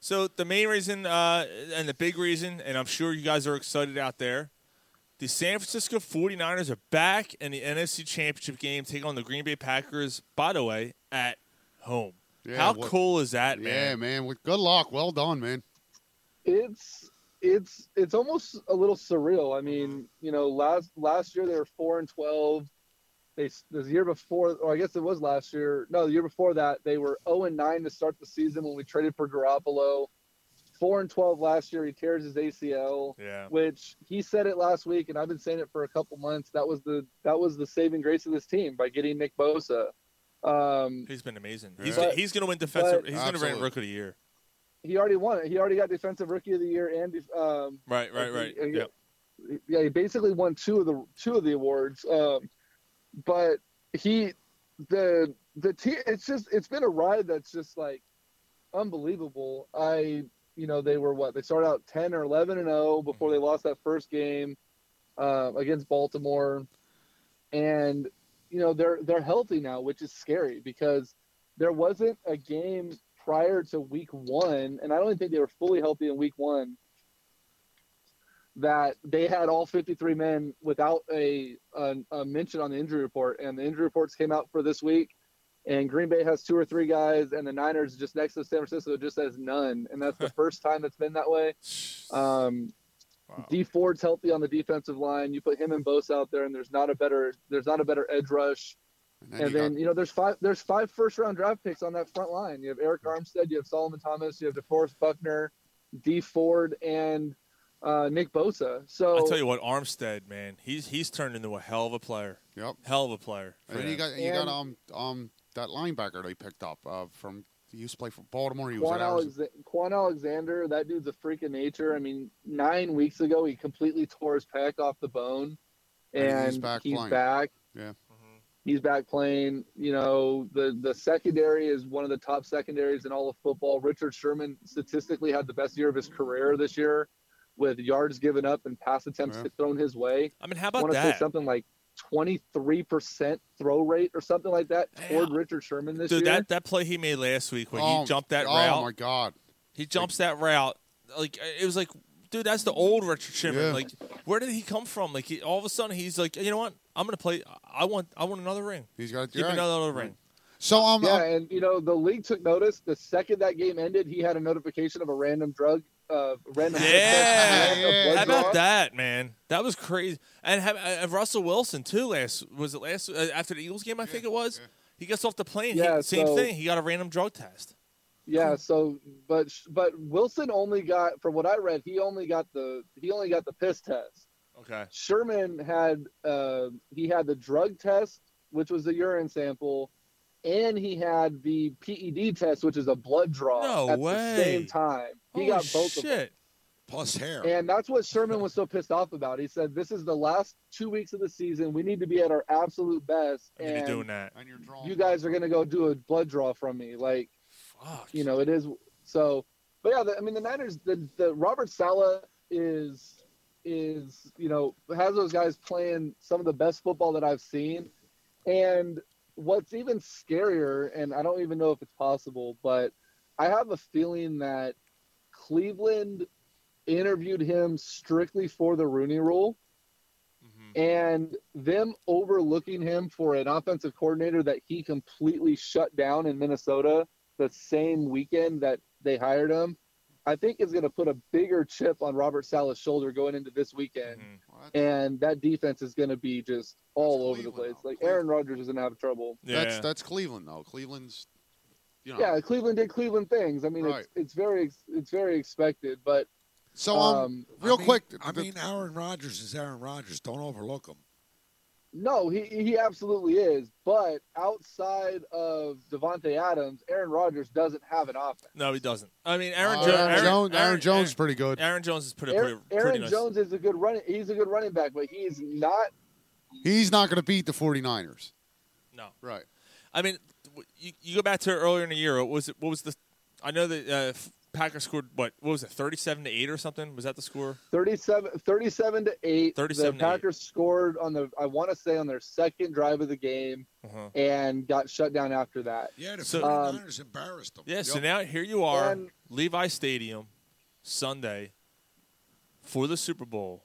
[SPEAKER 12] So the main reason uh, and the big reason, and I'm sure you guys are excited out there, the San Francisco 49ers are back in the NFC Championship game, taking on the Green Bay Packers, by the way, at home.
[SPEAKER 7] Yeah,
[SPEAKER 12] How
[SPEAKER 7] what-
[SPEAKER 12] cool is that,
[SPEAKER 7] Yeah,
[SPEAKER 12] man?
[SPEAKER 7] man. With good luck. Well done, man.
[SPEAKER 11] it's it's it's almost a little surreal. I mean, you know, last last year they were four and twelve. They s- the year before, or I guess it was last year. No, the year before that they were zero and nine to start the season when we traded for Garoppolo. Four and twelve last year. He tears his ACL.
[SPEAKER 12] Yeah.
[SPEAKER 11] Which he said it last week, and I've been saying it for a couple months. That was the that was the saving grace of this team by getting Nick Bosa. Um,
[SPEAKER 12] He's been amazing. He's,
[SPEAKER 11] But-
[SPEAKER 12] he's going to win defensive.
[SPEAKER 11] but-
[SPEAKER 12] he's going to win
[SPEAKER 11] Absolutely.
[SPEAKER 12] rookie of the year.
[SPEAKER 11] he already won it. He already got defensive rookie of the year and def- um,
[SPEAKER 12] Right, right, right.
[SPEAKER 11] and he-
[SPEAKER 12] Yep.
[SPEAKER 11] yeah, he basically won two of the two of the awards. Um, but he, the the team, it's just it's been a ride that's just like unbelievable. oh
[SPEAKER 12] Mm-hmm.
[SPEAKER 11] I, you know, they were what they started out ten or eleven and zero before they lost that first game. uh, against Baltimore, and you know they're they're healthy now, which is scary because there wasn't a game prior to Week One, and I don't even think they were fully healthy in Week One. That they had all 53 men without a, a, a mention on the injury report, and the injury reports came out for this week, and Green Bay has two or three guys, and the Niners just next to San Francisco just says none, and that's the first time that's been that way. Um, D Ford's healthy on the defensive line. You put him and Bose out there, and there's not a better there's not a better edge rush. And
[SPEAKER 7] then
[SPEAKER 11] then,
[SPEAKER 7] you got-
[SPEAKER 11] you know there's five there's five first round draft picks on that front line. You have Eric Armstead, you have Solomon Thomas, you have DeForest Buckner, D Ford, and uh, Nick Bosa. So
[SPEAKER 6] I tell you what, Armstead, man, he's he's turned into a hell of a player.
[SPEAKER 7] Yep,
[SPEAKER 6] hell of a player.
[SPEAKER 7] And then you got you got um um that linebacker they picked up uh, from he used to play for Baltimore. He was
[SPEAKER 11] Quan,
[SPEAKER 7] at Arizona.
[SPEAKER 11] Alexa- Quan Alexander, that dude's a freak of nature. I mean, nine weeks ago, he completely tore his pec off the bone, and he's back. He's
[SPEAKER 7] playing.
[SPEAKER 11] back,
[SPEAKER 7] Yeah.
[SPEAKER 6] Mm-hmm.
[SPEAKER 11] playing. You know, the the secondary is one of the top secondaries in all of football. Richard Sherman statistically had the best year of his career this year, with yards given up and pass attempts
[SPEAKER 6] Yeah.
[SPEAKER 11] thrown his way.
[SPEAKER 6] I mean, how about
[SPEAKER 11] I wanna
[SPEAKER 6] that?
[SPEAKER 11] Say something like. 23% throw rate or something like that toward Richard Sherman this
[SPEAKER 6] Dude,
[SPEAKER 11] year.
[SPEAKER 6] that, that play he made last week when
[SPEAKER 7] Oh,
[SPEAKER 6] he jumped that
[SPEAKER 7] oh
[SPEAKER 6] route.
[SPEAKER 7] my god.
[SPEAKER 6] He jumps that route. Like uh, it was like, dude, that's the old Richard Sherman.
[SPEAKER 7] Yeah.
[SPEAKER 6] Like, where did he come from? Like he, all of a sudden he's like, you know what? I'm gonna play. I want. I want another ring.
[SPEAKER 7] He's got
[SPEAKER 6] Give me
[SPEAKER 7] right.
[SPEAKER 6] another ring.
[SPEAKER 7] So um,
[SPEAKER 11] yeah, and you know the league took notice. The second that game ended, he had a notification of a random drug, uh, random.
[SPEAKER 6] Yeah.
[SPEAKER 11] random blood
[SPEAKER 6] How
[SPEAKER 11] draw.
[SPEAKER 6] about that, man? That was crazy. And have, uh, uh, Russell Wilson too. Last was it last uh, after the Eagles game? I think it was. He gets off the plane. he-
[SPEAKER 11] Yeah,
[SPEAKER 6] same
[SPEAKER 11] so-
[SPEAKER 6] thing. He got a random drug test.
[SPEAKER 11] Yeah, so but but Wilson only got, from what I read, he only got the he only got the piss test.
[SPEAKER 6] Okay.
[SPEAKER 11] Sherman had uh, he had the drug test, which was a urine sample, and he had the PED test, which is a blood draw
[SPEAKER 9] No
[SPEAKER 11] at
[SPEAKER 9] way.
[SPEAKER 11] the same time.
[SPEAKER 9] Holy
[SPEAKER 11] He got both of them.
[SPEAKER 9] shit. Plus hair.
[SPEAKER 11] And that's what Sherman was so pissed off about. He said, "This is the last two weeks of the season. We need to be at our absolute best,
[SPEAKER 6] And you're
[SPEAKER 11] and
[SPEAKER 6] doing that.
[SPEAKER 7] um,
[SPEAKER 11] you guys are going to go do a blood draw from me. Like, you know, it is so. But yeah, the, I mean, the Niners, the, the Robert Sala is is you know has those guys playing some of the best football that I've seen, and what's even scarier, and I don't even know if it's possible, but I have a feeling that Cleveland interviewed him strictly for the Rooney Rule and them overlooking him for an offensive coordinator that he completely shut down in Minnesota the same weekend that they hired him, I think is going to put a bigger chip on Robert Sala's shoulder going into this weekend.
[SPEAKER 6] Mm-hmm.
[SPEAKER 11] And that defense is going to be just all over the place. Like Aaron Rodgers is going to have trouble.
[SPEAKER 7] That's that's Cleveland though. Cleveland's you know.
[SPEAKER 11] Yeah, Cleveland did Cleveland things. I mean,
[SPEAKER 7] Right.
[SPEAKER 11] it's, it's very it's very expected, but
[SPEAKER 7] So um, real
[SPEAKER 9] I mean-
[SPEAKER 7] quick,
[SPEAKER 9] I
[SPEAKER 7] the-
[SPEAKER 9] mean, Aaron Rodgers is Aaron Rodgers. Don't overlook him.
[SPEAKER 11] No, he he absolutely is. But outside of Devonte Adams, Aaron Rodgers doesn't have an offense.
[SPEAKER 6] No, he doesn't. I mean, Aaron,
[SPEAKER 7] Uh,
[SPEAKER 6] jo-
[SPEAKER 7] Aaron
[SPEAKER 6] Aaron,
[SPEAKER 7] Jones- Aaron
[SPEAKER 6] Aaron
[SPEAKER 7] Jones
[SPEAKER 6] Aaron-
[SPEAKER 7] is pretty good.
[SPEAKER 6] Aaron Jones is pretty, pretty,
[SPEAKER 11] Aaron,
[SPEAKER 6] pretty
[SPEAKER 11] Aaron
[SPEAKER 6] nice.
[SPEAKER 11] Jones is a good running. He's a good running back, but he's not.
[SPEAKER 7] he's not going to beat the 49ers.
[SPEAKER 6] No.
[SPEAKER 7] Right.
[SPEAKER 6] I mean, w- you, you go back to earlier in the year. What was it? What was the? I know that uh, F- Packers scored what? What was it? Thirty-seven to eight or something? Was that the score?
[SPEAKER 11] 37, 37 to eight.
[SPEAKER 6] 37
[SPEAKER 11] the
[SPEAKER 6] to eight.
[SPEAKER 11] Packers scored on the I want to say on their second drive of the game
[SPEAKER 6] Uh-huh.
[SPEAKER 11] and got shut down after that.
[SPEAKER 9] Yeah, the
[SPEAKER 6] So-
[SPEAKER 11] um,
[SPEAKER 9] 49ers embarrassed him.
[SPEAKER 6] Yeah. So now here you are,
[SPEAKER 11] And-
[SPEAKER 6] Levi Stadium, Sunday, for the Super Bowl.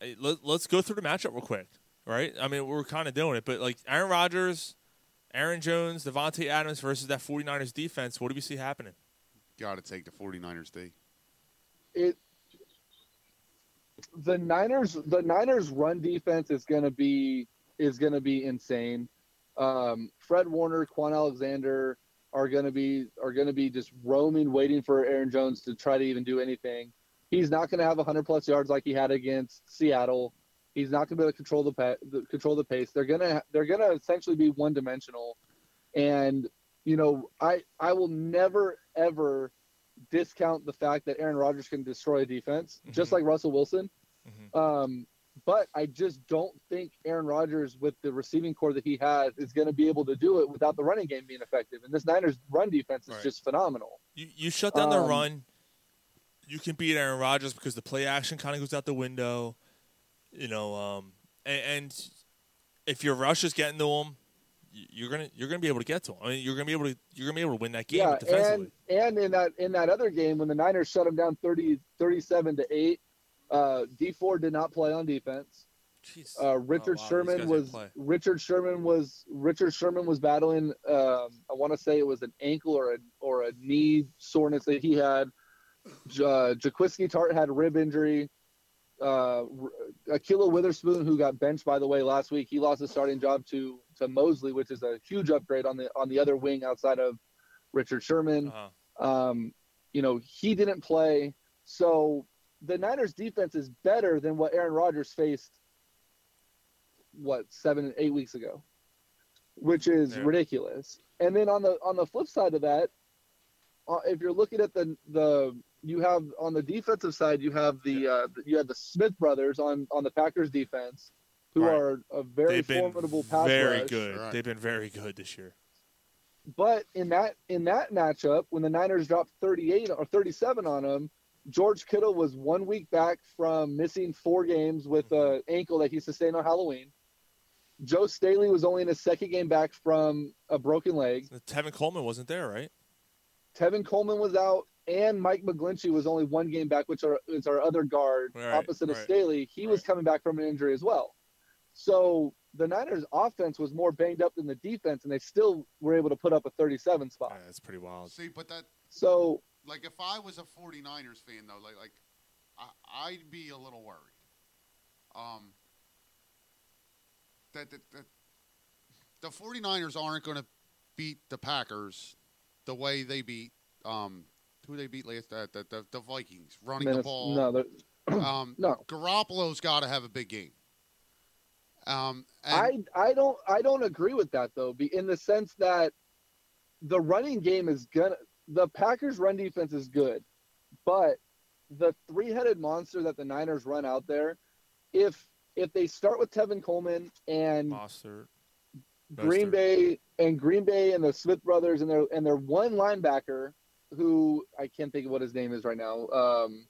[SPEAKER 6] Hey, let, let's go through the matchup real quick, right? I mean, we're kind of doing it, but like Aaron Rodgers, Aaron Jones, Devontae Adams versus that 49ers defense. What do we see happening?
[SPEAKER 7] Got to take the 49ers D.
[SPEAKER 11] it the Niners the Niners run defense is going to be is going to be insane. Um, Fred Warner, Quan Alexander are going to be are going to be just roaming, waiting for Aaron Jones to try to even do anything. He's not going to have 100 plus yards like he had against Seattle. He's not going to be able to control the, pa- the control the pace. They're gonna they're gonna essentially be one dimensional, and you know I I will never ever discount the fact that Aaron Rodgers can destroy a defense, just like Russell Wilson. Um, but I just don't think Aaron Rodgers, with the receiving core that he has, is going to be able to do it without the running game being effective. And this Niners run defense is just phenomenal.
[SPEAKER 6] You you shut down the
[SPEAKER 11] Um,
[SPEAKER 6] run. You can beat Aaron Rodgers because the play action kind of goes out the window.
[SPEAKER 12] you know, um, and, and if your rush is getting to them, you're gonna you're gonna be able to get to them. I mean, you're gonna be able to you're gonna be able to win that game
[SPEAKER 11] yeah,
[SPEAKER 12] defensively.
[SPEAKER 11] and and in that in that other game when the Niners shut them down 30, 37 to eight, uh, D Ford did not play on defense. Uh, Richard
[SPEAKER 13] Oh, wow, these guys
[SPEAKER 11] Sherman
[SPEAKER 13] didn't
[SPEAKER 11] was
[SPEAKER 13] play.
[SPEAKER 11] Richard Sherman was Richard Sherman was battling. Um, I want to say it was an ankle or a or a knee soreness that he had. J- Uh, Jaquiski Tart had a rib injury. Uh, R- Akilah Witherspoon, who got benched by the way last week, he lost his starting job to to Mosley, which is a huge upgrade on the on the other wing outside of Richard Sherman.
[SPEAKER 12] Uh-huh.
[SPEAKER 11] Um, you know, he didn't play. So the Niners defense is better than what Aaron Rodgers faced what, seven, eight weeks ago. Which is
[SPEAKER 13] Yeah.
[SPEAKER 11] ridiculous. And then on the on the flip side of that, uh, if you're looking at the the you have on the defensive side, you have the uh, you have the Smith brothers on on the Packers defense, who
[SPEAKER 12] Right.
[SPEAKER 11] are a very
[SPEAKER 12] They've been
[SPEAKER 11] formidable pass
[SPEAKER 12] very
[SPEAKER 11] rush.
[SPEAKER 12] good. They've been very good this year.
[SPEAKER 11] But in that in that matchup, when the Niners dropped 38 or 37 on them, George Kittle was one week back from missing four games with an ankle that he sustained on Halloween. Joe Staley was only in his second game back from a broken leg.
[SPEAKER 12] Tevin Coleman wasn't there, right?
[SPEAKER 11] Tevin Coleman was out, and Mike McGlinchey was only one game back, which are, is our other guard
[SPEAKER 13] Right,
[SPEAKER 11] opposite of
[SPEAKER 13] right,
[SPEAKER 11] Staley. He was coming back from an injury as well. So the Niners' offense was more banged up than the defense, and they still were able to put up a 37 spot.
[SPEAKER 12] that's pretty wild.
[SPEAKER 7] See, but that
[SPEAKER 11] So
[SPEAKER 7] like if I was a 49ers fan though, like like I, I'd be a little worried. Um that, that, that the 49ers aren't going to beat the Packers the way they beat um who they beat last uh, the, the, the Vikings running the
[SPEAKER 11] Minnes-
[SPEAKER 7] ball.
[SPEAKER 11] no, they're-
[SPEAKER 7] um
[SPEAKER 11] no.
[SPEAKER 7] Garoppolo's got to have a big game. Um
[SPEAKER 11] I I don't I don't agree with that though, be- in the sense that the running game is gonna the Packers run defense is good, but the three-headed monster that the Niners run out there, if if they start with Tevin Coleman
[SPEAKER 7] Oh,
[SPEAKER 11] and
[SPEAKER 12] Mostert.
[SPEAKER 11] Green
[SPEAKER 12] Mostert.
[SPEAKER 11] Bay and Green Bay and the Smith brothers and their and their one linebacker who I can't think of what his name is right now. Um,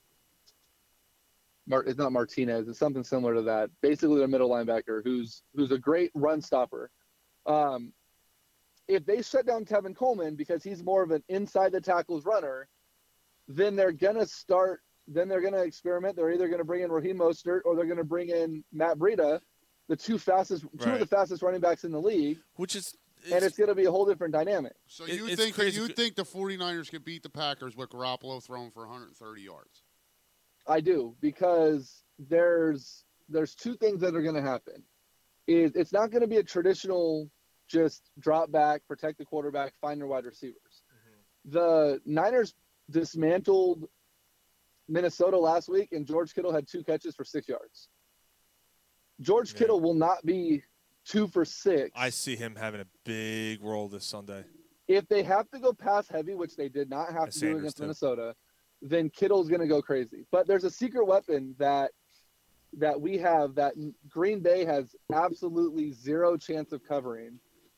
[SPEAKER 11] Mar- it's not Martinez. It's something similar to that. Basically, their middle linebacker who's who's a great run stopper. Um, if they shut down Tevin Coleman because he's more of an inside the tackles runner, then they're gonna start. Then they're gonna experiment. They're either gonna bring in Raheem Mostert or they're gonna bring in Matt Breida, the two fastest, two
[SPEAKER 12] Right.
[SPEAKER 11] of the fastest running backs in the league.
[SPEAKER 12] Which is,
[SPEAKER 11] and it's gonna be a whole different dynamic.
[SPEAKER 7] So you think you think the 49ers can beat the Packers with Garoppolo throwing for 130 yards?
[SPEAKER 11] I do because there's there's two things that are going to happen. Is it's not going to be a traditional just drop back, protect the quarterback, find your wide receivers. The Niners dismantled Minnesota last week, and George Kittle had two catches for six yards. George Kittle will not be two for six
[SPEAKER 12] I see him having a big role this Sunday.
[SPEAKER 11] if they have to go pass heavy, which they did not have
[SPEAKER 12] And
[SPEAKER 11] to do
[SPEAKER 12] Sanders,
[SPEAKER 11] against
[SPEAKER 12] too.
[SPEAKER 11] Minnesota, then Kittle's going to go crazy. But there's a secret weapon that that we have that Green Bay has absolutely zero chance of covering,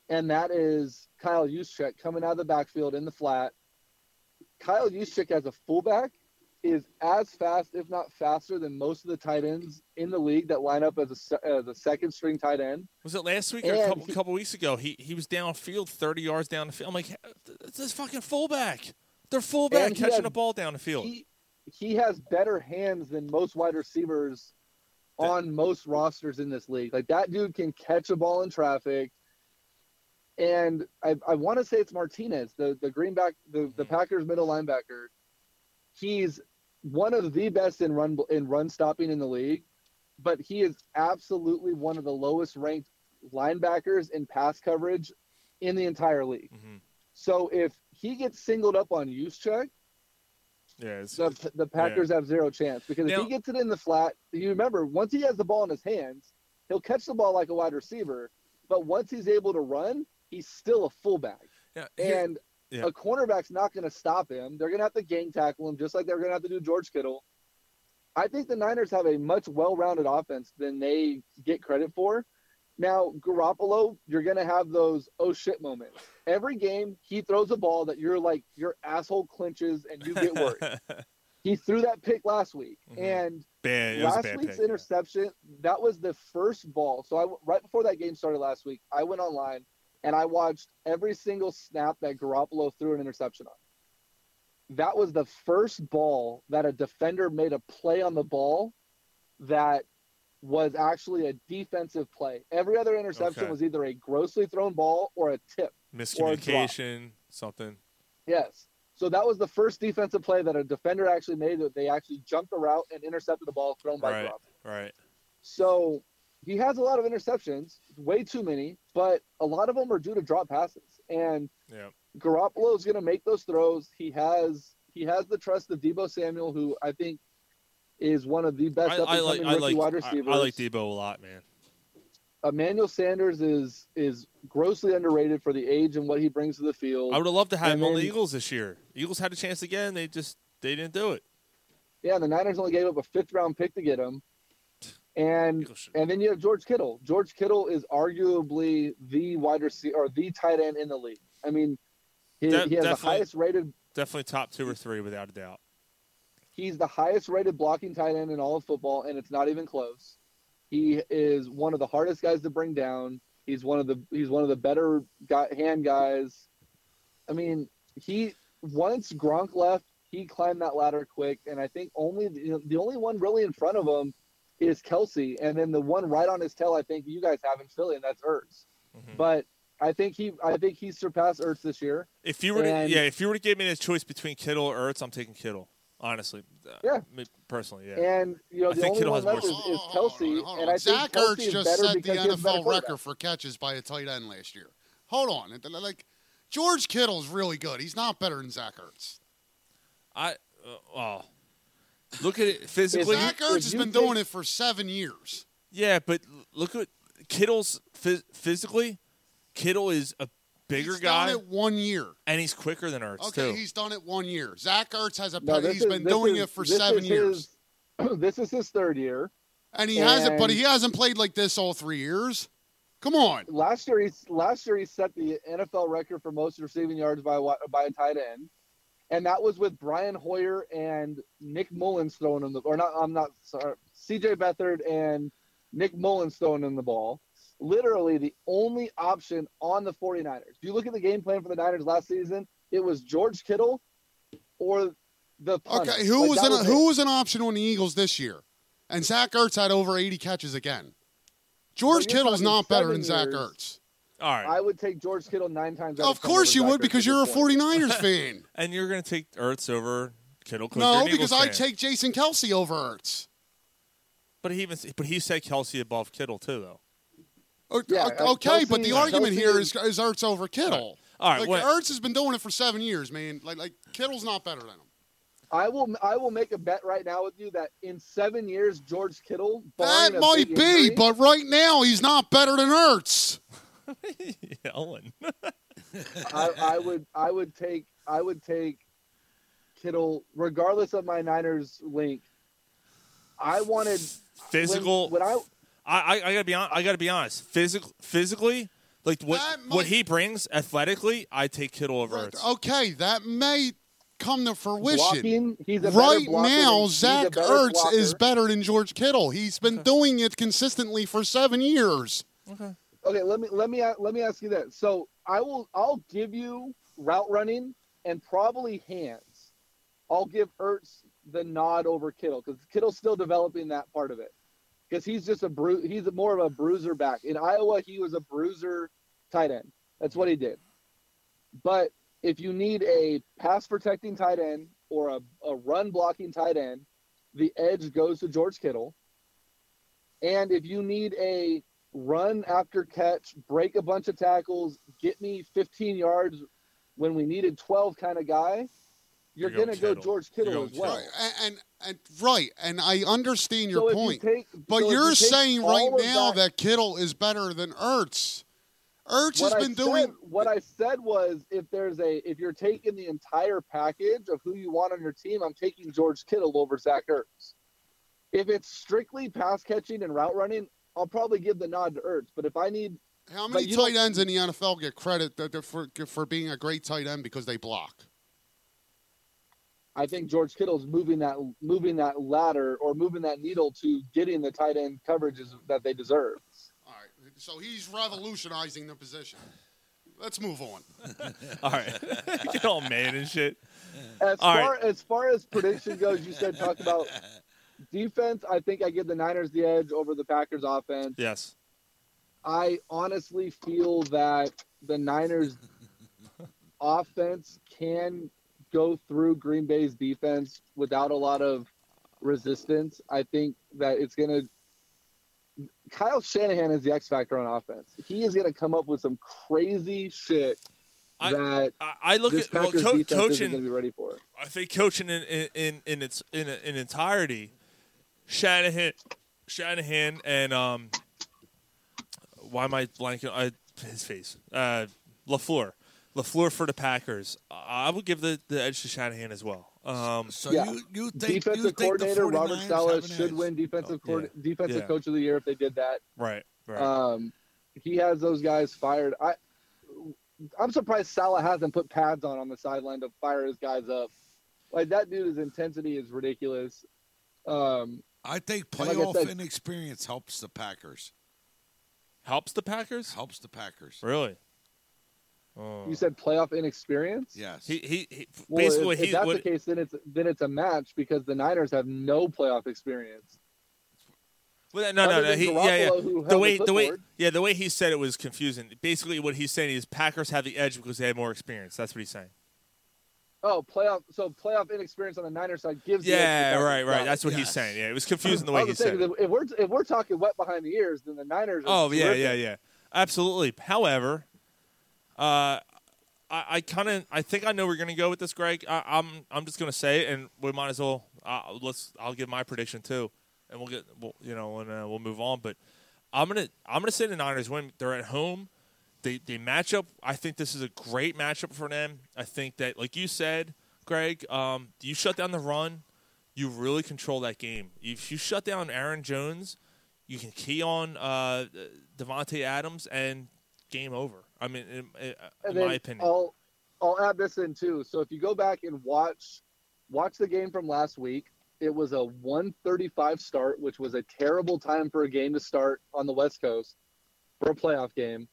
[SPEAKER 11] and that is Kyle Juszczyk coming out of the backfield in the flat. Kyle Juszczyk as a fullback is as fast, if not faster, than most of the tight ends in the league that line up as a se- as a second string tight end.
[SPEAKER 12] Was it last week or a
[SPEAKER 11] And
[SPEAKER 12] couple,
[SPEAKER 11] he-
[SPEAKER 12] couple weeks ago? He he was downfield, thirty yards down the field. I'm like, it's this fucking fullback. They're fullback
[SPEAKER 11] And he
[SPEAKER 12] catching
[SPEAKER 11] had-
[SPEAKER 12] the ball down the field.
[SPEAKER 11] he has better hands than most wide receivers on most rosters in this league. Like that dude can catch a ball in traffic. And I, I want to say it's Martinez, the the greenback, the, the Packers middle linebacker. He's one of the best in run in run stopping in the league, but he is absolutely one of the lowest ranked linebackers in pass coverage in the entire league.
[SPEAKER 12] Mm-hmm.
[SPEAKER 11] So if he gets singled up on use check,
[SPEAKER 12] yeah, it's,
[SPEAKER 11] the, the Packers have zero chance because if
[SPEAKER 12] Now-
[SPEAKER 11] he gets it in the flat, you remember once he has the ball in his hands, he'll catch the ball like a wide receiver. But once he's able to run, he's still a fullback,
[SPEAKER 12] yeah, here-
[SPEAKER 11] and
[SPEAKER 12] yeah.
[SPEAKER 11] a cornerback's not going to stop him. They're going to have to gang tackle him just like they're going to have to do George Kittle. I think the Niners have a much well-rounded offense than they get credit for. Now, Garoppolo, you're going to have those oh shit moments. Every game, he throws a ball that you're like, your asshole clinches and you get worried. He threw that pick last week, and
[SPEAKER 12] Bad. Mm-hmm. It was a
[SPEAKER 11] last
[SPEAKER 12] bad
[SPEAKER 11] week's
[SPEAKER 12] pick.
[SPEAKER 11] interception that was the first ball so i right before that game started last week i went online and i watched every single snap that garoppolo threw an interception on that was the first ball that a defender made a play on the ball that was actually a defensive play every other interception
[SPEAKER 12] Okay.
[SPEAKER 11] was either a grossly thrown ball or a tip or a drop.
[SPEAKER 12] Miscommunication, something.
[SPEAKER 11] Yes. So that was the first defensive play that a defender actually made that they actually jumped the route and intercepted the ball thrown by
[SPEAKER 12] Right.
[SPEAKER 11] Garoppolo.
[SPEAKER 12] Right.
[SPEAKER 11] So he has a lot of interceptions, way too many, but a lot of them are due to drop passes. And
[SPEAKER 12] Yeah.
[SPEAKER 11] Garoppolo is going to make those throws. He has he has the trust of Debo Samuel, who I think is one of the best
[SPEAKER 12] I,
[SPEAKER 11] up
[SPEAKER 12] I
[SPEAKER 11] and
[SPEAKER 12] like
[SPEAKER 11] coming
[SPEAKER 12] I
[SPEAKER 11] rookie
[SPEAKER 12] like
[SPEAKER 11] wide
[SPEAKER 12] I,
[SPEAKER 11] receivers.
[SPEAKER 12] I like Debo a lot, man.
[SPEAKER 11] Emmanuel Sanders is is grossly underrated for the age and what he brings to the field.
[SPEAKER 12] I would have loved to have
[SPEAKER 11] And
[SPEAKER 12] him on the
[SPEAKER 11] then-
[SPEAKER 12] Eagles this year. Eagles had a chance again. They just they didn't do it.
[SPEAKER 11] Yeah, the Niners only gave up a fifth round pick to get him. And and then you have George Kittle. George Kittle is arguably the wide receiver or the tight end in the league. I mean, he,
[SPEAKER 12] De-
[SPEAKER 11] he has the
[SPEAKER 12] definitely.
[SPEAKER 11] highest rated.
[SPEAKER 12] Definitely top two or three without a doubt.
[SPEAKER 11] He's the highest rated blocking tight end in all of football, and it's not even close. He is one of the hardest guys to bring down. He's one of the he's one of the better guy, hand guys. I mean, he once Gronk left, he climbed that ladder quick, and I think only the, the only one really in front of him is Kelsey, and then the one right on his tail, I think you guys have in Philly, and that's Ertz.
[SPEAKER 12] Mm-hmm.
[SPEAKER 6] Hmm.
[SPEAKER 11] But I think he I think he surpassed Ertz this year.
[SPEAKER 12] If you were to,
[SPEAKER 11] And-
[SPEAKER 12] yeah, if you were to give me the choice between Kittle or Ertz, I'm taking Kittle. Honestly, Uh,
[SPEAKER 11] Yeah.
[SPEAKER 12] me- personally, yeah.
[SPEAKER 11] And you know
[SPEAKER 12] I
[SPEAKER 11] the
[SPEAKER 12] think
[SPEAKER 11] only
[SPEAKER 12] Kittle
[SPEAKER 11] one
[SPEAKER 12] has more
[SPEAKER 11] left is,
[SPEAKER 12] speed.
[SPEAKER 11] is Kelsey, and I
[SPEAKER 7] Zach
[SPEAKER 11] think Kelsey
[SPEAKER 7] Ertz
[SPEAKER 11] is
[SPEAKER 7] just
[SPEAKER 11] better
[SPEAKER 7] set the
[SPEAKER 11] because he has a better
[SPEAKER 7] NFL
[SPEAKER 11] quarterback.
[SPEAKER 7] record for catches by a tight end last year. Hold on, It- like George Kittle's really good. He's not better than Zach Ertz.
[SPEAKER 12] I uh, well, look at it physically.
[SPEAKER 7] Zach Ertz has been doing it for seven years.
[SPEAKER 12] Yeah, but l- look at Kittle's phys- physically. Kittle is a bigger
[SPEAKER 7] He's done
[SPEAKER 12] guy.
[SPEAKER 7] it one year,
[SPEAKER 12] and he's quicker than Ertz
[SPEAKER 7] Okay,
[SPEAKER 12] too.
[SPEAKER 7] he's done it one year. Zach Ertz has a.
[SPEAKER 11] No,
[SPEAKER 7] he's
[SPEAKER 11] this is-
[SPEAKER 7] been
[SPEAKER 11] this
[SPEAKER 7] doing
[SPEAKER 11] is-
[SPEAKER 7] it for
[SPEAKER 11] this
[SPEAKER 7] seven
[SPEAKER 11] is
[SPEAKER 7] years.
[SPEAKER 11] his- this is his third year,
[SPEAKER 7] And he hasn't, but he
[SPEAKER 11] And
[SPEAKER 7] hasn't played like this all three years. Come on.
[SPEAKER 11] Last year, he last year he set the NFL record for most receiving yards by a wi- by a tight end, and that was with Brian Hoyer and Nick Mullins throwing him the or not. I'm not sorry, C.J. Beathard and Nick Mullins throwing him the ball. Literally the only option on the 49ers. If you look at the game plan for the Niners last season, it was George Kittle or the punter.
[SPEAKER 7] Okay, who
[SPEAKER 11] Like,
[SPEAKER 7] was
[SPEAKER 11] that
[SPEAKER 7] an,
[SPEAKER 11] was it.
[SPEAKER 7] who was an option on the Eagles this year? And Zach Ertz had over 80 catches again. George
[SPEAKER 11] But you're
[SPEAKER 7] Kittle's
[SPEAKER 11] talking
[SPEAKER 7] not better than
[SPEAKER 11] seven
[SPEAKER 7] Zach
[SPEAKER 11] years.
[SPEAKER 7] Ertz.
[SPEAKER 12] All right.
[SPEAKER 11] I would take George Kittle nine times. out
[SPEAKER 7] Of
[SPEAKER 11] ten
[SPEAKER 7] course
[SPEAKER 11] over
[SPEAKER 7] you
[SPEAKER 11] Zach
[SPEAKER 7] would
[SPEAKER 11] Ertz
[SPEAKER 7] because
[SPEAKER 11] at
[SPEAKER 7] you're a
[SPEAKER 11] this point.
[SPEAKER 7] 49ers fan.
[SPEAKER 12] and you're gonna take Ertz over Kittle? 'cause you're
[SPEAKER 7] No,
[SPEAKER 12] an Eagles
[SPEAKER 7] because I
[SPEAKER 12] fan.
[SPEAKER 7] take Jason Kelsey over Ertz.
[SPEAKER 12] But he even but he said Kelsey above Kittle too though.
[SPEAKER 7] O-
[SPEAKER 11] Yeah,
[SPEAKER 7] o-
[SPEAKER 11] uh,
[SPEAKER 7] okay, but
[SPEAKER 11] Kelsey-
[SPEAKER 7] the argument
[SPEAKER 11] Kelsey
[SPEAKER 7] here is, is
[SPEAKER 11] is-
[SPEAKER 7] Ertz over Kittle.
[SPEAKER 12] All right,
[SPEAKER 7] like,
[SPEAKER 12] what-
[SPEAKER 7] Ertz has been doing it for seven years, man. Like, like Kittle's not better than him.
[SPEAKER 11] I will I will make a bet right now with you that in seven years George Kittle barring
[SPEAKER 7] That
[SPEAKER 11] a
[SPEAKER 7] might
[SPEAKER 11] big
[SPEAKER 7] be,
[SPEAKER 11] injury-
[SPEAKER 7] but right now he's not better than Ertz.
[SPEAKER 12] Yelling.
[SPEAKER 11] I, I would I would take I would take Kittle regardless of my Niners link. I wanted
[SPEAKER 12] Physical.
[SPEAKER 11] when, when I
[SPEAKER 12] I, I I gotta be on. I gotta be honest. Physical, physically, like what what he brings athletically, I take Kittle over Ertz.
[SPEAKER 7] Okay, that may come to fruition.
[SPEAKER 11] Blocking, he's a better
[SPEAKER 7] right
[SPEAKER 11] blocker than-
[SPEAKER 7] now,
[SPEAKER 11] he's a
[SPEAKER 7] Zach
[SPEAKER 11] better
[SPEAKER 7] Ertz
[SPEAKER 11] blocker.
[SPEAKER 7] is better than George Kittle. He's been doing it consistently for seven years.
[SPEAKER 12] Okay.
[SPEAKER 11] okay let me let me let me ask you that. So I will I'll give you route running and probably hands. I'll give Ertz the nod over Kittle because Kittle's still developing that part of it. because he's just a bru- he's more of a bruiser back. In Iowa, he was a bruiser tight end. That's what he did. But if you need a pass protecting tight end or a, a run blocking tight end, the edge goes to George Kittle. And if you need a run after catch, break a bunch of tackles, get me 15 yards when we needed 12 kind of guy, you're,
[SPEAKER 7] You're going
[SPEAKER 11] gonna go
[SPEAKER 7] Kittle.
[SPEAKER 11] George
[SPEAKER 7] You're
[SPEAKER 11] Kittle
[SPEAKER 7] going
[SPEAKER 11] as well.
[SPEAKER 7] Kittle. And, and right, and I understand
[SPEAKER 11] So
[SPEAKER 7] your
[SPEAKER 11] if you
[SPEAKER 7] point,
[SPEAKER 11] take-
[SPEAKER 7] but
[SPEAKER 11] so if
[SPEAKER 7] you're
[SPEAKER 11] you take
[SPEAKER 7] saying right
[SPEAKER 11] all of
[SPEAKER 7] now
[SPEAKER 11] that-
[SPEAKER 7] that Kittle is better than Ertz. Ertz has
[SPEAKER 11] What I
[SPEAKER 7] been
[SPEAKER 11] said-
[SPEAKER 7] doing.
[SPEAKER 11] what I said was if there's a if you're taking the entire package of who you want on your team, I'm taking George Kittle over Zach Ertz. If it's strictly pass catching and route running, I'll probably give the nod to Ertz. But if I need
[SPEAKER 7] How
[SPEAKER 11] but
[SPEAKER 7] many
[SPEAKER 11] you
[SPEAKER 7] tight
[SPEAKER 11] don't-
[SPEAKER 7] ends in the NFL get credit that- that for for being a great tight end because they block?
[SPEAKER 11] I think George Kittle's moving that moving that ladder or moving that needle to getting the tight end coverages that they deserve.
[SPEAKER 7] All right. So he's revolutionizing the position. Let's move on.
[SPEAKER 6] All right, get all man and shit.
[SPEAKER 11] As
[SPEAKER 6] all
[SPEAKER 11] far
[SPEAKER 6] right,
[SPEAKER 11] as far as prediction goes, you said talk about defense. I think I give the Niners the edge over the Packers offense.
[SPEAKER 6] yes.
[SPEAKER 11] I honestly feel that the Niners offense can go through Green Bay's defense without a lot of resistance. I think that it's going to Kyle Shanahan is the X factor on offense. He is going to come up with some crazy shit that
[SPEAKER 6] I, I look
[SPEAKER 11] this
[SPEAKER 6] at well,
[SPEAKER 11] Packers
[SPEAKER 6] co-
[SPEAKER 11] defense
[SPEAKER 6] coaching.
[SPEAKER 11] isn't going to be ready for.
[SPEAKER 6] I think coaching in in, in, in its in, in entirety, Shanahan, Shanahan, and um, why am I blanking? I, his face, uh, Lafleur, Lafleur for the Packers. I I would give the, the edge to Shanahan as well. Um,
[SPEAKER 9] so
[SPEAKER 11] Yeah. defensive coordinator Robert Sala should win defensive coord-
[SPEAKER 6] yeah.
[SPEAKER 11] defensive
[SPEAKER 6] Yeah.
[SPEAKER 11] coach of the year if they did that.
[SPEAKER 6] right, right.
[SPEAKER 11] Um, he has those guys fired. I, I'm surprised Salah hasn't put pads on on the sideline to fire his guys up. Like that dude's intensity is ridiculous. Um,
[SPEAKER 9] I think
[SPEAKER 11] And like I
[SPEAKER 9] playoff
[SPEAKER 11] said-
[SPEAKER 9] inexperience helps the Packers.
[SPEAKER 6] Helps the Packers.
[SPEAKER 9] Helps the Packers.
[SPEAKER 6] really. Oh.
[SPEAKER 11] you said playoff inexperience.
[SPEAKER 9] Yes.
[SPEAKER 6] He he, he
[SPEAKER 11] Well,
[SPEAKER 6] basically
[SPEAKER 11] if,
[SPEAKER 6] he
[SPEAKER 11] if that's
[SPEAKER 6] what,
[SPEAKER 11] the case, then it's then it's a match because the Niners have no playoff experience.
[SPEAKER 6] Well, no, no,
[SPEAKER 11] Other
[SPEAKER 6] no.
[SPEAKER 11] than
[SPEAKER 6] He, yeah,
[SPEAKER 11] Garoppolo,
[SPEAKER 6] yeah.
[SPEAKER 11] who
[SPEAKER 6] The
[SPEAKER 11] held
[SPEAKER 6] way,
[SPEAKER 11] the
[SPEAKER 6] the way,
[SPEAKER 11] clipboard.
[SPEAKER 6] yeah, the way he said it was confusing. Basically, what he's saying is Packers have the edge because they have more experience. That's what he's saying.
[SPEAKER 11] Oh, playoff. So playoff inexperience on the Niners side gives. the edge to
[SPEAKER 6] Yeah,
[SPEAKER 11] Packers.
[SPEAKER 6] right, right.
[SPEAKER 11] Got it.
[SPEAKER 6] That's what he's saying. Yeah, it was confusing the
[SPEAKER 11] I
[SPEAKER 6] way
[SPEAKER 11] was
[SPEAKER 6] he
[SPEAKER 11] gonna
[SPEAKER 6] said.
[SPEAKER 11] say,
[SPEAKER 6] it.
[SPEAKER 11] 'cause if we're if we're talking wet behind the ears, then the Niners. Are
[SPEAKER 6] Oh yeah,
[SPEAKER 11] terrific.
[SPEAKER 6] yeah, yeah. Absolutely. However, uh, I, I kind of I think I know where you're gonna go with this, Greg. I, I'm I'm just gonna say, it, and we might as well uh, let's. I'll give my prediction too, and we'll get we'll, you know, and uh, we'll move on. But I'm gonna I'm gonna say the Niners win. They're at home. They they match up. I think this is a great matchup for them. I think that, like you said, Greg, um, you shut down the run, you really control that game. If you shut down Aaron Jones, you can key on uh, Devontae Adams, and game over. I mean, in, in- in
[SPEAKER 11] And
[SPEAKER 6] my
[SPEAKER 11] then
[SPEAKER 6] opinion.
[SPEAKER 11] I'll I'll add this in too. So if you go back and watch watch the game from last week, it was a 135 start, which was a terrible time for a game to start on the West Coast for a playoff game.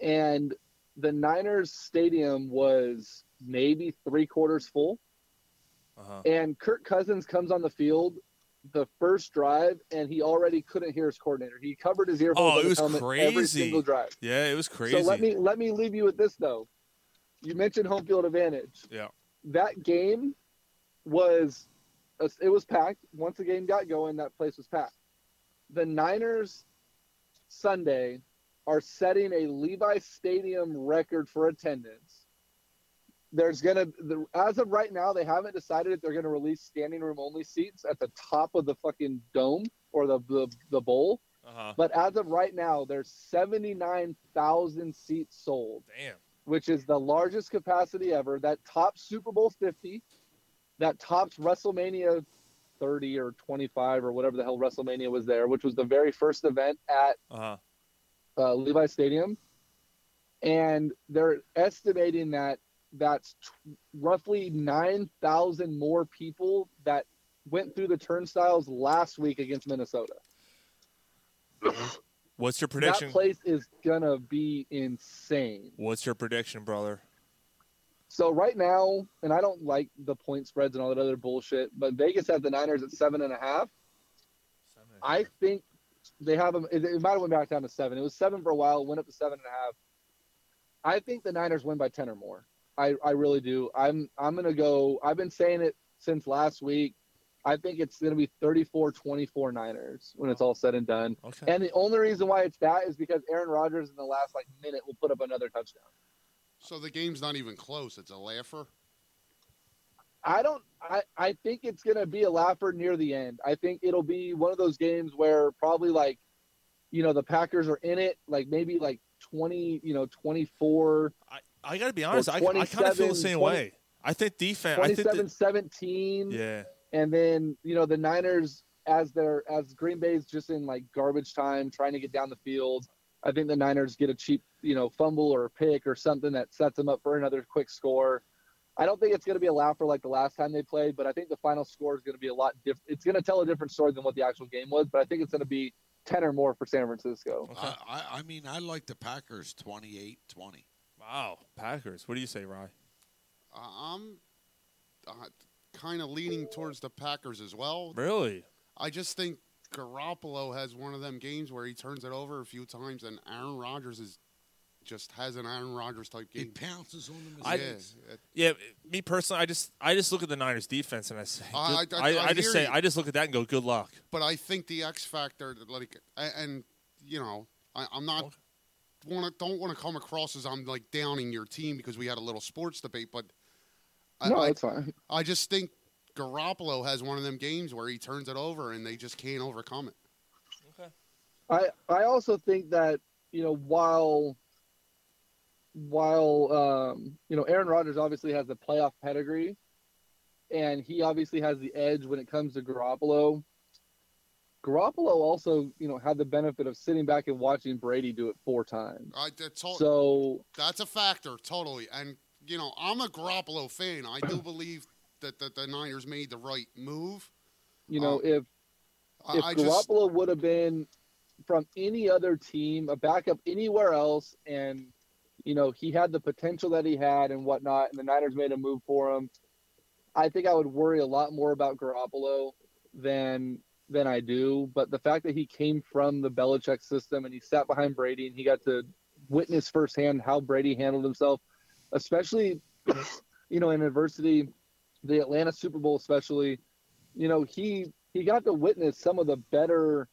[SPEAKER 11] And the Niners stadium was maybe three quarters full.
[SPEAKER 6] Uh-huh.
[SPEAKER 11] And Kirk Cousins comes on the field the first drive and he already couldn't hear his coordinator. He covered his earphones
[SPEAKER 6] Oh,
[SPEAKER 11] with
[SPEAKER 6] it was
[SPEAKER 11] his helmet every
[SPEAKER 6] crazy.
[SPEAKER 11] single drive.
[SPEAKER 6] Yeah, it was crazy.
[SPEAKER 11] So let me let me leave you with this though. You mentioned home field advantage.
[SPEAKER 6] yeah.
[SPEAKER 11] That game was uh, it was packed. Once the game got going, that place was packed. The Niners Sunday are setting a Levi Stadium record for attendance. There's gonna the, as of right now, they haven't decided if they're gonna release standing room only seats at the top of the fucking dome or the the, the bowl.
[SPEAKER 6] Uh-huh.
[SPEAKER 11] But as of right now, there's 79,000 seats sold,
[SPEAKER 6] Damn.
[SPEAKER 11] which is the largest capacity ever. That tops Super Bowl 50, that tops WrestleMania 30 or 25 or whatever the hell WrestleMania was there, which was the very first event at
[SPEAKER 6] Uh-huh.
[SPEAKER 11] uh, Levi Stadium, and they're estimating that that's t- roughly nine thousand more people that went through the turnstiles last week against Minnesota.
[SPEAKER 6] What's your prediction?
[SPEAKER 11] That place is gonna be insane.
[SPEAKER 6] What's your prediction, brother?
[SPEAKER 11] So right now, and I don't like the point spreads and all that other bullshit, but Vegas had the Niners at seven and a half. I think they have them. It, it might have went back down to seven. It was seven for a while, went up to seven and a half. I think the Niners win by ten or more. I, I really do. I'm I'm gonna go. I've been saying it since last week. I think it's gonna be 34-24 Niners when it's all said and done.
[SPEAKER 6] Okay.
[SPEAKER 11] And the only reason why it's that is because Aaron Rodgers in the last like minute will put up another touchdown.
[SPEAKER 7] So the game's not even close. It's a laugher.
[SPEAKER 11] I don't. I, I think it's going to be a laugher near the end. I think it'll be one of those games where probably like, you know, the Packers are in it, like maybe like twenty, you know, twenty four.
[SPEAKER 6] I got to be honest. I, I kind of feel the
[SPEAKER 11] 27,
[SPEAKER 6] same
[SPEAKER 11] 20
[SPEAKER 6] way. I think defense. I think
[SPEAKER 11] 27
[SPEAKER 6] that,
[SPEAKER 11] 17
[SPEAKER 6] yeah.
[SPEAKER 11] and then you know the niners as they're as green bay's just in like garbage time trying to get down the field i think the niners get a cheap you know fumble or a pick or something that sets them up for another quick score I don't think it's going to be a laugher like the last time they played, but I think the final score is going to be a lot different. It's going to tell a different story than what the actual game was, but I think it's going to be 10 or more for San Francisco.
[SPEAKER 10] I, I, I mean, I like the Packers 28 20.
[SPEAKER 12] Wow. Packers. What do you say, Rye?
[SPEAKER 7] I'm uh, kind of leaning towards the Packers as well.
[SPEAKER 12] Really?
[SPEAKER 7] I just think Garoppolo has one of them games where he turns it over a few times, and Aaron Rodgers is just has an Aaron Rodgers type game. He
[SPEAKER 11] Mm.
[SPEAKER 10] pounces on them.
[SPEAKER 12] I, yeah. me personally, I just I just look at the Niners defense and I say,
[SPEAKER 7] I-
[SPEAKER 12] good-
[SPEAKER 7] I- I- I
[SPEAKER 12] just
[SPEAKER 7] hear
[SPEAKER 12] say,
[SPEAKER 7] you.
[SPEAKER 12] I just look at that and go, good luck.
[SPEAKER 7] But I think the X factor, like, a- and you know, I, I'm not want to don't want to come across as I'm like downing your team because we had a little sports debate, but
[SPEAKER 11] no,
[SPEAKER 7] I,
[SPEAKER 11] it's fine.
[SPEAKER 7] I just think Garoppolo has one of them games where he turns it over and they just can't overcome it.
[SPEAKER 11] I I also think that you know while while um, you know Aaron Rodgers obviously has the playoff pedigree, and he obviously has the edge when it comes to Garoppolo. Garoppolo also you know had the benefit of sitting back and watching Brady do it four times.
[SPEAKER 7] I, that's all,
[SPEAKER 11] So
[SPEAKER 7] That's a factor, totally. And you know, I'm a Garoppolo fan. I do believe that, that the Niners made the right move.
[SPEAKER 11] you know
[SPEAKER 7] Um,
[SPEAKER 11] if
[SPEAKER 7] I,
[SPEAKER 11] if
[SPEAKER 7] I just
[SPEAKER 11] Garoppolo would have been from any other team, a backup anywhere else, and you know he had the potential that he had and whatnot, and the Niners made a move for him, I think I would worry a lot more about Garoppolo than than I do. But the fact that he came from the Belichick system and he sat behind Brady and he got to witness firsthand how Brady handled himself, especially you know in adversity, the Atlanta Super Bowl especially you know he he got to witness some of the better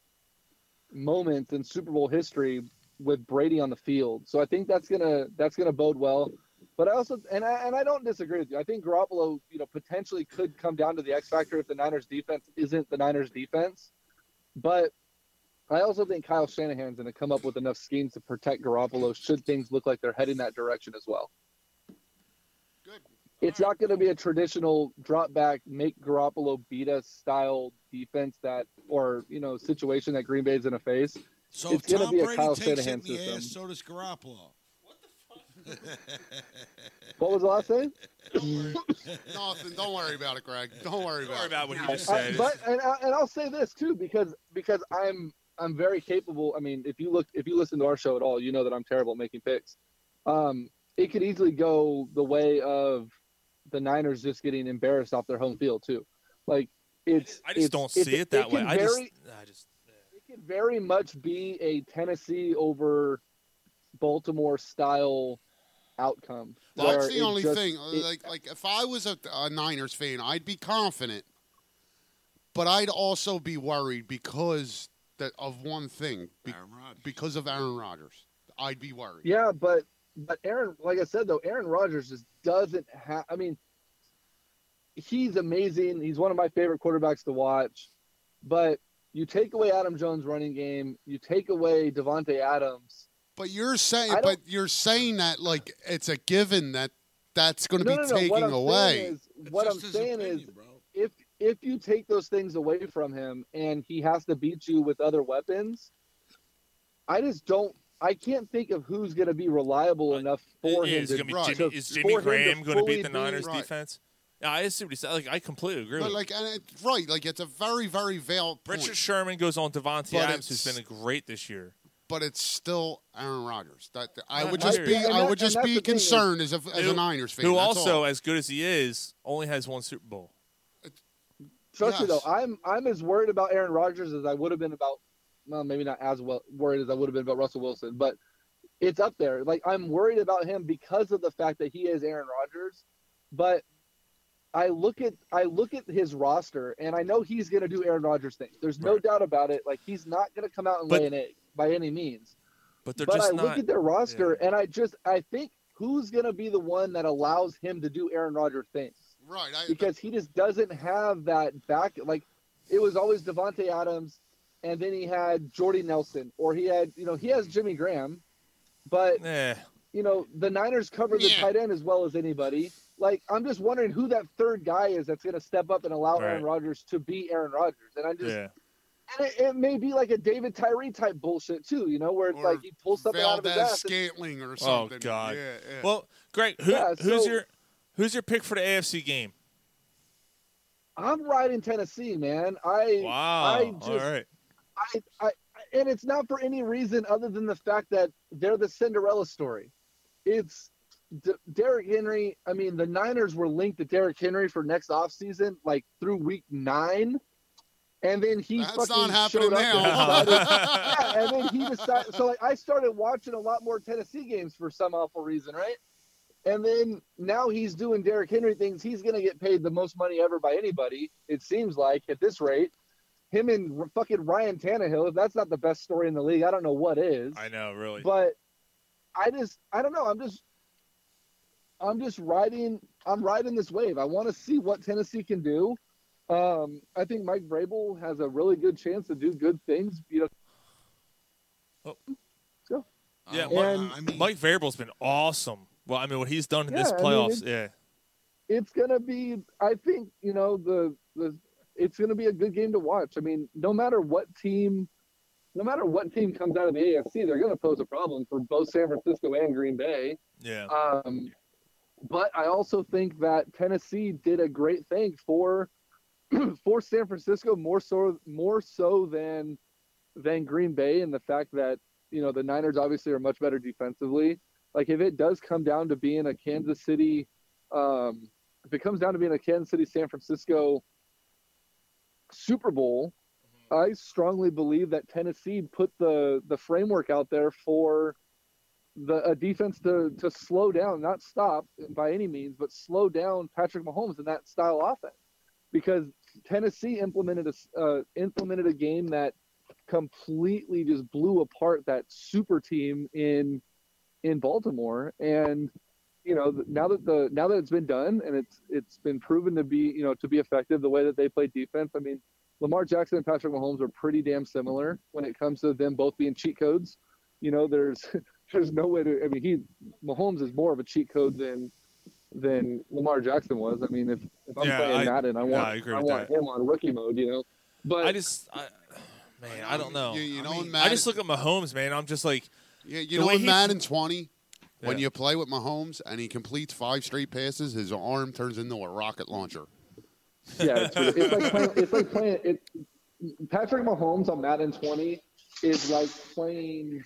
[SPEAKER 11] moments in Super Bowl history with Brady on the field. So I think that's gonna that's gonna bode well. But I also and I and I don't disagree with you. I think Garoppolo, you know, potentially could come down to the X factor if the Niners defense isn't the Niners defense. But I also think Kyle Shanahan's going to come up with enough schemes to protect Garoppolo should things look like they're heading that direction as well. It's not going to be a traditional drop back, make Garoppolo beat us style defense that, or you know, situation that Green Bay's going to face.
[SPEAKER 10] So
[SPEAKER 11] it's
[SPEAKER 10] Tom
[SPEAKER 11] going to be a
[SPEAKER 10] Brady
[SPEAKER 11] Kyle
[SPEAKER 10] takes it in
[SPEAKER 11] Shanahan
[SPEAKER 10] the
[SPEAKER 11] system.
[SPEAKER 10] ass, so does Garoppolo. What the
[SPEAKER 11] What was the last thing?
[SPEAKER 7] nothing. Don't worry about it, Greg. Don't worry about. Don't worry
[SPEAKER 12] about what he just
[SPEAKER 11] Uh, but and, I- and I'll say this too because because I'm I'm very capable. I mean, if you look if you listen to our show at all, you know that I'm terrible at making picks. Um, it could easily go the way of the Niners just getting embarrassed off their home field too. Like it's
[SPEAKER 12] I just
[SPEAKER 11] it's-
[SPEAKER 12] don't
[SPEAKER 11] it's-
[SPEAKER 12] see it that way.
[SPEAKER 11] can
[SPEAKER 12] I just,
[SPEAKER 11] very-
[SPEAKER 12] I just,
[SPEAKER 11] it could very much be a Tennessee over Baltimore style outcome.
[SPEAKER 7] That's
[SPEAKER 11] where
[SPEAKER 7] the
[SPEAKER 11] it
[SPEAKER 7] only
[SPEAKER 11] just-
[SPEAKER 7] thing.
[SPEAKER 11] it-
[SPEAKER 7] like, like if I was a, a Niners fan, I'd be confident, but I'd also be worried because that of one thing. Be- Because of Aaron Rodgers, I'd be worried.
[SPEAKER 11] Yeah, but but Aaron, like I said though, Aaron Rodgers just doesn't have. I mean, he's amazing. He's one of my favorite quarterbacks to watch. But you take away Adam Jones' running game, you take away Devonte Adams.
[SPEAKER 7] But you're saying,
[SPEAKER 11] I
[SPEAKER 7] but
[SPEAKER 11] don't-
[SPEAKER 7] you're saying that like it's a given that that's going to
[SPEAKER 11] No,
[SPEAKER 7] be
[SPEAKER 11] no, no.
[SPEAKER 7] taking
[SPEAKER 11] What I'm
[SPEAKER 7] away.
[SPEAKER 11] saying is, what I'm saying is, if if you take those things away from him and he has to beat you with other weapons, I just don't. I can't think of who's going to be reliable enough for him.
[SPEAKER 12] is,
[SPEAKER 11] to,
[SPEAKER 12] gonna be
[SPEAKER 11] to-
[SPEAKER 12] Jimmy, is
[SPEAKER 11] for
[SPEAKER 12] Jimmy
[SPEAKER 11] him to
[SPEAKER 12] Graham going to
[SPEAKER 11] fully
[SPEAKER 12] beat the
[SPEAKER 11] be-
[SPEAKER 12] Niners defense? Yeah, I see what he said. Like, I completely agree.
[SPEAKER 7] But
[SPEAKER 12] with
[SPEAKER 7] like, and it, right, like it's a very, very veiled point.
[SPEAKER 12] Richard Sherman goes on Devontae
[SPEAKER 7] But
[SPEAKER 12] Adams, who's
[SPEAKER 7] it's-
[SPEAKER 12] been great this year.
[SPEAKER 7] but it's still Aaron Rodgers. That I
[SPEAKER 12] Not
[SPEAKER 7] would just
[SPEAKER 12] here.
[SPEAKER 7] be,
[SPEAKER 12] Yeah, and
[SPEAKER 7] I
[SPEAKER 12] that-
[SPEAKER 7] would just
[SPEAKER 12] and
[SPEAKER 7] be
[SPEAKER 12] that's the thing is-
[SPEAKER 7] concerned as a, as a
[SPEAKER 12] Who-
[SPEAKER 7] Niners fan.
[SPEAKER 12] who
[SPEAKER 7] that's
[SPEAKER 12] also,
[SPEAKER 7] all.
[SPEAKER 12] as good as he is, only has one Super Bowl.
[SPEAKER 11] Trust me
[SPEAKER 12] Yes.
[SPEAKER 11] though, I'm I'm as worried about Aaron Rodgers as I would have been about well, maybe not as well worried as I would have been about Russell Wilson, but it's up there. Like I'm worried about him because of the fact that he is Aaron Rodgers, but I look at I look at his roster and I know he's going to do Aaron Rodgers things. There's no doubt about it. Like he's not going to come out and
[SPEAKER 12] But-
[SPEAKER 11] lay an egg by any means.
[SPEAKER 12] But they're
[SPEAKER 11] but
[SPEAKER 12] just
[SPEAKER 11] I
[SPEAKER 12] not.
[SPEAKER 11] look at their roster and I just I think who's going to be the one that allows him to do Aaron Rodgers things?
[SPEAKER 7] Right. I,
[SPEAKER 11] because he just doesn't have that back. Like it was always Devonte Adams, and then he had Jordy Nelson, or he had you know he has Jimmy Graham, but
[SPEAKER 12] Yeah.
[SPEAKER 11] you know the Niners cover the tight end as well as anybody. Like I'm just wondering who that third guy is that's going to step up and allow Aaron
[SPEAKER 12] Right.
[SPEAKER 11] Rodgers to be Aaron Rodgers, and I just.
[SPEAKER 12] Yeah.
[SPEAKER 11] And it, it may be like a David Tyree type bullshit too, you know, where it's like he pulls something out of his
[SPEAKER 7] Valdez
[SPEAKER 11] ass. and-
[SPEAKER 7] Scantling or
[SPEAKER 12] Oh
[SPEAKER 7] something.
[SPEAKER 12] God.
[SPEAKER 7] Yeah, yeah.
[SPEAKER 12] Well, Greg, who,
[SPEAKER 11] Yeah,
[SPEAKER 12] who's
[SPEAKER 11] so-
[SPEAKER 12] your Who's your pick for the AFC game?
[SPEAKER 11] I'm riding Tennessee, man. I
[SPEAKER 12] Wow.
[SPEAKER 11] I just,
[SPEAKER 12] All right.
[SPEAKER 11] I, I, and it's not for any reason other than the fact that they're the Cinderella story. It's D- Derrick Henry. I mean, the Niners were linked to Derrick Henry for next offseason, like through week nine. And then he
[SPEAKER 7] That's
[SPEAKER 11] fucking
[SPEAKER 7] not happening
[SPEAKER 11] showed
[SPEAKER 7] now.
[SPEAKER 11] up And, decided, yeah, and then he decided. So like, I started watching a lot more Tennessee games for some awful reason, right? And then now he's doing Derrick Henry things. He's going to get paid the most money ever by anybody. It seems like at this rate, him and r- fucking Ryan Tannehill. If that's not the best story in the league, I don't know what is.
[SPEAKER 12] I know, really.
[SPEAKER 11] But I just, I don't know. I'm just, I'm just riding. I'm riding this wave. I want to see what Tennessee can do. Um, I think Mike Vrabel has a really good chance to do good things. You know,
[SPEAKER 12] yeah,
[SPEAKER 11] well,
[SPEAKER 12] Mike, Mike Vrabel's been awesome. Well, I mean, what he's done in this
[SPEAKER 11] Yeah, I mean,
[SPEAKER 12] playoffs, yeah.
[SPEAKER 11] it's gonna be i think you know the the it's gonna be a good game to watch i mean no matter what team no matter what team comes out of the afc they're gonna pose a problem for both san francisco and green bay
[SPEAKER 12] Yeah.
[SPEAKER 11] um, but i also think that tennessee did a great thing for for san francisco more so more so than than green bay and the fact that you know the niners obviously are much better defensively like if it does come down to being a kansas city um, if it comes down to being a Kansas City San Francisco Super Bowl, I strongly believe that Tennessee put the the framework out there for the a defense to to slow down, not stop by any means, but slow down Patrick Mahomes in that style offense because Tennessee implemented a s- uh, implemented a game that completely just blew apart that super team in in Baltimore and you know th- now that the now that it's been done and it's it's been proven to be you know to be effective the way that they play defense i mean lamar jackson and patrick mahomes are pretty damn similar when it comes to them both being cheat codes you know there's there's no way to i mean he mahomes is more of a cheat code than than lamar jackson was i mean if, if i'm
[SPEAKER 12] Yeah,
[SPEAKER 11] playing
[SPEAKER 12] I-
[SPEAKER 11] madden i
[SPEAKER 12] yeah,
[SPEAKER 11] want
[SPEAKER 12] I agree with
[SPEAKER 11] want
[SPEAKER 12] that.
[SPEAKER 11] him on rookie mode you know but
[SPEAKER 12] I just, I, man, I don't know.
[SPEAKER 7] You- you know,
[SPEAKER 12] I,
[SPEAKER 7] in Madden-
[SPEAKER 12] just look at Mahomes, man. I'm just like,
[SPEAKER 7] Yeah, you
[SPEAKER 12] the
[SPEAKER 7] know,
[SPEAKER 12] way
[SPEAKER 7] in
[SPEAKER 12] he-
[SPEAKER 7] Madden 20, when
[SPEAKER 12] Yeah.
[SPEAKER 7] you play with Mahomes and he completes five straight passes, his arm turns into a rocket launcher.
[SPEAKER 11] yeah, it's, really- it's like playing. It's like playing. It, Patrick Mahomes on Madden 20 is like playing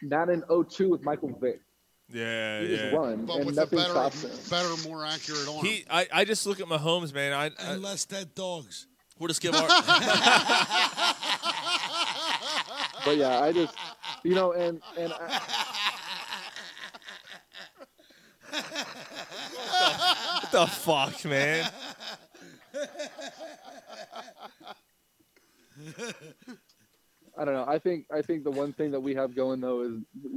[SPEAKER 11] Madden 02 with Michael Vick.
[SPEAKER 12] yeah,
[SPEAKER 11] You just
[SPEAKER 12] yeah.
[SPEAKER 11] run,
[SPEAKER 7] But
[SPEAKER 11] and
[SPEAKER 7] with a
[SPEAKER 11] nothing
[SPEAKER 7] better,
[SPEAKER 11] stops him.
[SPEAKER 7] better, more accurate arm.
[SPEAKER 12] He, I, I just look at Mahomes, man. I,
[SPEAKER 6] uh,
[SPEAKER 12] I
[SPEAKER 9] Unless that dog's.
[SPEAKER 12] we'll just give our.
[SPEAKER 11] But yeah, I just, you know, and and I,
[SPEAKER 12] what the fuck, man?
[SPEAKER 11] I don't know. I think I think the one thing that we have going though is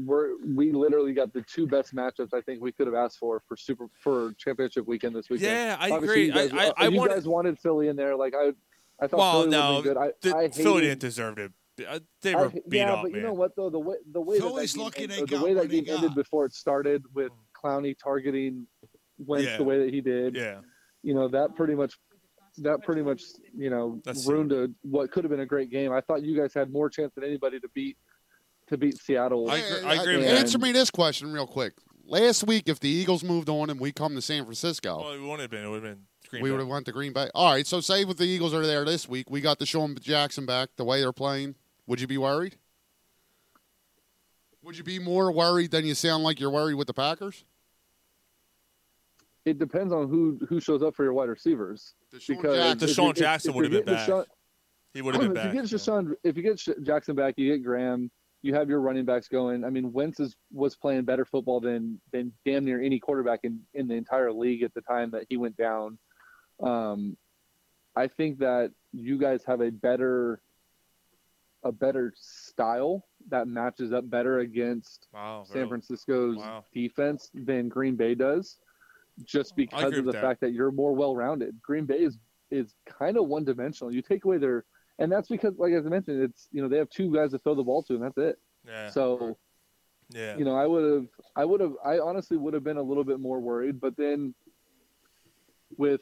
[SPEAKER 11] we're we literally got the two best matchups I think we could have asked for for super for championship weekend this weekend.
[SPEAKER 12] Yeah, I
[SPEAKER 11] Obviously,
[SPEAKER 12] agree.
[SPEAKER 11] You guys,
[SPEAKER 12] I- I-
[SPEAKER 11] uh,
[SPEAKER 12] I
[SPEAKER 11] you
[SPEAKER 12] wanted-
[SPEAKER 11] guys wanted Philly in there. Like I, I thought
[SPEAKER 12] Well,
[SPEAKER 11] Philly
[SPEAKER 12] no,
[SPEAKER 11] would be good. I,
[SPEAKER 12] the,
[SPEAKER 11] I hated,
[SPEAKER 12] Philly didn't deserve it. Uh, They were
[SPEAKER 11] I-
[SPEAKER 12] beat
[SPEAKER 11] yeah,
[SPEAKER 12] up,
[SPEAKER 11] but
[SPEAKER 12] man.
[SPEAKER 11] you know what though the way the way
[SPEAKER 9] Philly's
[SPEAKER 11] that, that
[SPEAKER 9] lucky
[SPEAKER 11] game,
[SPEAKER 9] they
[SPEAKER 11] ended- the
[SPEAKER 9] got
[SPEAKER 11] way
[SPEAKER 9] what
[SPEAKER 11] that
[SPEAKER 9] they
[SPEAKER 11] game ended
[SPEAKER 9] got.
[SPEAKER 11] before it started with Clowney targeting Wentz
[SPEAKER 12] Yeah.
[SPEAKER 11] the way that he did.
[SPEAKER 12] Yeah.
[SPEAKER 11] You know that pretty much that pretty much you know
[SPEAKER 12] That's
[SPEAKER 11] ruined a, what could have been a great game. I thought you guys had more chance than anybody to beat to beat Seattle.
[SPEAKER 7] Answer me this question real quick. Last week, if the Eagles moved on and we come to San Francisco,
[SPEAKER 12] Well, it wouldn't have been. It would have been. Green
[SPEAKER 7] we
[SPEAKER 12] Bay.
[SPEAKER 7] would have went to Green Bay. All right, so say if the Eagles are there this week, we got the Sean Jackson back the way they're playing. Would you be worried? Would you be more worried than you sound like you're worried with the Packers?
[SPEAKER 11] It depends on who who shows up for your wide receivers.
[SPEAKER 12] Jack-
[SPEAKER 11] if
[SPEAKER 12] Deshaun
[SPEAKER 11] you- if-
[SPEAKER 12] Jackson
[SPEAKER 11] if
[SPEAKER 12] would have
[SPEAKER 11] you're
[SPEAKER 12] been
[SPEAKER 11] getting
[SPEAKER 12] back.
[SPEAKER 11] Deshaun-
[SPEAKER 12] he would have been back.
[SPEAKER 11] If you get Deshaun, if you get Sh- Jackson back, you get Graham. You have your running backs going. I mean, Wentz is, was playing better football than than damn near any quarterback in in the entire league at the time that he went down. Um, I think that you guys have a better a better style that matches up better against
[SPEAKER 12] Wow,
[SPEAKER 11] San
[SPEAKER 12] really?
[SPEAKER 11] Francisco's
[SPEAKER 12] Wow.
[SPEAKER 11] defense than Green Bay does, just because
[SPEAKER 12] agree
[SPEAKER 11] of the
[SPEAKER 12] with that.
[SPEAKER 11] fact that you're more well-rounded. Green Bay is is kind of one-dimensional. You take away their, and that's because, like as I mentioned, it's you know they have two guys to throw the ball to, and that's it.
[SPEAKER 12] Yeah.
[SPEAKER 11] So
[SPEAKER 12] yeah.
[SPEAKER 11] you know, I would have, I would have, I honestly would have been a little bit more worried. But then, with,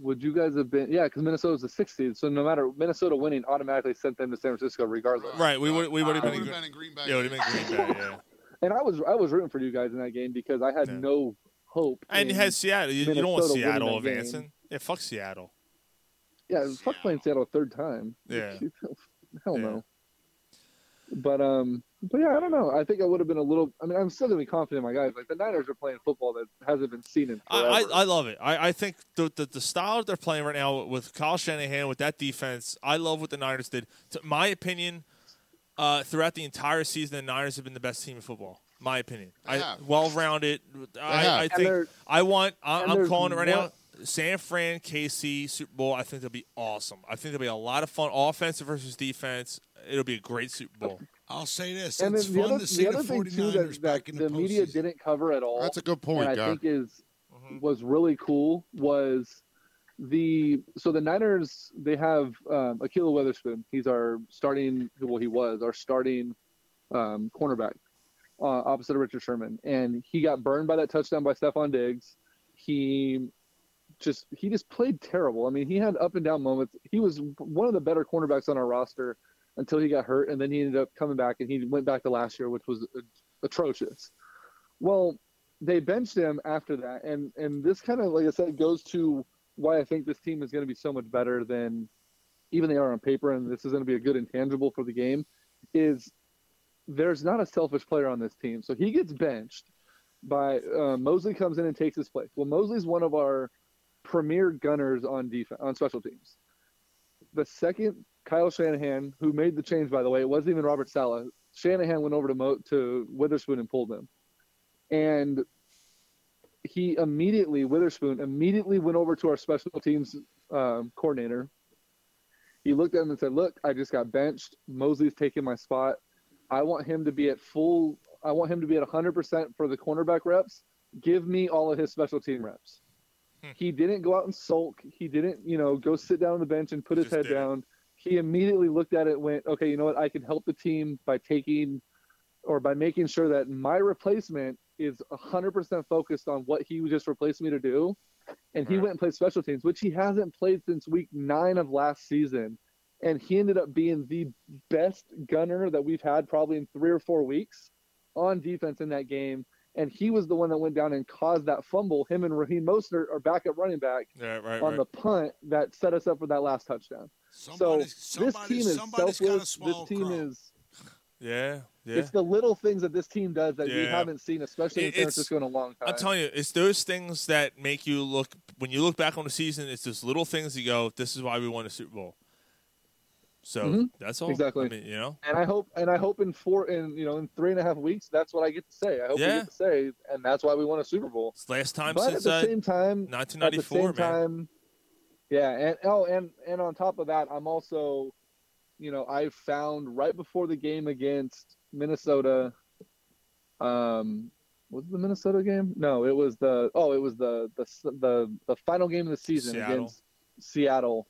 [SPEAKER 11] would you guys have been? Yeah, because Minnesota's the sixth seed, so no matter Minnesota winning automatically sent them to San Francisco regardless.
[SPEAKER 12] right. We would. We would have
[SPEAKER 7] I
[SPEAKER 12] been,
[SPEAKER 7] would've
[SPEAKER 12] in
[SPEAKER 7] been in Green Bay.
[SPEAKER 12] Yeah, would have been Green Bay. Yeah.
[SPEAKER 11] And I was, I was rooting for you guys in that game because I had no hope.
[SPEAKER 6] And
[SPEAKER 11] in
[SPEAKER 6] has Seattle. You, you don't want
[SPEAKER 11] Minnesota winning
[SPEAKER 6] Seattle
[SPEAKER 11] that game.
[SPEAKER 6] advancing. Yeah, fuck Seattle.
[SPEAKER 11] Yeah, fuck playing Seattle a third time.
[SPEAKER 6] Yeah.
[SPEAKER 11] Hell no. But um, but yeah, I don't know. I think I would have been a little. I mean, I'm still gonna be confident in my guys. Like the Niners are playing football that hasn't been seen in forever.
[SPEAKER 6] I, I, I love it. I, I think the, the the style that they're playing right now with Kyle Shanahan with that defense, I love what the Niners did. To my opinion, uh, throughout the entire season, the Niners have been the best team in football. My opinion. I
[SPEAKER 14] have.
[SPEAKER 6] well rounded.
[SPEAKER 14] have.
[SPEAKER 6] I, I
[SPEAKER 14] And
[SPEAKER 6] think
[SPEAKER 14] they're-
[SPEAKER 6] I want. I,
[SPEAKER 14] and
[SPEAKER 6] I'm
[SPEAKER 14] there's
[SPEAKER 6] calling it right
[SPEAKER 14] one-
[SPEAKER 6] now. San Fran, KC, Super Bowl. I think they'll be awesome. I think they'll be a lot of fun, offensive versus defense. It'll be a great Super Bowl.
[SPEAKER 9] I'll say this.
[SPEAKER 11] and
[SPEAKER 9] it's
[SPEAKER 11] then the
[SPEAKER 9] fun
[SPEAKER 11] other,
[SPEAKER 9] to see
[SPEAKER 11] the
[SPEAKER 9] the,
[SPEAKER 11] other thing too
[SPEAKER 9] 49ers
[SPEAKER 11] that, that
[SPEAKER 9] back in
[SPEAKER 11] the,
[SPEAKER 9] the
[SPEAKER 11] media
[SPEAKER 9] postseason.
[SPEAKER 11] didn't cover at all.
[SPEAKER 7] That's a good point,
[SPEAKER 11] And I
[SPEAKER 7] Gar.
[SPEAKER 11] think is was really cool was the so the Niners they have um, Akilah Weatherspoon. He's our starting. Well, he was our starting um, cornerback uh, opposite of Richard Sherman, and he got burned by that touchdown by Stephon Diggs. He just he just played terrible. I mean, he had up and down moments. He was one of the better cornerbacks on our roster until he got hurt, and then he ended up coming back, and he went back to last year, which was atrocious. Well, they benched him after that, and and this kind of like I said goes to why I think this team is going to be so much better than even they are on paper, and this is going to be a good intangible for the game. Is there's not a selfish player on this team, so he gets benched by uh, Mosley comes in and takes his place. Well, Mosley's one of our premier gunners on defense on special teams. The second Kyle Shanahan, who made the change by the way, it wasn't even Robert Sala. Shanahan went over to Mo- to Witherspoon and pulled him, and he immediately Witherspoon immediately went over to our special teams um, coordinator. He looked at him and said, "Look, I just got benched. Mosley's taking my spot. I want him to be at full. I want him to be at 100% for the cornerback reps. Give me all of his special team reps." He didn't go out and sulk. He didn't, you know, go sit down on the bench and put his head down. He immediately looked at it, and went, "Okay, you know what? I can help the team by taking or by making sure that my replacement is 100% focused on what he just replaced me to do. And he went and played special teams, which he hasn't played since week nine of last season. And he ended up being the best gunner that we've had probably in three or four weeks on defense in that game. And he was the one that went down and caused that fumble. Him and Raheem Mostert are backup running back
[SPEAKER 6] Yeah, right,
[SPEAKER 11] on
[SPEAKER 6] right.
[SPEAKER 11] the punt that set us up for that last touchdown. so this
[SPEAKER 9] somebody-
[SPEAKER 11] team is
[SPEAKER 9] somebody's gotta
[SPEAKER 11] selfless.
[SPEAKER 9] swallow
[SPEAKER 11] This team
[SPEAKER 9] crow.
[SPEAKER 11] is
[SPEAKER 6] Yeah, yeah.
[SPEAKER 11] it's the little things that this team does that we
[SPEAKER 6] Yeah.
[SPEAKER 11] haven't seen, especially in
[SPEAKER 6] It-
[SPEAKER 11] San
[SPEAKER 6] it's-
[SPEAKER 11] Francisco in a long time.
[SPEAKER 6] I'm telling you, it's those things that make you look when you look back on the season. It's those little things you go, "This is why we won the Super Bowl." So
[SPEAKER 11] Mhm.
[SPEAKER 6] that's all.
[SPEAKER 11] Exactly.
[SPEAKER 6] I mean, you know,
[SPEAKER 11] and I hope, and I hope in four, in you know, in three and a half weeks, that's what I get to say. I hope we
[SPEAKER 6] Yeah.
[SPEAKER 11] get to say, and that's why we won a Super Bowl.
[SPEAKER 6] it's the last time
[SPEAKER 11] but
[SPEAKER 6] since
[SPEAKER 11] at the
[SPEAKER 6] uh,
[SPEAKER 11] same time, at the
[SPEAKER 6] 1994, man.
[SPEAKER 11] same time, yeah, and oh, and and on top of that, I'm also, you know, I found right before the game against Minnesota, um, was it the Minnesota game? No, it was the oh, it was the the the, the final game of the season
[SPEAKER 6] Seattle.
[SPEAKER 11] against Seattle.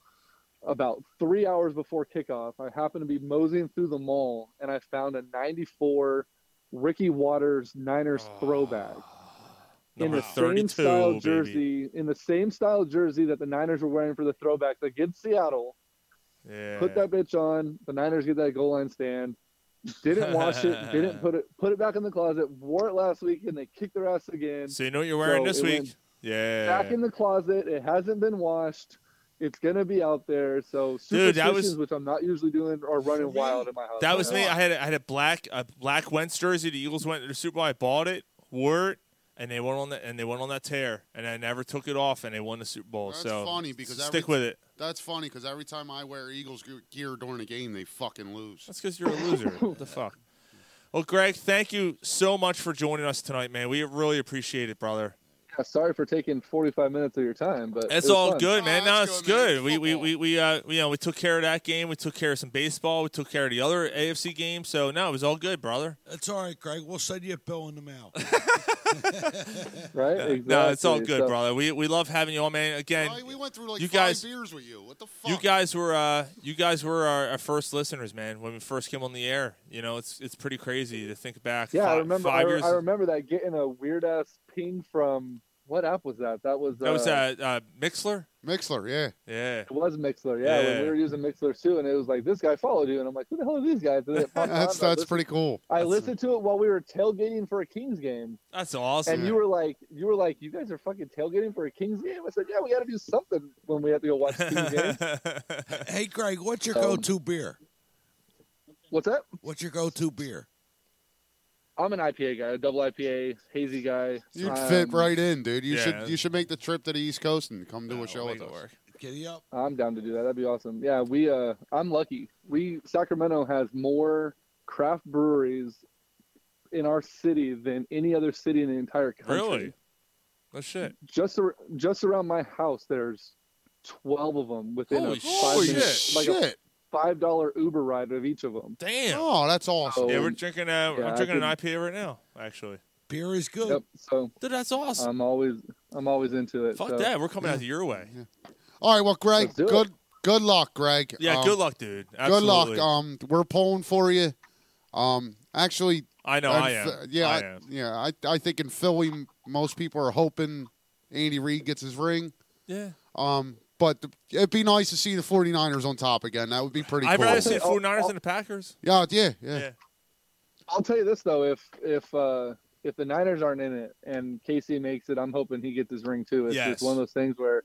[SPEAKER 11] About three hours before kickoff, I happened to be moseying through the mall and I found a '94 Ricky Waters Niners
[SPEAKER 6] Oh.
[SPEAKER 11] throwback in
[SPEAKER 6] Number
[SPEAKER 11] the same
[SPEAKER 6] 32,
[SPEAKER 11] style
[SPEAKER 6] baby.
[SPEAKER 11] jersey, in the same style jersey that the Niners were wearing for the throwback against Seattle.
[SPEAKER 6] yeah.
[SPEAKER 11] Put that bitch on. The Niners get that goal line stand. Didn't wash it. Didn't put it. Put it back in the closet. Wore it last week, and they kicked their ass again.
[SPEAKER 6] So you know what you're wearing
[SPEAKER 11] So
[SPEAKER 6] this
[SPEAKER 11] it
[SPEAKER 6] week?
[SPEAKER 11] went
[SPEAKER 6] Yeah.
[SPEAKER 11] Back in the closet. It hasn't been washed. It's gonna be out there. So
[SPEAKER 6] Dude, that
[SPEAKER 11] superstitions,
[SPEAKER 6] was-
[SPEAKER 11] which I'm not usually doing, or running wild in my house.
[SPEAKER 6] That was
[SPEAKER 11] right
[SPEAKER 6] me.
[SPEAKER 11] now.
[SPEAKER 6] I had a, I had a black a black Wentz jersey. The Eagles went to the Super Bowl. I bought it, wore it, and they went on that and they went on that tear, and I never took it off, and they won the Super Bowl.
[SPEAKER 7] That's
[SPEAKER 6] so
[SPEAKER 7] funny because
[SPEAKER 6] stick
[SPEAKER 7] every,
[SPEAKER 6] with it.
[SPEAKER 7] That's funny because every time I wear Eagles ge- gear during a game, they fucking lose.
[SPEAKER 6] That's because you're a loser. what the fuck? Well, Greg, thank you so much for joining us tonight, man. We really appreciate it, brother.
[SPEAKER 11] Yeah, sorry for taking 45 minutes of your time, but it
[SPEAKER 6] That's
[SPEAKER 11] was
[SPEAKER 6] all
[SPEAKER 11] fun.
[SPEAKER 6] good, man. no, it's good. We we we we uh we, you know we took care of that game. We took care of some baseball. We took care of the other AFC game. So no, it was all good, brother.
[SPEAKER 9] It's all right, Greg. We'll send you a bill in the mail.
[SPEAKER 11] right?
[SPEAKER 6] Yeah. No, it's all good, brother. We we love having you on, man. Again,
[SPEAKER 7] Why- we went through like
[SPEAKER 6] you
[SPEAKER 7] five
[SPEAKER 6] guys-
[SPEAKER 7] beers with you. What the fuck?
[SPEAKER 6] you guys were uh you guys were our, our first listeners, man. When we first came on the air, you know, it's it's pretty crazy to think back.
[SPEAKER 11] Yeah,
[SPEAKER 6] five,
[SPEAKER 11] I remember.
[SPEAKER 6] five
[SPEAKER 11] I,
[SPEAKER 6] years.
[SPEAKER 11] I remember that getting a weird ass ping from what app was that? That was
[SPEAKER 6] that was
[SPEAKER 11] uh,
[SPEAKER 6] uh, uh Mixler.
[SPEAKER 7] Mixler, yeah.
[SPEAKER 6] Yeah.
[SPEAKER 11] It was Mixler, yeah. When
[SPEAKER 7] Yeah.
[SPEAKER 11] we were using Mixler too, and it was like this guy followed you, and I'm like, who the hell are these guys? And then it popped on,
[SPEAKER 7] that's
[SPEAKER 11] and I
[SPEAKER 7] that's
[SPEAKER 11] listened-
[SPEAKER 7] pretty cool.
[SPEAKER 11] I listened to it while we were tailgating for a Kings game.
[SPEAKER 6] That's awesome.
[SPEAKER 11] And you were like, you were like, you guys are fucking tailgating for a Kings game. I said, yeah, we got to do something when we have to go watch Kings games.
[SPEAKER 9] hey, Greg, what's your
[SPEAKER 11] Um,
[SPEAKER 9] go-to beer?
[SPEAKER 11] What's that?
[SPEAKER 9] What's your go-to beer?
[SPEAKER 11] I'm an IPA guy, a double IPA, hazy guy.
[SPEAKER 7] You'd
[SPEAKER 11] Um,
[SPEAKER 7] fit right in, dude. You
[SPEAKER 11] yeah.
[SPEAKER 7] should you should make the trip to the East Coast and come to a show with us.
[SPEAKER 9] Giddy up.
[SPEAKER 11] I'm down to do that. That'd be awesome. Yeah, we. Uh, I'm lucky. We Sacramento has more craft breweries in our city than any other city in the entire country.
[SPEAKER 6] Really? Oh shit.
[SPEAKER 11] Just ar- just around my house, there's twelve of them within
[SPEAKER 6] Holy
[SPEAKER 11] a five
[SPEAKER 6] holy
[SPEAKER 11] minute,
[SPEAKER 6] shit.
[SPEAKER 11] like a
[SPEAKER 6] Shit.
[SPEAKER 11] five dollar Uber ride of each of them.
[SPEAKER 6] Damn.
[SPEAKER 7] Oh, that's awesome.
[SPEAKER 6] Yeah, we're drinking. Uh,
[SPEAKER 11] Yeah, I
[SPEAKER 6] I'm drinking an
[SPEAKER 11] could-
[SPEAKER 6] IPA right now, actually.
[SPEAKER 9] Beer is good.
[SPEAKER 11] Yep. So,
[SPEAKER 6] dude, that's awesome.
[SPEAKER 11] I'm always I'm always into it.
[SPEAKER 6] Fuck
[SPEAKER 11] Uh, so.
[SPEAKER 6] that. We're coming out your way.
[SPEAKER 7] All right, well, Greg,
[SPEAKER 11] Let's do it.
[SPEAKER 7] good good luck, Greg.
[SPEAKER 6] Yeah,
[SPEAKER 7] Um,
[SPEAKER 6] good luck, dude.
[SPEAKER 7] Good luck.
[SPEAKER 6] Absolutely.
[SPEAKER 7] Um, we're pulling for you. Um, actually,
[SPEAKER 6] I know,
[SPEAKER 7] I'm
[SPEAKER 6] I am.
[SPEAKER 7] f- Yeah,
[SPEAKER 6] I
[SPEAKER 7] I
[SPEAKER 6] am.
[SPEAKER 7] yeah. I I think in Philly, m- most people are hoping Andy Reid gets his ring.
[SPEAKER 6] Yeah.
[SPEAKER 7] Um, but th- it'd be nice to see the 49ers on top again. That would be pretty.
[SPEAKER 6] I'd
[SPEAKER 7] cool.
[SPEAKER 6] rather
[SPEAKER 11] Oh,
[SPEAKER 6] see the 49ers than the Packers.
[SPEAKER 7] Yeah, yeah, yeah.
[SPEAKER 11] I'll tell you this though, if if uh, if the Niners aren't in it and Casey makes it, I'm hoping he gets his ring too. It's
[SPEAKER 7] Yes.
[SPEAKER 11] just one of those things where,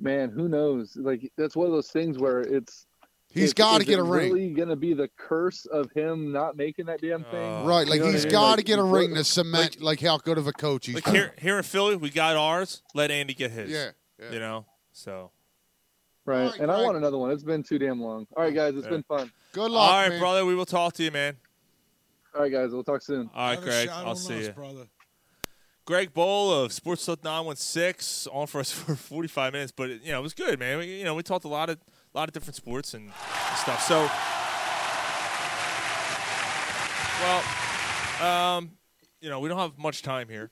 [SPEAKER 11] man, who knows? Like that's one of those things where it's
[SPEAKER 7] He's
[SPEAKER 11] is-
[SPEAKER 7] gotta
[SPEAKER 11] is
[SPEAKER 7] get
[SPEAKER 11] it
[SPEAKER 7] a ring. Uh,
[SPEAKER 11] Really going to be the curse of him not making that damn thing,
[SPEAKER 7] Right, like
[SPEAKER 11] You know
[SPEAKER 7] he's
[SPEAKER 11] what I mean?
[SPEAKER 7] got to
[SPEAKER 11] Like,
[SPEAKER 7] get a
[SPEAKER 11] what-
[SPEAKER 7] ring to cement like, how good of a coach he's.
[SPEAKER 6] Like here, here in Philly, we got ours. Let Andy get his.
[SPEAKER 7] Yeah, yeah.
[SPEAKER 6] You know. So.
[SPEAKER 11] Right, and I want another one. It's been too damn long. All right, guys, it's
[SPEAKER 6] Yeah.
[SPEAKER 11] been fun.
[SPEAKER 7] Good
[SPEAKER 6] All right, brother. We will talk to you, man.
[SPEAKER 11] All right, guys, we'll talk soon.
[SPEAKER 6] All right,
[SPEAKER 11] Have a
[SPEAKER 6] Greg.
[SPEAKER 11] shot
[SPEAKER 6] I'll
[SPEAKER 11] on
[SPEAKER 6] see
[SPEAKER 11] us,
[SPEAKER 6] you,
[SPEAKER 9] brother.
[SPEAKER 6] Greg Bowl of Sports Talk 916 on for us for 45 minutes, but it, you know it was good, man. We, you know we talked a lot of lot of different sports and stuff. So, well, um, you know we don't have much time here,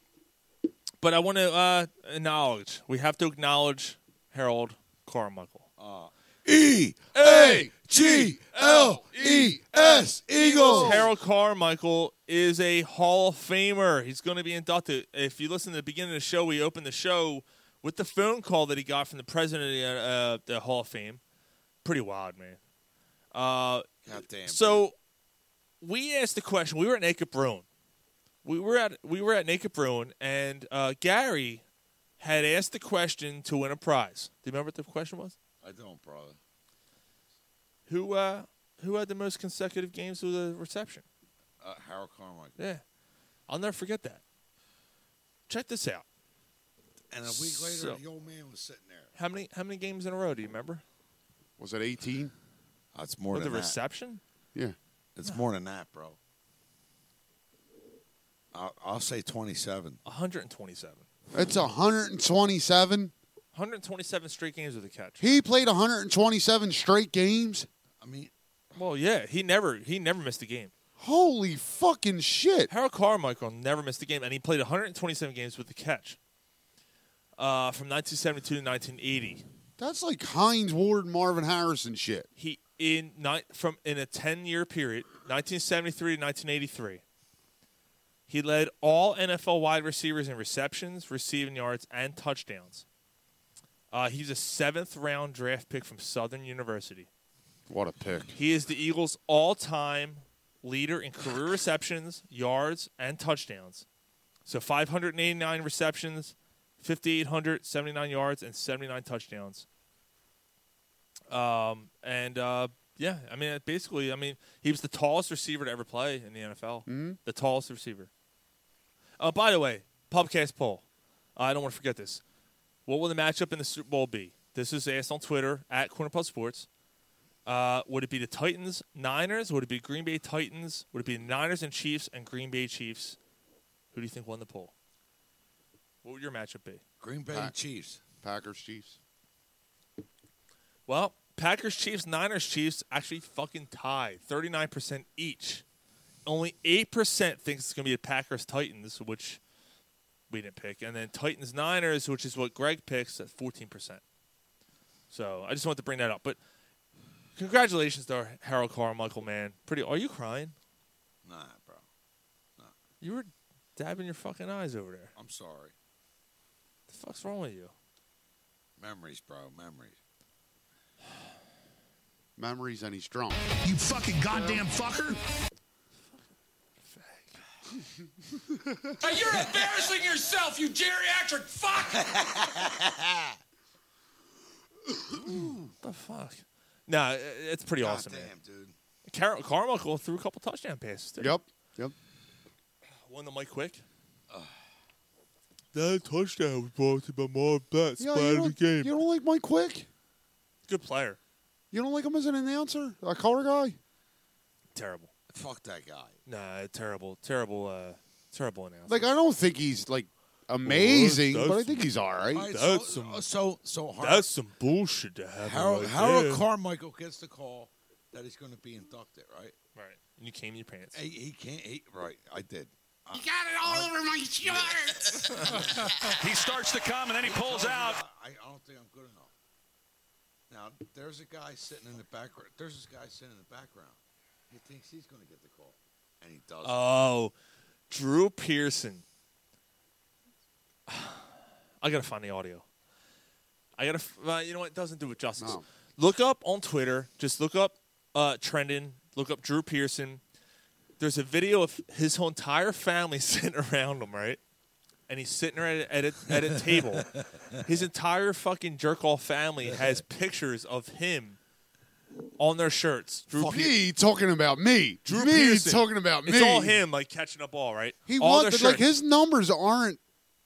[SPEAKER 6] but I want to uh, acknowledge. We have to acknowledge Harold Carmichael.
[SPEAKER 9] E
[SPEAKER 6] A
[SPEAKER 9] G L E S Eagles.
[SPEAKER 6] Harold Carmichael is a Hall of Famer. He's going to be inducted. If you listen to the beginning of the show, we opened the show with the phone call that he got from the president of the, uh, the Hall of Fame. Pretty wild, man. Uh,
[SPEAKER 9] God damn.
[SPEAKER 6] So we asked the question. We were at Naked Bruin. We were at we were at Naked Bruin, and uh, Gary had asked the question to win a prize. Do you remember what the question was?
[SPEAKER 9] I don't, brother.
[SPEAKER 6] Who uh, who had the most consecutive games with a reception?
[SPEAKER 9] Uh, Harold Carmichael.
[SPEAKER 6] Yeah. I'll never forget that. Check this out.
[SPEAKER 9] And a week later,
[SPEAKER 6] So-
[SPEAKER 9] the old man was sitting there.
[SPEAKER 6] How many how many games in a row do you remember?
[SPEAKER 7] Was it 18?
[SPEAKER 9] That's more
[SPEAKER 6] With
[SPEAKER 9] than
[SPEAKER 6] the
[SPEAKER 9] that.
[SPEAKER 6] reception?
[SPEAKER 7] Yeah.
[SPEAKER 9] It's more than that, bro. I'll, I'll say 27.
[SPEAKER 6] 127.
[SPEAKER 7] It's 127.
[SPEAKER 6] 127 straight games with a catch.
[SPEAKER 7] He played 127 straight games.
[SPEAKER 9] I mean,
[SPEAKER 6] Well, yeah, he never he never missed a game.
[SPEAKER 7] Holy fucking shit.
[SPEAKER 6] Harold Carmichael never missed a game, and he played 127 games with a catch. Uh, from 1972 to 1980,
[SPEAKER 7] That's like Heinz Ward, Marvin Harrison shit.
[SPEAKER 6] he in ni- from in a 10 year period, 1973 to 1983. He led all NFL wide receivers in receptions, receiving yards, and touchdowns. Uh, he's a seventh round draft pick from Southern University.
[SPEAKER 7] What a pick.
[SPEAKER 6] He is the Eagles' all time leader in career receptions, yards, and touchdowns. So 589 receptions, 5,879 yards, and 79 touchdowns. Um, and uh, yeah, I mean, basically, I mean, he was the tallest receiver to ever play in the NFL.
[SPEAKER 7] Mhm.
[SPEAKER 6] The tallest receiver. Uh, by the way, podcast poll. I don't want to forget this. What will the matchup in the Super Bowl be? This is asked on Twitter at Corner Pub Sports. Uh, would it be the Titans, Niners? Would it be Green Bay Titans? Would it be Niners and Chiefs and Green Bay Chiefs? Who do you think won the poll? What would your matchup be?
[SPEAKER 9] Green Bay
[SPEAKER 6] Pack-
[SPEAKER 9] Chiefs.
[SPEAKER 7] Packers, Chiefs.
[SPEAKER 6] Well, Packers, Chiefs, Niners, Chiefs actually fucking tied, thirty nine percent each. Only eight percent thinks it's gonna be a Packers Titans, which we didn't pick, and then Titans Niners, which is what Greg picks at fourteen percent. So I just wanted to bring that up, but congratulations to Harold Carmichael, man. Pretty. Are you crying?
[SPEAKER 9] Nah, bro.
[SPEAKER 6] You were dabbing your fucking eyes over there.
[SPEAKER 9] I'm sorry.
[SPEAKER 6] The fuck's wrong with you?
[SPEAKER 9] Memories, bro. Memories.
[SPEAKER 7] Memories and he's drunk.
[SPEAKER 1] You fucking goddamn fucker.
[SPEAKER 3] Hey, you're embarrassing yourself, you geriatric fuck!
[SPEAKER 6] the fuck? No, it's pretty
[SPEAKER 9] God
[SPEAKER 6] awesome, man.
[SPEAKER 9] Damn, dude.
[SPEAKER 6] Car- Carmichael threw a couple touchdown passes. Too.
[SPEAKER 7] Yep. Yep.
[SPEAKER 6] One to Mike Quick. That touchdown was brought to by Marv Blatt.
[SPEAKER 7] Yeah, you, don't, you don't like Mike Quick?
[SPEAKER 6] Good player.
[SPEAKER 7] You don't like him as an announcer, a color guy?
[SPEAKER 6] Terrible.
[SPEAKER 9] Fuck that guy.
[SPEAKER 6] Nah, terrible, terrible, uh, terrible announcement.
[SPEAKER 7] Like I don't think he's like amazing, but I think he's all right.
[SPEAKER 9] so, uh, so so hard.
[SPEAKER 6] That's some bullshit to happen.
[SPEAKER 9] Harold,
[SPEAKER 6] right
[SPEAKER 9] Harold
[SPEAKER 6] there.
[SPEAKER 9] Carmichael gets the call that he's going to be inducted, right?
[SPEAKER 6] Right. And you came in your pants.
[SPEAKER 9] He, he can't. He, right. I did.
[SPEAKER 3] You got it all over my shorts.
[SPEAKER 15] he starts to come and then he pulls out.
[SPEAKER 9] uh, I, I don't think I'm good enough. Now there's a guy sitting in the background. There's this guy sitting in the background. He thinks he's going to get the call, and he doesn't.
[SPEAKER 6] Oh, Drew Pearson. I gotta find the audio. I gotta. f- Uh, you know what? It doesn't do it justice. Look up on Twitter. Just look up uh, trending. Look up Drew Pearson. There's a video of his whole entire family sitting around him, right? And he's sitting at a, at a, at a table. His entire fucking jerk off family has pictures of him on their shirts. Drew
[SPEAKER 7] Fuck
[SPEAKER 6] Pearson.
[SPEAKER 7] me talking about me.
[SPEAKER 6] Drew
[SPEAKER 7] me
[SPEAKER 6] Pearson.
[SPEAKER 7] talking about me.
[SPEAKER 6] It's all him, like catching a ball, right?
[SPEAKER 7] He
[SPEAKER 6] all
[SPEAKER 7] wants
[SPEAKER 6] their
[SPEAKER 7] like
[SPEAKER 6] shirts.
[SPEAKER 7] his numbers aren't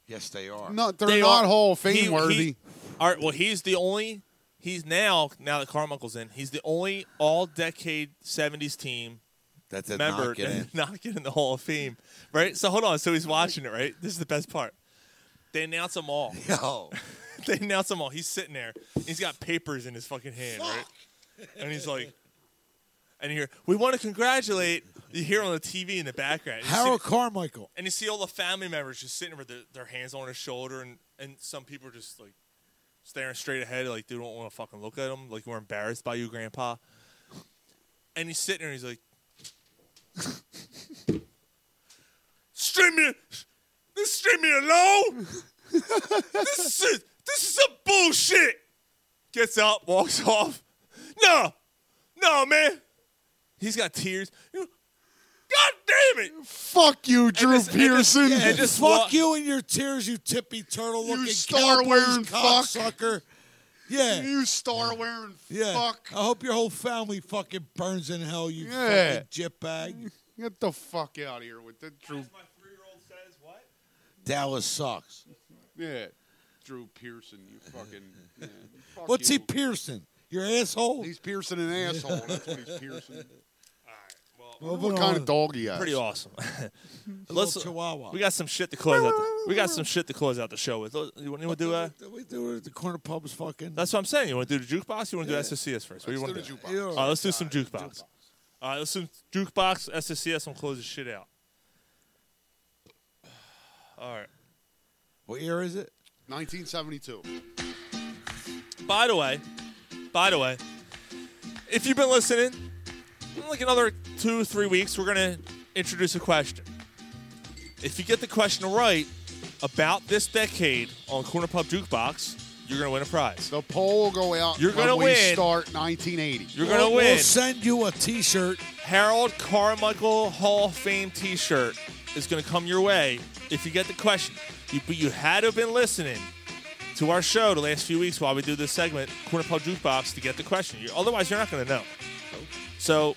[SPEAKER 9] Yes, they are.
[SPEAKER 7] No, they're
[SPEAKER 6] They
[SPEAKER 7] not
[SPEAKER 6] are-
[SPEAKER 7] Hall of Fame
[SPEAKER 6] he- he-
[SPEAKER 7] worthy.
[SPEAKER 6] all right, well, he's the only. He's now now that Carmichael's in. He's the only all-decade '70s team
[SPEAKER 9] That did not
[SPEAKER 6] member
[SPEAKER 9] get
[SPEAKER 6] that
[SPEAKER 9] in.
[SPEAKER 6] did not get in the Hall of Fame. Right. So hold on. So he's watching it. Right. This is the best part. They announce them all.
[SPEAKER 9] Yo.
[SPEAKER 6] they announce them all. He's sitting there. He's got papers in his fucking hand. Right. And he's like. And you hear, we want to congratulate. You hear on the TV in the background. You see-
[SPEAKER 9] Harold Carmichael.
[SPEAKER 6] and you see all the family members just sitting with their, their hands on his shoulder, and, and some people are just like staring straight ahead, like they don't want to fucking look at him, like we're embarrassed by you, Grandpa. And he's sitting there, and he's like, "Stream me, this stream me alone. this is this is some bullshit." Gets up, walks off. No, no, man. He's got tears. God damn it!
[SPEAKER 7] Fuck you, Drew
[SPEAKER 6] just- and just-
[SPEAKER 7] Pearson.
[SPEAKER 6] yeah, and just
[SPEAKER 9] Fuck
[SPEAKER 6] walk-
[SPEAKER 9] you and your tears, you tippy turtle looking
[SPEAKER 7] star
[SPEAKER 9] Cowboys
[SPEAKER 7] wearing fuck.
[SPEAKER 9] cocksucker. Yeah.
[SPEAKER 7] You star wearing
[SPEAKER 9] Yeah.
[SPEAKER 7] fuck.
[SPEAKER 6] Uh,
[SPEAKER 9] I hope your whole family fucking burns in hell, you
[SPEAKER 7] Yeah.
[SPEAKER 9] fucking jip bag.
[SPEAKER 7] Get the fuck out of here with the Drew.
[SPEAKER 9] Dallas sucks.
[SPEAKER 7] Yeah, Drew Pearson. You fucking. yeah. Fuck
[SPEAKER 9] What's he
[SPEAKER 7] you.
[SPEAKER 9] piercing? Your asshole?
[SPEAKER 7] He's piercing an asshole. That's what he's piercing.
[SPEAKER 9] Well,
[SPEAKER 7] what kind of dog he has?
[SPEAKER 6] Pretty awesome.
[SPEAKER 9] Let's, chihuahua.
[SPEAKER 6] uh, We got some shit to close out. The, we got some shit to close out the show with. You want to do uh,
[SPEAKER 9] we do it at the corner pub's fucking.
[SPEAKER 6] That's what I'm saying. You want to do the jukebox? You want to do SSCS first? What do you
[SPEAKER 7] Let's
[SPEAKER 6] want
[SPEAKER 7] do
[SPEAKER 6] to
[SPEAKER 7] the
[SPEAKER 6] do?
[SPEAKER 7] jukebox.
[SPEAKER 6] All right, let's do some jukebox. All right, let's do jukebox SSCS and close the shit out. All right.
[SPEAKER 9] What year is it?
[SPEAKER 7] 1972.
[SPEAKER 6] By the way, by the way, if you've been listening, in like another two, three weeks, we're gonna introduce a question. If you get the question right about this decade on Corner Pub Jukebox, you're gonna win a prize.
[SPEAKER 7] The poll will go out.
[SPEAKER 6] You're
[SPEAKER 7] when
[SPEAKER 6] gonna
[SPEAKER 7] we
[SPEAKER 6] win.
[SPEAKER 7] Start 1980.
[SPEAKER 6] You're gonna
[SPEAKER 9] We'll-
[SPEAKER 6] win.
[SPEAKER 9] We'll send you a T-shirt.
[SPEAKER 6] Harold Carmichael Hall of Fame T-shirt is going to come your way if you get the question. You, but you had to have been listening to our show the last few weeks while we do this segment, Corner Pub Jukebox, to get the question. You, otherwise, you're not going to know. So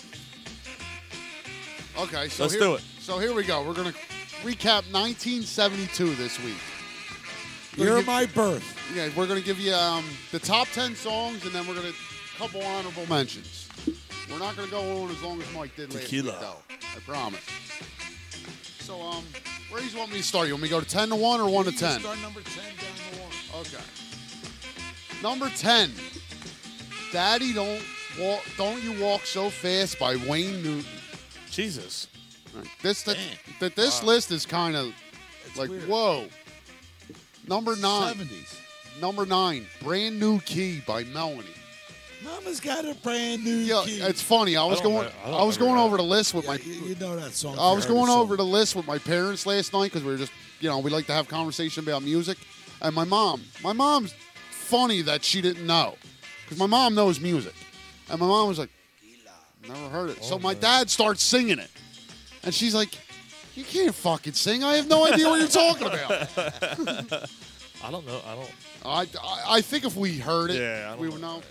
[SPEAKER 7] Okay, so
[SPEAKER 6] Let's
[SPEAKER 7] here,
[SPEAKER 6] do it.
[SPEAKER 7] So here we go. We're gonna recap 1972 this week.
[SPEAKER 9] Year
[SPEAKER 7] We're
[SPEAKER 9] of
[SPEAKER 7] gonna
[SPEAKER 9] my birth.
[SPEAKER 7] give- Yeah, we're gonna give you um, the top 10 songs, and then we're gonna couple honorable mentions. We're not gonna go on as long as Mike did last
[SPEAKER 6] Tequila.
[SPEAKER 7] week, though. I promise. So um, where do you want me to start? You want me to go to 10 to one or one to
[SPEAKER 9] You
[SPEAKER 7] ten?
[SPEAKER 9] Start number ten down the one.
[SPEAKER 7] Okay. Number 10, Daddy Don't Walk, Don't You Walk So Fast by Wayne Newton.
[SPEAKER 6] Jesus.
[SPEAKER 7] This that, that this list is kind of like whoa. Number 9.
[SPEAKER 9] 70s.
[SPEAKER 7] Number 9, Brand New Key by Melanie.
[SPEAKER 9] Mama's got a brand new
[SPEAKER 7] Yeah,
[SPEAKER 9] key.
[SPEAKER 7] it's funny. I was
[SPEAKER 6] don't
[SPEAKER 7] going
[SPEAKER 6] know- I
[SPEAKER 7] I,
[SPEAKER 6] don't
[SPEAKER 7] was
[SPEAKER 6] remember
[SPEAKER 7] going
[SPEAKER 6] that.
[SPEAKER 7] over the list with my
[SPEAKER 9] You, you know that song.
[SPEAKER 7] I was
[SPEAKER 9] Forever
[SPEAKER 7] going
[SPEAKER 9] Song.
[SPEAKER 7] over the list with my parents last night because we were just, you know, we like to have conversation about music. And my mom, my mom's funny that she didn't know because my mom knows music, and my mom was like, "Never heard it." so
[SPEAKER 6] Oh,
[SPEAKER 7] my dad starts singing it, and she's like, "You can't fucking sing! I have no idea what you're talking about."
[SPEAKER 6] I don't know. I don't.
[SPEAKER 7] I, I, I think if we heard it,
[SPEAKER 6] Yeah, I don't
[SPEAKER 7] we would know.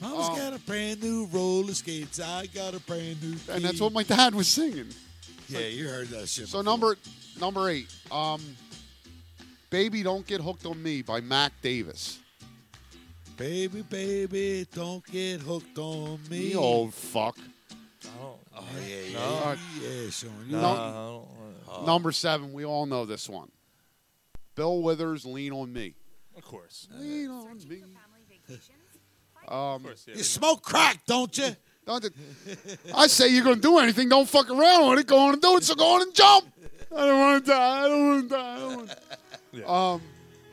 [SPEAKER 9] Mama's
[SPEAKER 7] Um,
[SPEAKER 9] got a brand new roller skates. I got a brand new.
[SPEAKER 7] and that's what my dad was singing.
[SPEAKER 9] Yeah, you heard that shit.
[SPEAKER 7] So number number eight, um, "Baby Don't Get Hooked on Me" by Mac Davis.
[SPEAKER 9] Baby, baby, don't get hooked on me.
[SPEAKER 7] You old fuck.
[SPEAKER 6] Oh,
[SPEAKER 9] yeah, yeah,
[SPEAKER 7] No.
[SPEAKER 9] yeah, yeah, Sean.
[SPEAKER 7] No, Number seven, we all know this one. Bill Withers, "Lean on Me."
[SPEAKER 6] Of course.
[SPEAKER 7] Lean on me. Um,
[SPEAKER 9] you smoke crack, don't you?
[SPEAKER 7] Don't you- I say you're gonna do anything. Don't fuck around with it. Go on and do it. So go on and jump. I don't want to die. I don't want to die. I don't wanna... Um,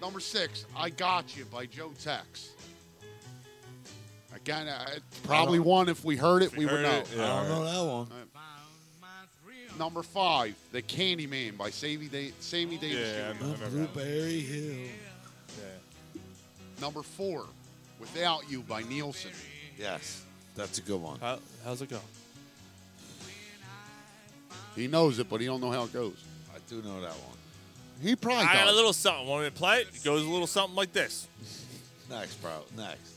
[SPEAKER 7] number six, "I Got You" by Joe Tex. Again, uh, it's probably one. If we heard it,
[SPEAKER 6] If
[SPEAKER 7] we
[SPEAKER 6] we
[SPEAKER 7] would
[SPEAKER 6] heard
[SPEAKER 7] know.
[SPEAKER 6] it, yeah, I don't know
[SPEAKER 9] that
[SPEAKER 7] one. Number five, "The Candyman" by Sammy, da- Sammy Davis. Jr.
[SPEAKER 6] Yeah, I remember that.
[SPEAKER 9] Blueberry Hill.
[SPEAKER 7] Number four, "Without You" by Nielsen.
[SPEAKER 16] Yes, that's a good one.
[SPEAKER 6] How, how's it go?
[SPEAKER 7] He knows it, but he don't know how it goes.
[SPEAKER 16] I do know that one.
[SPEAKER 7] He probably
[SPEAKER 6] I got a
[SPEAKER 7] does.
[SPEAKER 6] little something. Want me to play it? It goes a little something like this.
[SPEAKER 16] Next, bro. Next.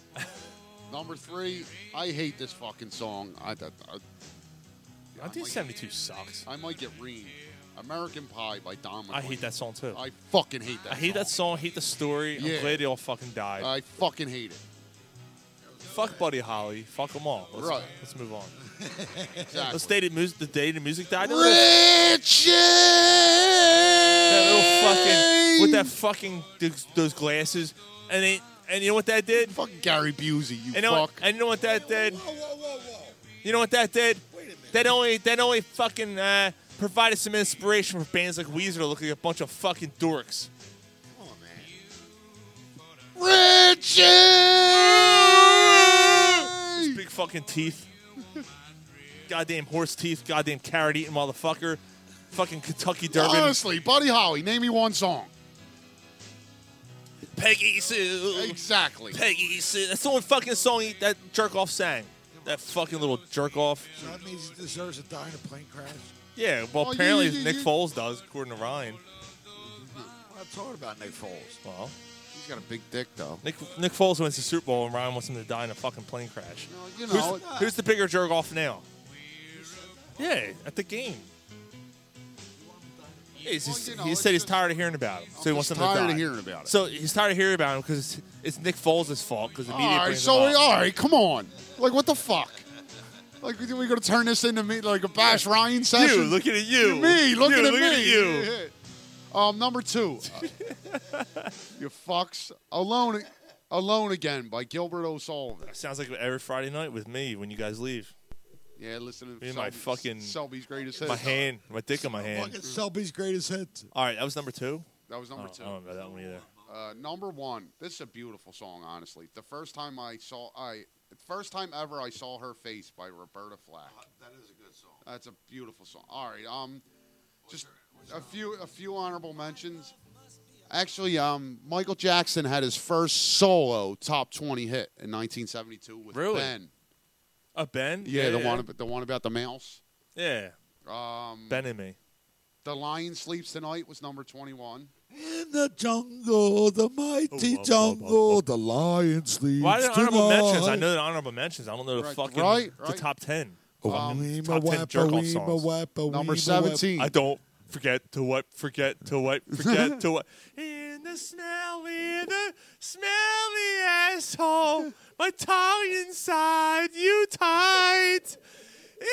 [SPEAKER 7] Number three, I hate this fucking song. I, I, I,
[SPEAKER 6] 1972 sucks.
[SPEAKER 7] I might get reamed. American Pie by Don McLean.
[SPEAKER 6] I hate that song too.
[SPEAKER 7] I fucking hate that.
[SPEAKER 6] I hate that song. Hate the story.
[SPEAKER 7] Yeah.
[SPEAKER 6] I'm glad they all fucking died.
[SPEAKER 7] I fucking hate it.
[SPEAKER 6] Fuck Buddy Holly. Fuck them all. Let's,
[SPEAKER 7] Right.
[SPEAKER 6] Let's move on.
[SPEAKER 7] Exactly.
[SPEAKER 6] Let's day the, mus- the day the music died. That little fucking with that fucking those, those glasses, and they, and you know what that did?
[SPEAKER 7] Fucking Gary Busey, you
[SPEAKER 6] and know what-
[SPEAKER 7] fuck.
[SPEAKER 6] and you know what that did?
[SPEAKER 9] Whoa, whoa, whoa, whoa.
[SPEAKER 6] You know what that did? That only that only fucking uh, provided some inspiration for bands like Weezer to look like a bunch of fucking dorks.
[SPEAKER 7] Richie!
[SPEAKER 6] These big fucking teeth. Goddamn horse teeth, goddamn carrot eating motherfucker. Fucking Kentucky Derby.
[SPEAKER 7] Honestly, Buddy Holly, name me one song.
[SPEAKER 6] Peggy Sue.
[SPEAKER 7] Exactly.
[SPEAKER 6] Peggy Sue. That's the only fucking song he, that jerk off sang. That fucking little jerk off.
[SPEAKER 9] So that means he deserves to die in a plane crash.
[SPEAKER 6] Yeah, well,
[SPEAKER 9] Oh, you-
[SPEAKER 6] apparently
[SPEAKER 9] you-
[SPEAKER 6] Nick
[SPEAKER 9] you-
[SPEAKER 6] Foles does, according to Ryan.
[SPEAKER 9] I thought about Nick Foles.
[SPEAKER 6] Well,
[SPEAKER 7] He's got a big dick, though.
[SPEAKER 6] Nick Nick Foles wins the Super Bowl, and Ryan wants him to die in a fucking plane crash.
[SPEAKER 7] you
[SPEAKER 6] Who's-
[SPEAKER 7] know, uh, it-
[SPEAKER 6] who's, the bigger jerk off now? Yeah, at the game. Yeah, he's just- he said he's tired of hearing about him, so he wants
[SPEAKER 7] just
[SPEAKER 6] him to die.
[SPEAKER 7] tired of hearing about it.
[SPEAKER 6] So he's tired of hearing about him because it's, it's Nick Foles' fault because the media
[SPEAKER 7] All right,
[SPEAKER 6] brings
[SPEAKER 7] so
[SPEAKER 6] him
[SPEAKER 7] we,
[SPEAKER 6] up.
[SPEAKER 7] all right, come on. Like, what the fuck? Like, are we gonna turn this into me like a bash Ryan session?
[SPEAKER 6] You looking at you.
[SPEAKER 7] me
[SPEAKER 6] You,
[SPEAKER 7] looking at
[SPEAKER 6] looking
[SPEAKER 7] me.
[SPEAKER 6] at you.
[SPEAKER 7] Yeah, yeah. Um, number two, uh, you fucks alone, alone again by Gilbert O'Sullivan.
[SPEAKER 6] Sounds like every Friday night with me when you guys leave.
[SPEAKER 7] Yeah, listening to
[SPEAKER 6] Me and my
[SPEAKER 7] Selby's-
[SPEAKER 6] fucking-
[SPEAKER 7] Selby's greatest hits.
[SPEAKER 6] My hand, my dick in my hand.
[SPEAKER 9] Fucking Selby's greatest hits.
[SPEAKER 6] All right, that was number two.
[SPEAKER 7] That was number
[SPEAKER 6] Oh,
[SPEAKER 7] two.
[SPEAKER 6] I don't know that one either.
[SPEAKER 7] Uh, number one, this is a beautiful song, honestly. The first time I saw, I the first time ever I saw her face by Roberta Flack.
[SPEAKER 16] Uh, That is a good song.
[SPEAKER 7] That's a beautiful song. All right, um, just a few a few honorable mentions. Actually, um, Michael Jackson had his first solo top twenty hit in 1972 with
[SPEAKER 6] Really?
[SPEAKER 7] Ben.
[SPEAKER 6] Uh, ben?
[SPEAKER 7] Yeah, the one about the one about the mouse.
[SPEAKER 6] Yeah.
[SPEAKER 7] Um,
[SPEAKER 6] Ben and me.
[SPEAKER 7] The Lion Sleeps Tonight was number 21.
[SPEAKER 9] In the jungle, the mighty jungle, the lion sleeps
[SPEAKER 6] Why are there honorable
[SPEAKER 9] tonight.
[SPEAKER 6] mentions? I know the honorable mentions. I don't know the
[SPEAKER 7] Right,
[SPEAKER 6] fucking
[SPEAKER 7] right,
[SPEAKER 6] the
[SPEAKER 7] right.
[SPEAKER 6] top ten.
[SPEAKER 9] Oh,
[SPEAKER 6] Um,
[SPEAKER 9] weema
[SPEAKER 6] top ten
[SPEAKER 9] wappa,
[SPEAKER 6] jerk off
[SPEAKER 9] weema
[SPEAKER 6] songs.
[SPEAKER 9] wappa,
[SPEAKER 7] Number
[SPEAKER 9] weema wappa.
[SPEAKER 7] 17.
[SPEAKER 6] I don't forget to what, forget to what, forget to what. In the smelly, in the smelly asshole, my tongue inside you tight. Eh,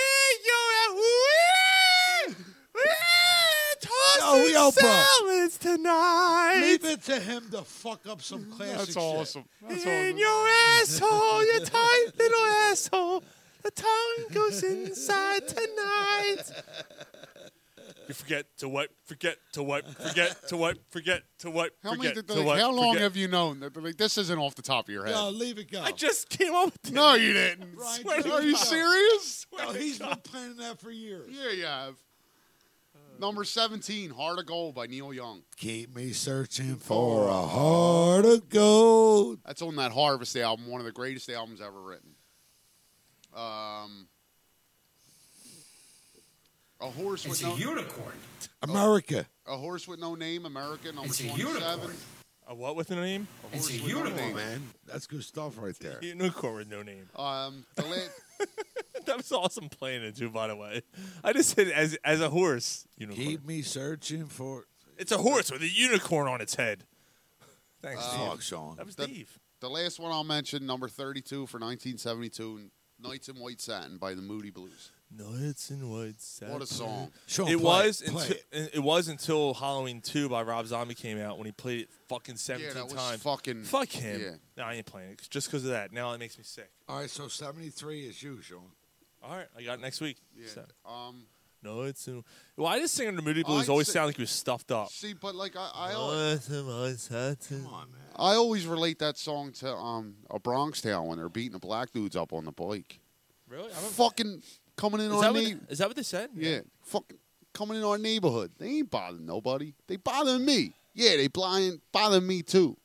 [SPEAKER 6] yo, eh, wee, wee,
[SPEAKER 9] Yo,
[SPEAKER 6] tossing
[SPEAKER 9] yo, bro.
[SPEAKER 6] salads tonight.
[SPEAKER 9] Leave it to him to fuck up some classic shit.
[SPEAKER 6] in your asshole, your tight little asshole. The tongue goes inside tonight. You forget to what? Forget to what? Forget to what? Forget to what?
[SPEAKER 7] How, many,
[SPEAKER 6] forget
[SPEAKER 7] did-
[SPEAKER 6] to
[SPEAKER 7] like,
[SPEAKER 6] what?
[SPEAKER 7] how long
[SPEAKER 6] forget-
[SPEAKER 7] have you known? that- Like, this isn't off the top of your head.
[SPEAKER 9] No, leave it go.
[SPEAKER 6] I just came up with this.
[SPEAKER 7] No, you didn't.
[SPEAKER 9] Right,
[SPEAKER 6] Swear to
[SPEAKER 9] leave
[SPEAKER 7] Are
[SPEAKER 9] it
[SPEAKER 7] you
[SPEAKER 9] go.
[SPEAKER 7] serious?
[SPEAKER 9] No, he's been planning that for years.
[SPEAKER 7] Yeah, you have. Number 17, Heart of Gold by Neil Young.
[SPEAKER 17] Keep me searching for a heart of gold.
[SPEAKER 7] That's on that Harvest album, one of the greatest albums ever written. Um, a horse with
[SPEAKER 18] It's
[SPEAKER 7] no
[SPEAKER 18] a unicorn.
[SPEAKER 17] America.
[SPEAKER 7] A horse with no name, America. Number
[SPEAKER 18] It's a
[SPEAKER 7] 27.
[SPEAKER 18] unicorn.
[SPEAKER 6] A what with no name?
[SPEAKER 7] A It's horse a with no unicorn. name.
[SPEAKER 9] man. That's good stuff right there.
[SPEAKER 6] Unicorn with no name.
[SPEAKER 7] Um, the la-
[SPEAKER 6] that was awesome playing it too. By the way, I just said as as a horse. Unicorn.
[SPEAKER 9] Keep me searching for.
[SPEAKER 6] It's a horse with a unicorn on its head. Thanks,
[SPEAKER 7] Uh,
[SPEAKER 6] Steve.
[SPEAKER 7] Fuck,
[SPEAKER 9] Sean.
[SPEAKER 6] That was
[SPEAKER 7] The-
[SPEAKER 6] Steve.
[SPEAKER 7] the last one I'll mention, number 32 for 1972, Nights in White Satin by the Moody Blues.
[SPEAKER 6] Nights in white satin.
[SPEAKER 7] What a song.
[SPEAKER 6] it was until, it. was until Halloween Two by Rob Zombie came out when he played it fucking seventeen
[SPEAKER 7] that was
[SPEAKER 6] times.
[SPEAKER 7] fucking-
[SPEAKER 6] fuck him.
[SPEAKER 7] yeah.
[SPEAKER 6] No, I ain't playing it just because of that. Now it makes me sick.
[SPEAKER 9] All right, so 73 is you, Sean.
[SPEAKER 6] All right, I got it next week.
[SPEAKER 7] Yeah.
[SPEAKER 6] So.
[SPEAKER 7] Um,
[SPEAKER 6] Nights in. Well, I just singing the Moody Blues
[SPEAKER 7] I
[SPEAKER 6] always
[SPEAKER 7] say-
[SPEAKER 6] sound like he was stuffed up.
[SPEAKER 7] see, but like I, I, al-
[SPEAKER 6] Nights in white satin. Come
[SPEAKER 9] on, man.
[SPEAKER 7] I always relate that song to um a Bronx Tale when they're beating the black dudes up on the bike.
[SPEAKER 6] Really?
[SPEAKER 7] Fucking coming in
[SPEAKER 6] Is
[SPEAKER 7] on
[SPEAKER 6] that, what,
[SPEAKER 7] me.
[SPEAKER 6] is that what they said?
[SPEAKER 7] Yeah, fucking coming in our neighborhood. They ain't bothering nobody. They bothering me. Yeah, they blind bothering me too.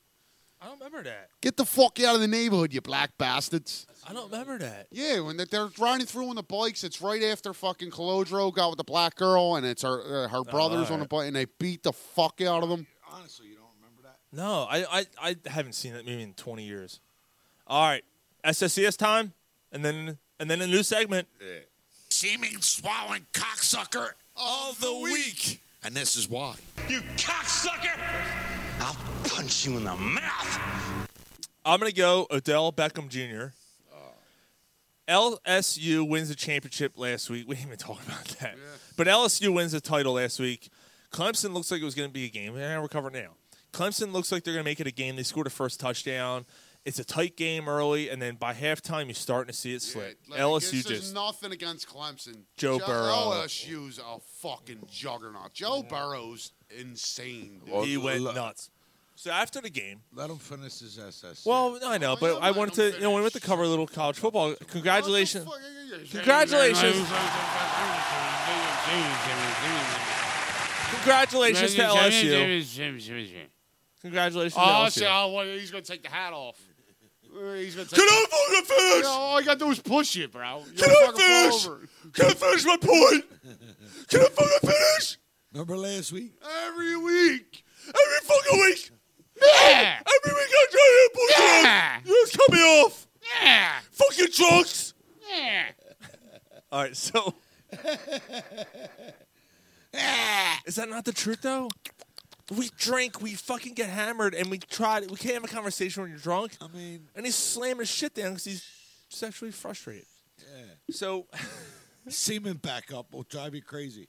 [SPEAKER 6] I don't remember that.
[SPEAKER 7] Get the fuck out of the neighborhood, you black bastards.
[SPEAKER 6] I don't remember that.
[SPEAKER 7] Yeah, when they- they're riding through on the bikes, it's right after fucking Colodro got with the black girl, and it's her uh, her brothers on the
[SPEAKER 6] alright.
[SPEAKER 7] bike, and they beat the fuck out of them.
[SPEAKER 9] Honestly, you don't remember that.
[SPEAKER 6] No, I, I, I haven't seen that movie in 20 years. All right, SSCS time, and then and then a new segment.
[SPEAKER 19] Seeming swallowing cocksucker of the week.
[SPEAKER 20] And this is why.
[SPEAKER 19] You cocksucker!
[SPEAKER 20] I'll punch you in the mouth.
[SPEAKER 6] I'm gonna go Odell Beckham Jr. LSU wins the championship last week. We didn't even talk about that. But LSU wins the title last week. Clemson looks like it was going to be a game. And we're covered now. Clemson looks like they're going to make it a game. They scored a first touchdown. It's a tight game early, and then by halftime, you're starting to see it slip.
[SPEAKER 7] Like,
[SPEAKER 6] LSU
[SPEAKER 7] this is
[SPEAKER 6] just
[SPEAKER 7] nothing against Clemson.
[SPEAKER 6] Joe
[SPEAKER 7] Ju-
[SPEAKER 6] Burrow.
[SPEAKER 7] LSU's a fucking juggernaut. Joe Burrow's insane. dude.
[SPEAKER 6] he went nuts. So after the game,
[SPEAKER 9] Let him finish his SS.
[SPEAKER 6] Well, I know, but I wanted to, you know, we went to cover a little college football. Congratulations. Congratulations. Congratulations to LSU. Congratulations to
[SPEAKER 7] Oh, shit,
[SPEAKER 6] LSU.
[SPEAKER 7] oh, well, he's gonna take the hat off. He's gonna take
[SPEAKER 6] Can I fucking finish?
[SPEAKER 7] Yeah, all you gotta do is push it, bro. You
[SPEAKER 6] Can
[SPEAKER 7] don't
[SPEAKER 6] I
[SPEAKER 7] fucking fall
[SPEAKER 6] finish?
[SPEAKER 7] over.
[SPEAKER 6] Can I finish my point? Can I fucking finish?
[SPEAKER 9] Remember last week?
[SPEAKER 7] Every week.
[SPEAKER 6] Every fucking week.
[SPEAKER 7] Yeah.
[SPEAKER 6] Every week I try to push it off.
[SPEAKER 18] Yeah.
[SPEAKER 6] You guys cut me off.
[SPEAKER 18] Yeah.
[SPEAKER 6] Fucking drunks.
[SPEAKER 18] Yeah.
[SPEAKER 6] All right, so. Is that not the truth, though? We drink, we fucking get hammered, and we try. To, we can't have a conversation when you're drunk.
[SPEAKER 9] I mean,
[SPEAKER 6] and he's slamming his shit down because he's sexually frustrated.
[SPEAKER 9] yeah.
[SPEAKER 6] So,
[SPEAKER 9] semen back up will drive you crazy.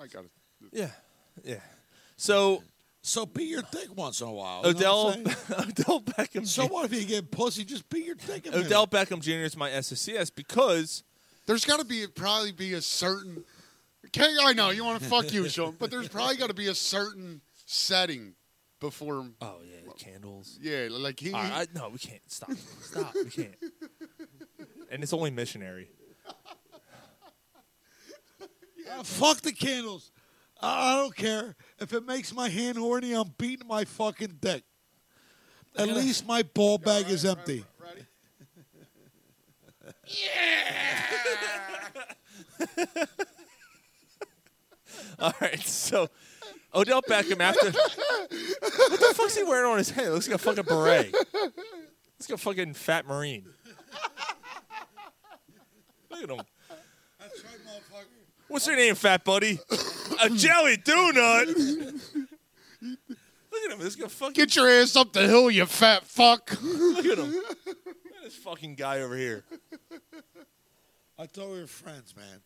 [SPEAKER 7] I got it.
[SPEAKER 6] Yeah, yeah. So,
[SPEAKER 9] so be your dick once in a while. you know
[SPEAKER 6] Odell,
[SPEAKER 9] what I'm saying?
[SPEAKER 6] Odell Beckham.
[SPEAKER 9] So what if you get pussy? Just be your dick. A
[SPEAKER 6] Odell Beckham Jr. is my SSCS because
[SPEAKER 7] There's gotta be probably be a certain. Can, I know you want to fuck you, Sean, but there's probably gotta be a certain setting before.
[SPEAKER 6] oh yeah, candles.
[SPEAKER 7] Yeah, like he.
[SPEAKER 6] All right, I- no, we can't stop. Stop. We can't. And it's only missionary.
[SPEAKER 9] Uh, fuck the candles. I I don't care if it makes my hand horny. I'm beating my fucking dick. At least my ball bag is empty.
[SPEAKER 6] All right, so Odell Beckham after what the fuck's he wearing on his head? It looks like a fucking beret. Looks like a fucking fat marine. Look at him.
[SPEAKER 9] That's right, motherfucker.
[SPEAKER 6] What's your name, fat buddy? a jelly donut. Look at him. This guy fucking
[SPEAKER 7] Get your ass up the hill, you fat fuck.
[SPEAKER 6] Look at him. Look at this fucking guy over here.
[SPEAKER 9] I thought we were friends, man.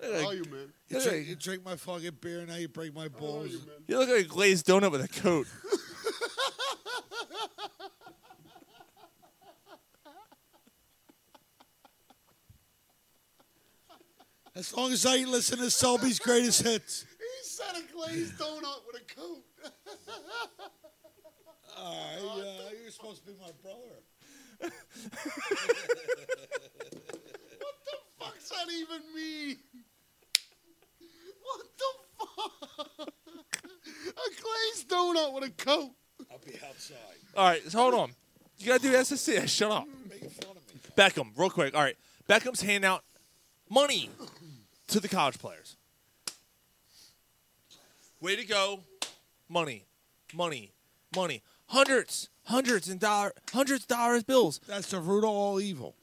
[SPEAKER 7] Oh, you man.
[SPEAKER 9] You
[SPEAKER 6] Hey.
[SPEAKER 9] drink, you drink my fucking beer and now Oh, you break my balls.
[SPEAKER 6] You look like a glazed donut with a coat.
[SPEAKER 9] As long as I listen to Selby's greatest hits.
[SPEAKER 7] He said a glazed donut with a coat.
[SPEAKER 9] Alright, uh, you're supposed to be my brother.
[SPEAKER 7] What the fuck's that even mean? What the coat.
[SPEAKER 21] I'll be outside.
[SPEAKER 6] All right, so hold on. You gotta do SSC. Shut up. Beckham, real quick. All right, Beckham's handing out money to the college players. Way to go, money, money, money, hundreds, hundreds and dollar, hundreds of dollars bills.
[SPEAKER 9] That's the root of all evil.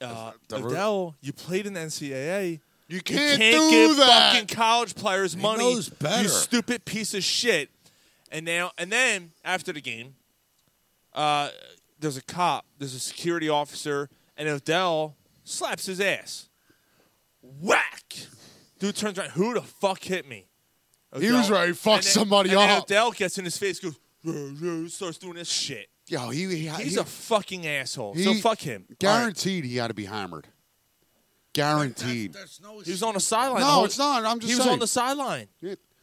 [SPEAKER 6] Uh, Odell, you played in the NCAA. You
[SPEAKER 7] can't
[SPEAKER 6] can't
[SPEAKER 7] do
[SPEAKER 6] give
[SPEAKER 7] that.
[SPEAKER 6] fucking college players money.
[SPEAKER 9] knows better.
[SPEAKER 6] You stupid piece of shit. And now, and then after the game, uh, there's a cop, there's a security officer, and Odell slaps his ass. Whack! Dude turns around. Who the fuck hit me?
[SPEAKER 7] He was ready to fuck
[SPEAKER 6] and then-
[SPEAKER 7] somebody
[SPEAKER 6] and then
[SPEAKER 7] up.
[SPEAKER 6] Odell gets in his face, goes, "Ruh, ruh," starts doing this shit.
[SPEAKER 7] Yo, he, he
[SPEAKER 6] He's
[SPEAKER 7] he-
[SPEAKER 6] a fucking asshole. so fuck him.
[SPEAKER 7] Guaranteed, he got to be hammered. Guaranteed.
[SPEAKER 6] He was on the sideline.
[SPEAKER 7] No,
[SPEAKER 6] the whole-
[SPEAKER 7] it's not. I'm just
[SPEAKER 6] He was
[SPEAKER 7] saying.
[SPEAKER 6] on the sideline.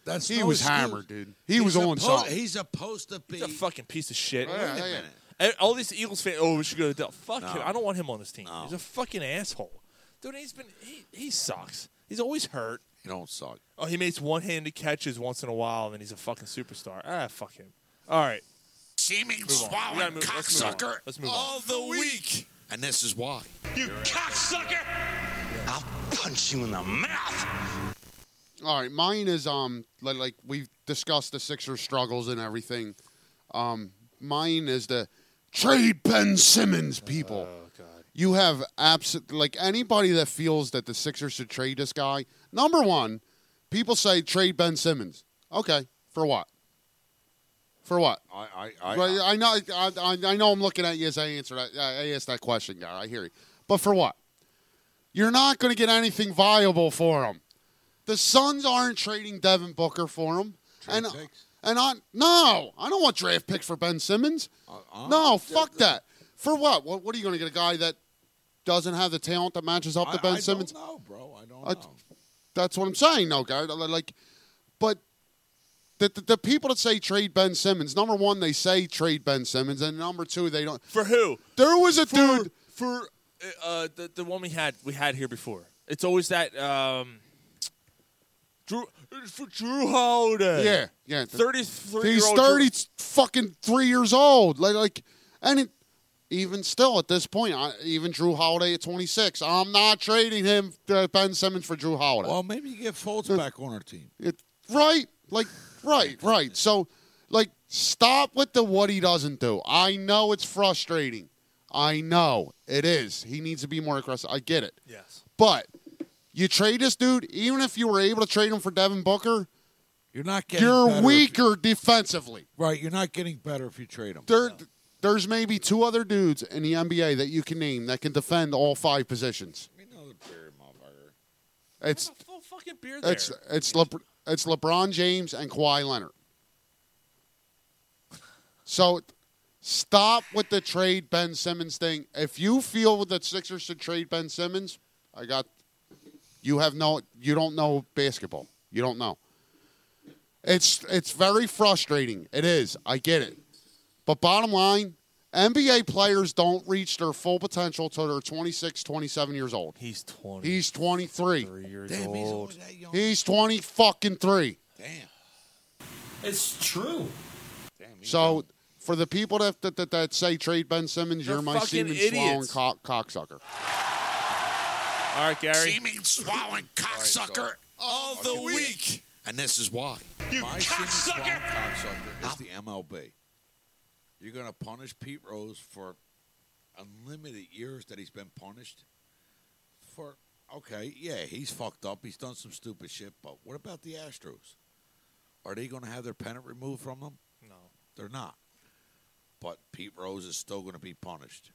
[SPEAKER 9] That's
[SPEAKER 7] he
[SPEAKER 9] no
[SPEAKER 7] was
[SPEAKER 9] excuse.
[SPEAKER 7] hammered, dude. He
[SPEAKER 9] He's
[SPEAKER 7] was on
[SPEAKER 9] suppo-
[SPEAKER 7] something.
[SPEAKER 9] He's supposed to be.
[SPEAKER 6] He's a fucking piece of shit.
[SPEAKER 9] Wait a Yeah, yeah, yeah. minute.
[SPEAKER 6] And all these Eagles fans, oh, we should go to Dell. Fuck
[SPEAKER 9] No.
[SPEAKER 6] him. I don't want him on this team. He's a fucking asshole. Dude, he's been, he, he sucks. He's always hurt.
[SPEAKER 9] He don't suck.
[SPEAKER 6] Oh, he makes one handed catches once in a while, and then he's a fucking superstar. Ah, fuck him. All right.
[SPEAKER 22] Seeming
[SPEAKER 6] Move on. We gotta
[SPEAKER 22] swallowing
[SPEAKER 6] move- let's move on.
[SPEAKER 22] cocksucker
[SPEAKER 6] Let's move on.
[SPEAKER 22] all the week.
[SPEAKER 23] And this is why.
[SPEAKER 22] You cocksucker!
[SPEAKER 23] I'll punch you in the mouth.
[SPEAKER 7] All right, mine is um like like we've discussed the Sixers struggles and everything. Um, mine is the trade Ben Simmons people. You have absolute like anybody that feels that the Sixers should trade this guy. Number one, people say trade Ben Simmons. Okay, for what? For what?
[SPEAKER 9] I, I, I,
[SPEAKER 7] Right, I know. I, I, I know. I'm looking at you as I answer that. I I asked that question, guy. I hear you. But for what? You're not going to get anything viable for him. The Suns aren't trading Devin Booker for him. and and I no, I don't want draft picks for Ben Simmons.
[SPEAKER 9] Uh,
[SPEAKER 7] no, fuck that. For what? What, what are you going to get a guy that doesn't have the talent that matches up
[SPEAKER 9] I-
[SPEAKER 7] to Ben
[SPEAKER 9] I don't
[SPEAKER 7] Simmons?
[SPEAKER 9] know, bro. I don't
[SPEAKER 7] I-
[SPEAKER 9] know.
[SPEAKER 7] that's what I'm saying, no, guy. Like, but the, the the people that say trade Ben Simmons, number one, they say trade Ben Simmons, and number two, they don't.
[SPEAKER 6] For who?
[SPEAKER 7] There was a dude.
[SPEAKER 6] For uh, the, the one we had we had here before. It's always that um, Drew for Drew Holiday.
[SPEAKER 7] Yeah, yeah.
[SPEAKER 6] Thirty three.
[SPEAKER 7] He's thirty fucking three years old. Like, like, and it, even still at this point, I, even Drew Holiday at twenty six, I'm not trading him uh, Ben Simmons for Drew Holiday.
[SPEAKER 9] Well, maybe you get Fultz back on our team.
[SPEAKER 7] It, right? Like, right, right. So, like, stop with the what he doesn't do. I know it's frustrating. I know it is. He needs to be more aggressive. I get it.
[SPEAKER 6] Yes.
[SPEAKER 7] But you trade this dude, even if you were able to trade him for Devin Booker,
[SPEAKER 9] you're not getting. better
[SPEAKER 7] you're
[SPEAKER 9] if
[SPEAKER 7] weaker defensively.
[SPEAKER 9] Right, you're not getting better if you trade him.
[SPEAKER 7] There, there's maybe two other dudes in the NBA that you can name that can defend all five positions. It's
[SPEAKER 6] full fucking beer there.
[SPEAKER 7] it's it's Lebr it's LeBron James and Kawhi Leonard. So stop with the trade Ben Simmons thing. If you feel that Sixers should trade Ben Simmons, I got you have no you don't know basketball. You don't know. It's it's very frustrating. It is. I get it. But bottom line, NBA players don't reach their full potential till they're 26, 27 years old.
[SPEAKER 6] He's 20.
[SPEAKER 7] He's 23.
[SPEAKER 6] years
[SPEAKER 7] Damn,
[SPEAKER 6] he's old.
[SPEAKER 7] He's, 20 fucking 3.
[SPEAKER 22] It's true.
[SPEAKER 7] So for the people that that, that, that say trade Ben Simmons,
[SPEAKER 22] They're
[SPEAKER 7] you're my
[SPEAKER 22] fucking
[SPEAKER 7] semen swallowing
[SPEAKER 22] idiots.
[SPEAKER 7] cock, cocksucker.
[SPEAKER 6] All right, Gary.
[SPEAKER 22] Seeming swallowing cocksucker all the week.
[SPEAKER 23] And this is why.
[SPEAKER 22] You
[SPEAKER 9] My
[SPEAKER 22] cocksucker!
[SPEAKER 9] cocksucker. cocksucker is the MLB. You're going to punish Pete Rose for unlimited years that he's been punished for. Okay, yeah, he's fucked up. He's done some stupid shit. But what about the Astros? Are they going to have their pennant removed from them?
[SPEAKER 6] No.
[SPEAKER 9] They're not. But Pete Rose is still going to be punished.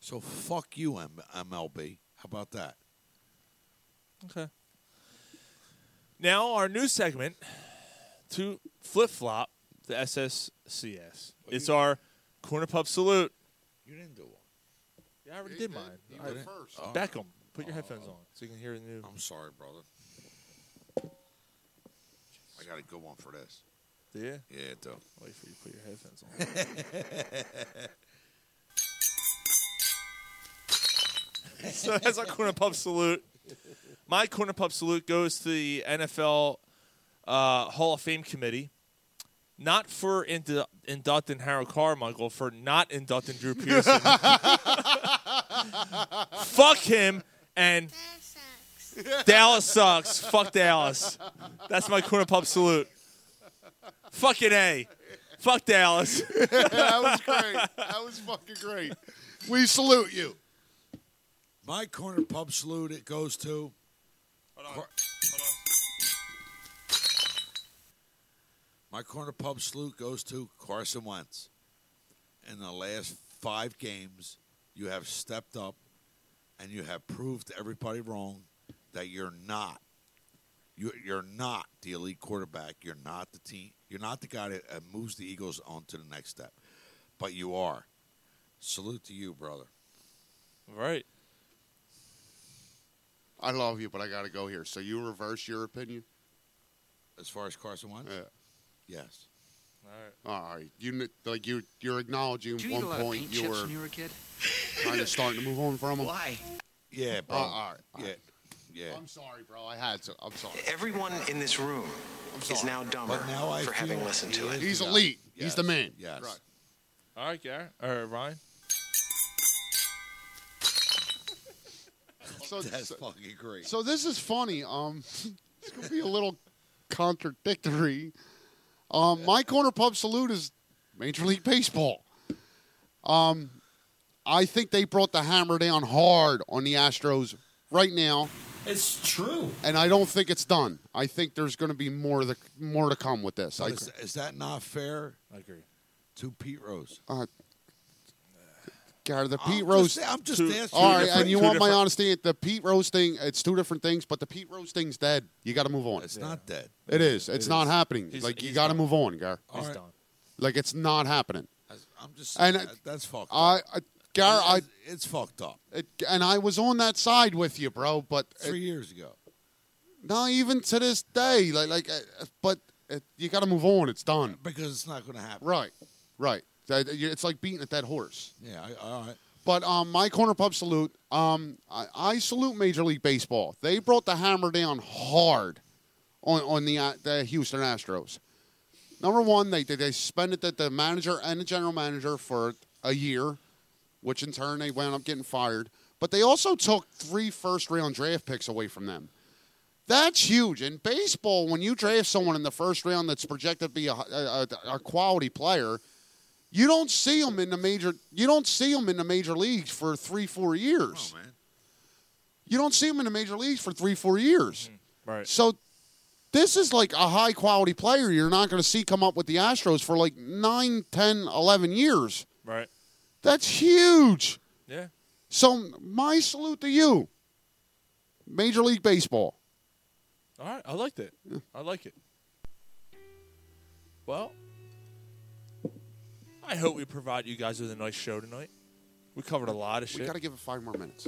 [SPEAKER 9] So fuck you, M- MLB. How about that?
[SPEAKER 6] Okay. Now our new segment to flip flop the SSCS. It's our corner pub salute.
[SPEAKER 9] You didn't do one.
[SPEAKER 6] Yeah, I already did mine. Uh, Oh.
[SPEAKER 9] You
[SPEAKER 6] I
[SPEAKER 9] did
[SPEAKER 6] did.
[SPEAKER 9] first.
[SPEAKER 6] Beckham, put your headphones on so you can hear the new.
[SPEAKER 9] I'm sorry, brother. I got a good one for this.
[SPEAKER 6] Do you?
[SPEAKER 9] Yeah, though.
[SPEAKER 6] Wait for you to put your headphones on. so that's our corner pub salute. My corner pub salute goes to the NFL uh, Hall of Fame committee not for indu- inducting Harold Carmichael, for not inducting Drew Pearson. Fuck him and Dallas sucks. Fuck Dallas. That's my corner pop salute. Fucking A. Fuck Dallas.
[SPEAKER 7] that was great. That was fucking great. We salute you.
[SPEAKER 9] My corner pub salute it goes to. Hold on. My corner pub salute goes to Carson Wentz. In the last five games, you have stepped up and you have proved everybody wrong that you're not. You, you're not the elite quarterback. You're not the team. You're not the guy that uh, moves the Eagles on to the next step, but you are. Salute to you, brother.
[SPEAKER 6] Right.
[SPEAKER 7] I love you, but I got to go here. So you reverse your opinion?
[SPEAKER 9] As far as Carson Wentz?
[SPEAKER 7] Yeah.
[SPEAKER 9] Yes.
[SPEAKER 6] All right.
[SPEAKER 7] All right. You kn- like you you're acknowledging
[SPEAKER 11] Did you
[SPEAKER 7] one
[SPEAKER 11] eat a lot of
[SPEAKER 7] point
[SPEAKER 11] paint
[SPEAKER 7] you
[SPEAKER 11] chips
[SPEAKER 7] were
[SPEAKER 11] when you were a kid?
[SPEAKER 7] kind of starting to move on from him.
[SPEAKER 11] Why?
[SPEAKER 9] Yeah,
[SPEAKER 7] bro. all right.
[SPEAKER 9] Yeah. Yeah.
[SPEAKER 7] Uh, I'm sorry, bro. I had to. I'm sorry.
[SPEAKER 11] Everyone in this room is now dumber
[SPEAKER 7] But now I
[SPEAKER 11] for having listened to it.
[SPEAKER 7] He's elite. He's the man.
[SPEAKER 9] Yes.
[SPEAKER 7] Right.
[SPEAKER 6] All right, Garrett. Or Ryan.
[SPEAKER 7] So,
[SPEAKER 9] That's
[SPEAKER 7] so,
[SPEAKER 9] fucking great.
[SPEAKER 7] so this is funny. Um, it's gonna be a little contradictory. Um, my corner pub salute is Major League Baseball. Um, I think they brought the hammer down hard on the Astros right now.
[SPEAKER 24] It's true.
[SPEAKER 7] and I don't think it's done. I think there's going to be more to more to come with this.
[SPEAKER 9] So
[SPEAKER 7] I,
[SPEAKER 9] is, is that not fair
[SPEAKER 6] I agree.
[SPEAKER 9] to Pete Rose?
[SPEAKER 7] uh, Garrett, the
[SPEAKER 9] I'm
[SPEAKER 7] Pete
[SPEAKER 9] just-
[SPEAKER 7] Rose.
[SPEAKER 9] I'm just Two- asking.
[SPEAKER 7] All
[SPEAKER 9] two
[SPEAKER 7] right,
[SPEAKER 9] different-
[SPEAKER 7] and you
[SPEAKER 9] two
[SPEAKER 7] want my
[SPEAKER 9] different-
[SPEAKER 7] honesty? The Pete Rose thing. It's two different things, but the Pete Rose thing's dead. You got to move on.
[SPEAKER 9] It's not dead.
[SPEAKER 7] It is. It's
[SPEAKER 9] It
[SPEAKER 7] not
[SPEAKER 9] is.
[SPEAKER 7] happening.
[SPEAKER 9] He's-
[SPEAKER 7] like you
[SPEAKER 9] he's
[SPEAKER 7] got to
[SPEAKER 9] done.
[SPEAKER 7] move on, Gar.
[SPEAKER 9] He's Alright. done.
[SPEAKER 7] Like it's not happening.
[SPEAKER 9] I'm just
[SPEAKER 7] And
[SPEAKER 9] saying
[SPEAKER 7] I-
[SPEAKER 9] that, that's fucked up.
[SPEAKER 7] I, I Gar, I
[SPEAKER 9] It's fucked up.
[SPEAKER 7] it, and I was on that side with you, bro. But it,
[SPEAKER 9] Three years ago.
[SPEAKER 7] not even to this day. Like like, uh, but it, you got to move on. It's done.
[SPEAKER 9] Because it's not going to happen.
[SPEAKER 7] Right, right. That- It's like beating a dead horse.
[SPEAKER 9] Yeah, I, all right.
[SPEAKER 7] But um, my corner pub salute. Um, I, I salute Major League Baseball. They brought the hammer down hard on on the uh, the Houston Astros. Number one, they they, they suspended the, the manager and the general manager for a year, which in turn they wound up getting fired. But they also took three first round draft picks away from them. That's huge in baseball. When you draft someone in the first round that's projected to be a, a, a, a quality player, you don't see them in the major. You don't see 'em in the major leagues for three, four
[SPEAKER 9] Oh,
[SPEAKER 7] years. You don't see them in the major leagues for three, four years.
[SPEAKER 6] Right.
[SPEAKER 7] So this is like a high quality player you're not going to see come up with the Astros for like nine, ten, eleven years.
[SPEAKER 6] Right.
[SPEAKER 7] That's huge.
[SPEAKER 6] Yeah.
[SPEAKER 7] So my salute to you, Major League Baseball.
[SPEAKER 6] All right. I liked it. I like it. Well, I hope we provide you guys with a nice show tonight. We covered a lot of shit.
[SPEAKER 7] We got to give it five more minutes.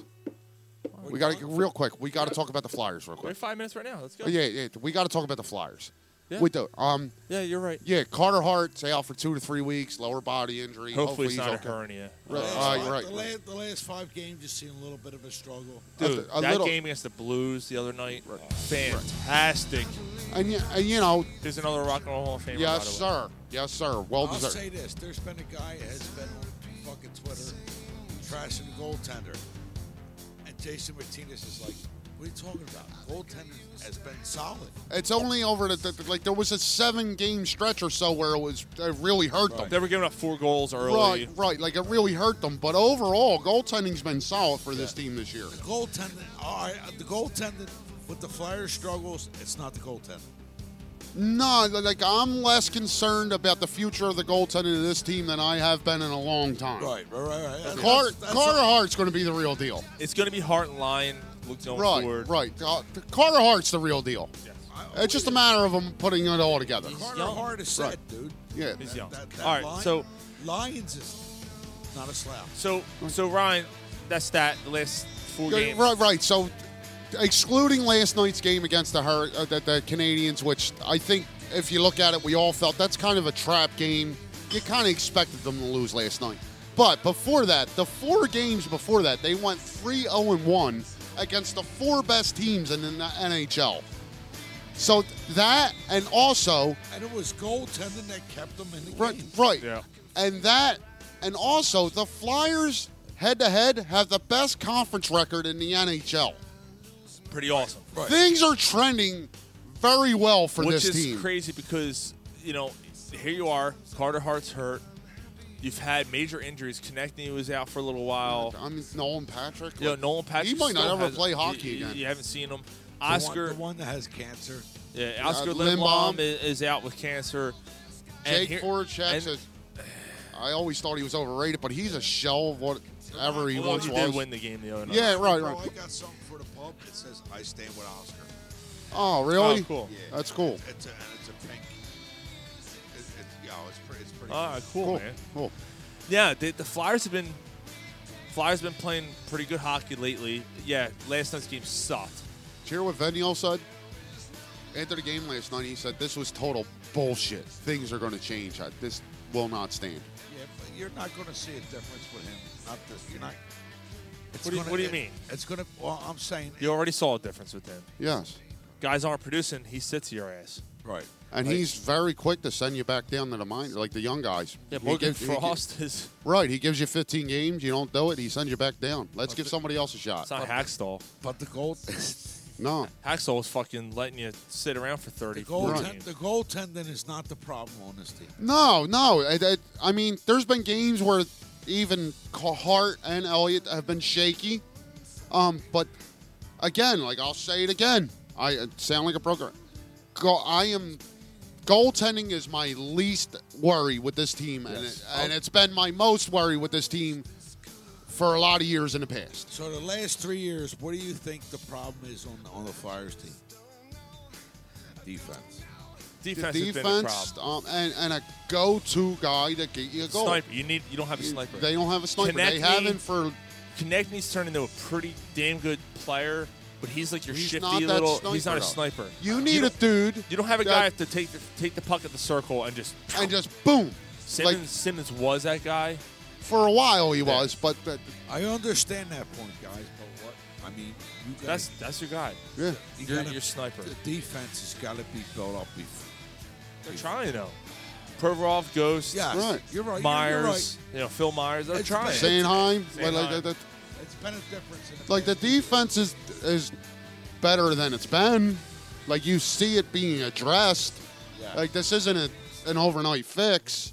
[SPEAKER 7] We got to real quick. We got to talk about the Flyers real
[SPEAKER 6] We're at
[SPEAKER 7] quick.
[SPEAKER 6] five minutes right now. Let's go.
[SPEAKER 7] Oh, Yeah, yeah. We got to talk about the Flyers.
[SPEAKER 6] Yeah.
[SPEAKER 7] We do. Um.
[SPEAKER 6] Yeah, you're right.
[SPEAKER 7] Yeah, Carter Hart's out for two to three weeks, lower body injury.
[SPEAKER 6] Hopefully,
[SPEAKER 7] Hopefully,
[SPEAKER 6] it's
[SPEAKER 7] he's
[SPEAKER 6] not
[SPEAKER 7] okay.
[SPEAKER 6] a hernia.
[SPEAKER 7] Right.
[SPEAKER 9] Last
[SPEAKER 7] Uh,
[SPEAKER 9] five-
[SPEAKER 7] you're right.
[SPEAKER 9] The last, the last five games, you seen a little bit of a struggle.
[SPEAKER 6] Dude,
[SPEAKER 7] a
[SPEAKER 6] that
[SPEAKER 7] little-
[SPEAKER 6] game against the Blues the other night, fantastic.
[SPEAKER 7] And, y- and you know,
[SPEAKER 6] There's another Rock and Roll Hall of Famer. by
[SPEAKER 7] yes,
[SPEAKER 6] the way.
[SPEAKER 7] sir. Yes, sir. Well
[SPEAKER 9] I'll
[SPEAKER 7] deserved.
[SPEAKER 9] say this: there's been a guy that has been on fucking Twitter trashing the goaltender, and Jason Martinez is like, "What are you talking about? Goaltender has been solid."
[SPEAKER 7] It's only over the, the, like there was a seven game stretch or so where it was it really hurt them.
[SPEAKER 6] They were giving up four goals early.
[SPEAKER 7] Right, right. Like it really hurt them. But overall, goaltending's been solid for this team this year.
[SPEAKER 9] The goaltender, all right, the goaltender with the Flyers struggles. It's not the goaltender.
[SPEAKER 7] No, like I'm less concerned about the future of the goaltending of this team than I have been in a long time.
[SPEAKER 9] Right, right, right. right. That's-
[SPEAKER 7] Car-
[SPEAKER 9] that's- that's
[SPEAKER 7] Carter
[SPEAKER 9] all-
[SPEAKER 7] Hart's going to be the real deal.
[SPEAKER 6] It's going to be Hart and Lyon. Look going
[SPEAKER 7] right,
[SPEAKER 6] forward.
[SPEAKER 7] right. Uh, Carter Hart's the real deal. It's just a matter of him putting it all together.
[SPEAKER 9] Carter Hart is set,
[SPEAKER 7] Right.
[SPEAKER 9] dude.
[SPEAKER 7] Yeah.
[SPEAKER 6] He's young.
[SPEAKER 9] That- that
[SPEAKER 6] All right,
[SPEAKER 9] Lion-
[SPEAKER 6] so
[SPEAKER 9] Lions is not a slouch.
[SPEAKER 6] so so Ryan, that's that. The last four
[SPEAKER 7] Yeah,
[SPEAKER 6] games.
[SPEAKER 7] Right, right. So, excluding last night's game against the, Hur- uh, the the Canadians, which I think, if you look at it, we all felt that's kind of a trap game. You kind of expected them to lose last night. But before that, the four games before that, they oh went 3 0 1 against the four best teams in the N- NHL. So that and also
[SPEAKER 25] And it was goaltending that kept them in the
[SPEAKER 7] right, right. and that and also the Flyers head to head have the best conference record in the NHL.
[SPEAKER 6] Pretty awesome.
[SPEAKER 7] Things are trending very well for
[SPEAKER 6] Which
[SPEAKER 7] this
[SPEAKER 6] is
[SPEAKER 7] team.
[SPEAKER 6] crazy because you know here you are, Carter Hart's hurt. You've had major injuries. Konechny was out for a little while.
[SPEAKER 7] I mean, Nolan Patrick.
[SPEAKER 6] You know,
[SPEAKER 7] like,
[SPEAKER 6] Nolan Patrick.
[SPEAKER 7] He might not
[SPEAKER 6] still
[SPEAKER 7] ever
[SPEAKER 6] hasn't-
[SPEAKER 7] play
[SPEAKER 6] you-
[SPEAKER 7] hockey
[SPEAKER 6] you-
[SPEAKER 7] again.
[SPEAKER 6] You haven't seen him.
[SPEAKER 9] The one-
[SPEAKER 6] Oscar,
[SPEAKER 9] the one that has cancer.
[SPEAKER 6] yeah, Oscar
[SPEAKER 7] Uh,
[SPEAKER 6] Lindbaum
[SPEAKER 7] Lindbaum.
[SPEAKER 6] i- is out with cancer. And
[SPEAKER 7] Jake
[SPEAKER 6] here-
[SPEAKER 7] Voracek says, I always thought he was overrated, but he's a shell of whatever he
[SPEAKER 6] Well,
[SPEAKER 7] once
[SPEAKER 6] he
[SPEAKER 7] was.
[SPEAKER 6] did win the game the other night.
[SPEAKER 7] Yeah, right,
[SPEAKER 9] Bro,
[SPEAKER 7] right.
[SPEAKER 9] I got something for the pub. It says I stand with Oscar.
[SPEAKER 7] Oh, really?
[SPEAKER 6] Oh, cool.
[SPEAKER 9] Yeah,
[SPEAKER 7] That's cool.
[SPEAKER 9] It's a, and it's a pink. It, it, yo, it's pretty. It's pretty.
[SPEAKER 6] Ah, cool,
[SPEAKER 9] cool.
[SPEAKER 6] man.
[SPEAKER 7] Cool.
[SPEAKER 6] Yeah, the, the Flyers have been Flyers have been playing pretty good hockey lately. Yeah, last night's game sucked.
[SPEAKER 7] Cheer what Veniel said. After the game last night, he said this was total bullshit. Things are going to change. I- This will not stand.
[SPEAKER 9] Yeah, but you're not going to see a difference with him. Not this. You're not. it's
[SPEAKER 6] What do you-
[SPEAKER 9] gonna-
[SPEAKER 6] what do you
[SPEAKER 9] it-
[SPEAKER 6] mean?
[SPEAKER 9] It's going to. Well, I'm saying.
[SPEAKER 6] You already saw a difference with him.
[SPEAKER 7] Yes.
[SPEAKER 6] Guys aren't producing. He sits your ass.
[SPEAKER 9] Right.
[SPEAKER 7] And he's very quick to send you back down to the minor, like the young guys.
[SPEAKER 6] Yeah,
[SPEAKER 7] He
[SPEAKER 6] Morgan
[SPEAKER 7] gives- he gi-
[SPEAKER 6] Frost is.
[SPEAKER 7] right. He gives you 15 games. You don't do it. He sends you back down. Let's give somebody else a shot.
[SPEAKER 6] It's not Hackstall.
[SPEAKER 9] But the gold.
[SPEAKER 7] No.
[SPEAKER 6] Hackstall was fucking letting you sit around for thirty.
[SPEAKER 9] The goaltend,
[SPEAKER 6] games.
[SPEAKER 9] the goaltending is not the problem on this team.
[SPEAKER 7] No, no. I, I, I mean, there's been games where even Ca- Hart and Elliott have been shaky. Um, but again, like I'll say it again, I it sound like a broker. Go, I am goaltending is my least worry with this team, and
[SPEAKER 9] Yes.
[SPEAKER 7] it, and it's been my most worry with this team for a lot of years in the past.
[SPEAKER 9] So the last three years, what do you think the problem is on on the Flyers team? Defense.
[SPEAKER 6] defense,
[SPEAKER 7] The
[SPEAKER 6] has been a
[SPEAKER 7] defense,
[SPEAKER 6] problem.
[SPEAKER 7] um, and, and a go-to guy to get you a goal.
[SPEAKER 6] Sniper. You need. You don't have a
[SPEAKER 7] You-
[SPEAKER 6] sniper.
[SPEAKER 7] they don't have a sniper. They haven't for.
[SPEAKER 6] Konechny's turned into a pretty damn good player, but he's like your
[SPEAKER 7] He's
[SPEAKER 6] shifty
[SPEAKER 7] not that
[SPEAKER 6] little. he's not
[SPEAKER 7] sniper,
[SPEAKER 6] a
[SPEAKER 7] though.
[SPEAKER 6] sniper.
[SPEAKER 7] You need a dude.
[SPEAKER 6] You don't have a
[SPEAKER 7] that-
[SPEAKER 6] guy to take the, take the puck at the circle and just
[SPEAKER 7] and just boom.
[SPEAKER 6] Simmons Simmons was that guy.
[SPEAKER 7] For a while he was, but, but
[SPEAKER 9] I understand that point, guys, but what I mean, you gotta,
[SPEAKER 6] That's that's your guy.
[SPEAKER 7] Yeah.
[SPEAKER 9] you
[SPEAKER 6] You're,
[SPEAKER 9] gotta-
[SPEAKER 6] your sniper.
[SPEAKER 9] The defense has got to be built up before.
[SPEAKER 6] They're trying though. Provorov, Ghost.
[SPEAKER 9] Yes, Right. you're right, you're-
[SPEAKER 6] Myers.
[SPEAKER 9] you're
[SPEAKER 6] You know Phil Myers. They're trying.
[SPEAKER 7] Sanheim, like, like,
[SPEAKER 6] Sanheim.
[SPEAKER 7] that- that-
[SPEAKER 9] It's been a difference. In
[SPEAKER 7] like the defense is is better than it's been. Like you see it being addressed.
[SPEAKER 9] Yeah.
[SPEAKER 7] Like this isn't a, an overnight fix,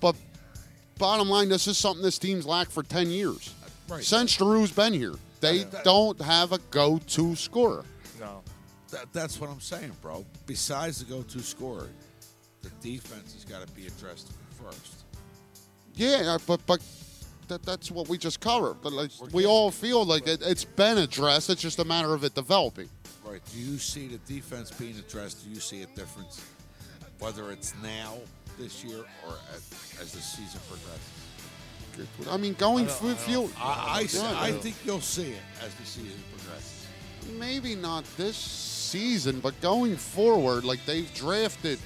[SPEAKER 7] but bottom line, this is something this team's lacked for ten years.
[SPEAKER 9] Right.
[SPEAKER 7] Since Giroux's been here, they
[SPEAKER 9] Yeah.
[SPEAKER 7] don't have a go-to scorer.
[SPEAKER 6] No.
[SPEAKER 9] That, that's what I'm saying, bro. Besides the go-to scorer, the defense has got to be addressed first.
[SPEAKER 7] Yeah, uh, but but that, that's what we just covered. But like, we all feel like it, it's been addressed. It's just a matter of it developing.
[SPEAKER 9] Right. Do you see the defense being addressed? Do you see a difference, whether it's now, this year, or as, as the season progresses?
[SPEAKER 7] I mean, going through field.
[SPEAKER 9] I, I, s-
[SPEAKER 7] Yeah.
[SPEAKER 9] I think you'll see it as the season progresses.
[SPEAKER 7] maybe not this season, but going forward, like they've drafted.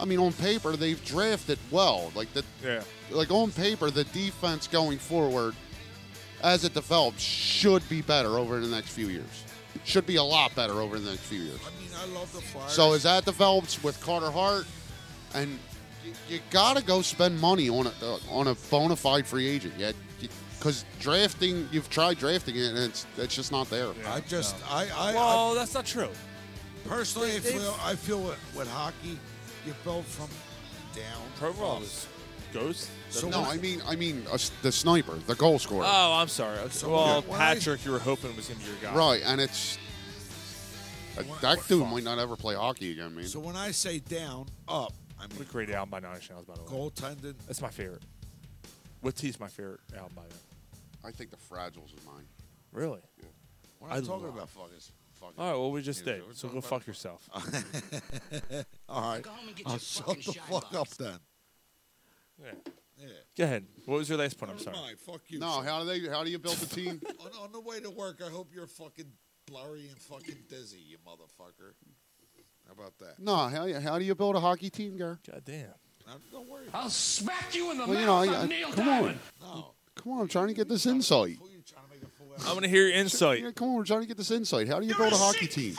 [SPEAKER 7] I mean, on paper they've drafted well. Like the
[SPEAKER 6] Yeah.
[SPEAKER 7] like on paper the defense going forward, as it develops, should be better over the next few years. Should be a lot better over the next few years.
[SPEAKER 9] I mean, I love the Flyers.
[SPEAKER 7] So as that develops with Carter Hart, and you, you gotta go spend money on a uh, on a bona fide free agent. Yeah, because drafting you've tried drafting it and it's it's just not there.
[SPEAKER 9] I just, I, I,
[SPEAKER 6] Well, that's not true.
[SPEAKER 9] I personally, I
[SPEAKER 6] They- they-
[SPEAKER 9] feel, I feel with, with hockey, you build from down.
[SPEAKER 6] Provorov's Ghost.
[SPEAKER 9] So
[SPEAKER 7] no,
[SPEAKER 9] what-
[SPEAKER 7] I mean, I mean uh, the sniper, the goal scorer,
[SPEAKER 6] Oh, I'm sorry. Okay.
[SPEAKER 9] So
[SPEAKER 6] well,
[SPEAKER 9] when- when I-
[SPEAKER 6] Patrick, you were hoping was gonna be your guy.
[SPEAKER 7] right? And it's uh, that dude might not ever play hockey again, man.
[SPEAKER 9] So when I say down, up, I mean
[SPEAKER 6] What a great album by Nine Inch Nails, by the way.
[SPEAKER 9] goaltending.
[SPEAKER 6] That's my favorite. With T's my favorite album by them.
[SPEAKER 7] I think the fragiles is mine.
[SPEAKER 6] Really?
[SPEAKER 9] We're not
[SPEAKER 6] I
[SPEAKER 9] talking
[SPEAKER 6] love-
[SPEAKER 9] about fuckers. Fucking
[SPEAKER 6] All right. Well, we just
[SPEAKER 9] Neither
[SPEAKER 6] did.
[SPEAKER 9] do we.
[SPEAKER 6] So
[SPEAKER 9] Talk
[SPEAKER 6] go
[SPEAKER 9] about-
[SPEAKER 6] fuck yourself.
[SPEAKER 9] All right. I'll shut the fuck up then.
[SPEAKER 6] Yeah.
[SPEAKER 9] Yeah.
[SPEAKER 6] Go ahead. What was your last point? I'm
[SPEAKER 9] Never
[SPEAKER 6] sorry.
[SPEAKER 9] mind. Fuck you.
[SPEAKER 7] No,
[SPEAKER 9] son.
[SPEAKER 7] how do they? How do you build a team?
[SPEAKER 9] on, on the way to work, I hope you're fucking blurry and fucking dizzy, you motherfucker. How about that?
[SPEAKER 7] no, how, how do you build a hockey team, Gar?
[SPEAKER 6] God damn.
[SPEAKER 9] Now, don't worry.
[SPEAKER 26] I'll smack you in the
[SPEAKER 7] Well, you know,
[SPEAKER 26] mouth.
[SPEAKER 7] I,
[SPEAKER 26] I'm
[SPEAKER 7] I,
[SPEAKER 26] Neil
[SPEAKER 7] come
[SPEAKER 26] Diamond.
[SPEAKER 7] on, come on. I'm trying to get this insight.
[SPEAKER 6] I want to hear your insight.
[SPEAKER 7] Yeah, come on, we're trying to get this insight. How do you build a hockey team?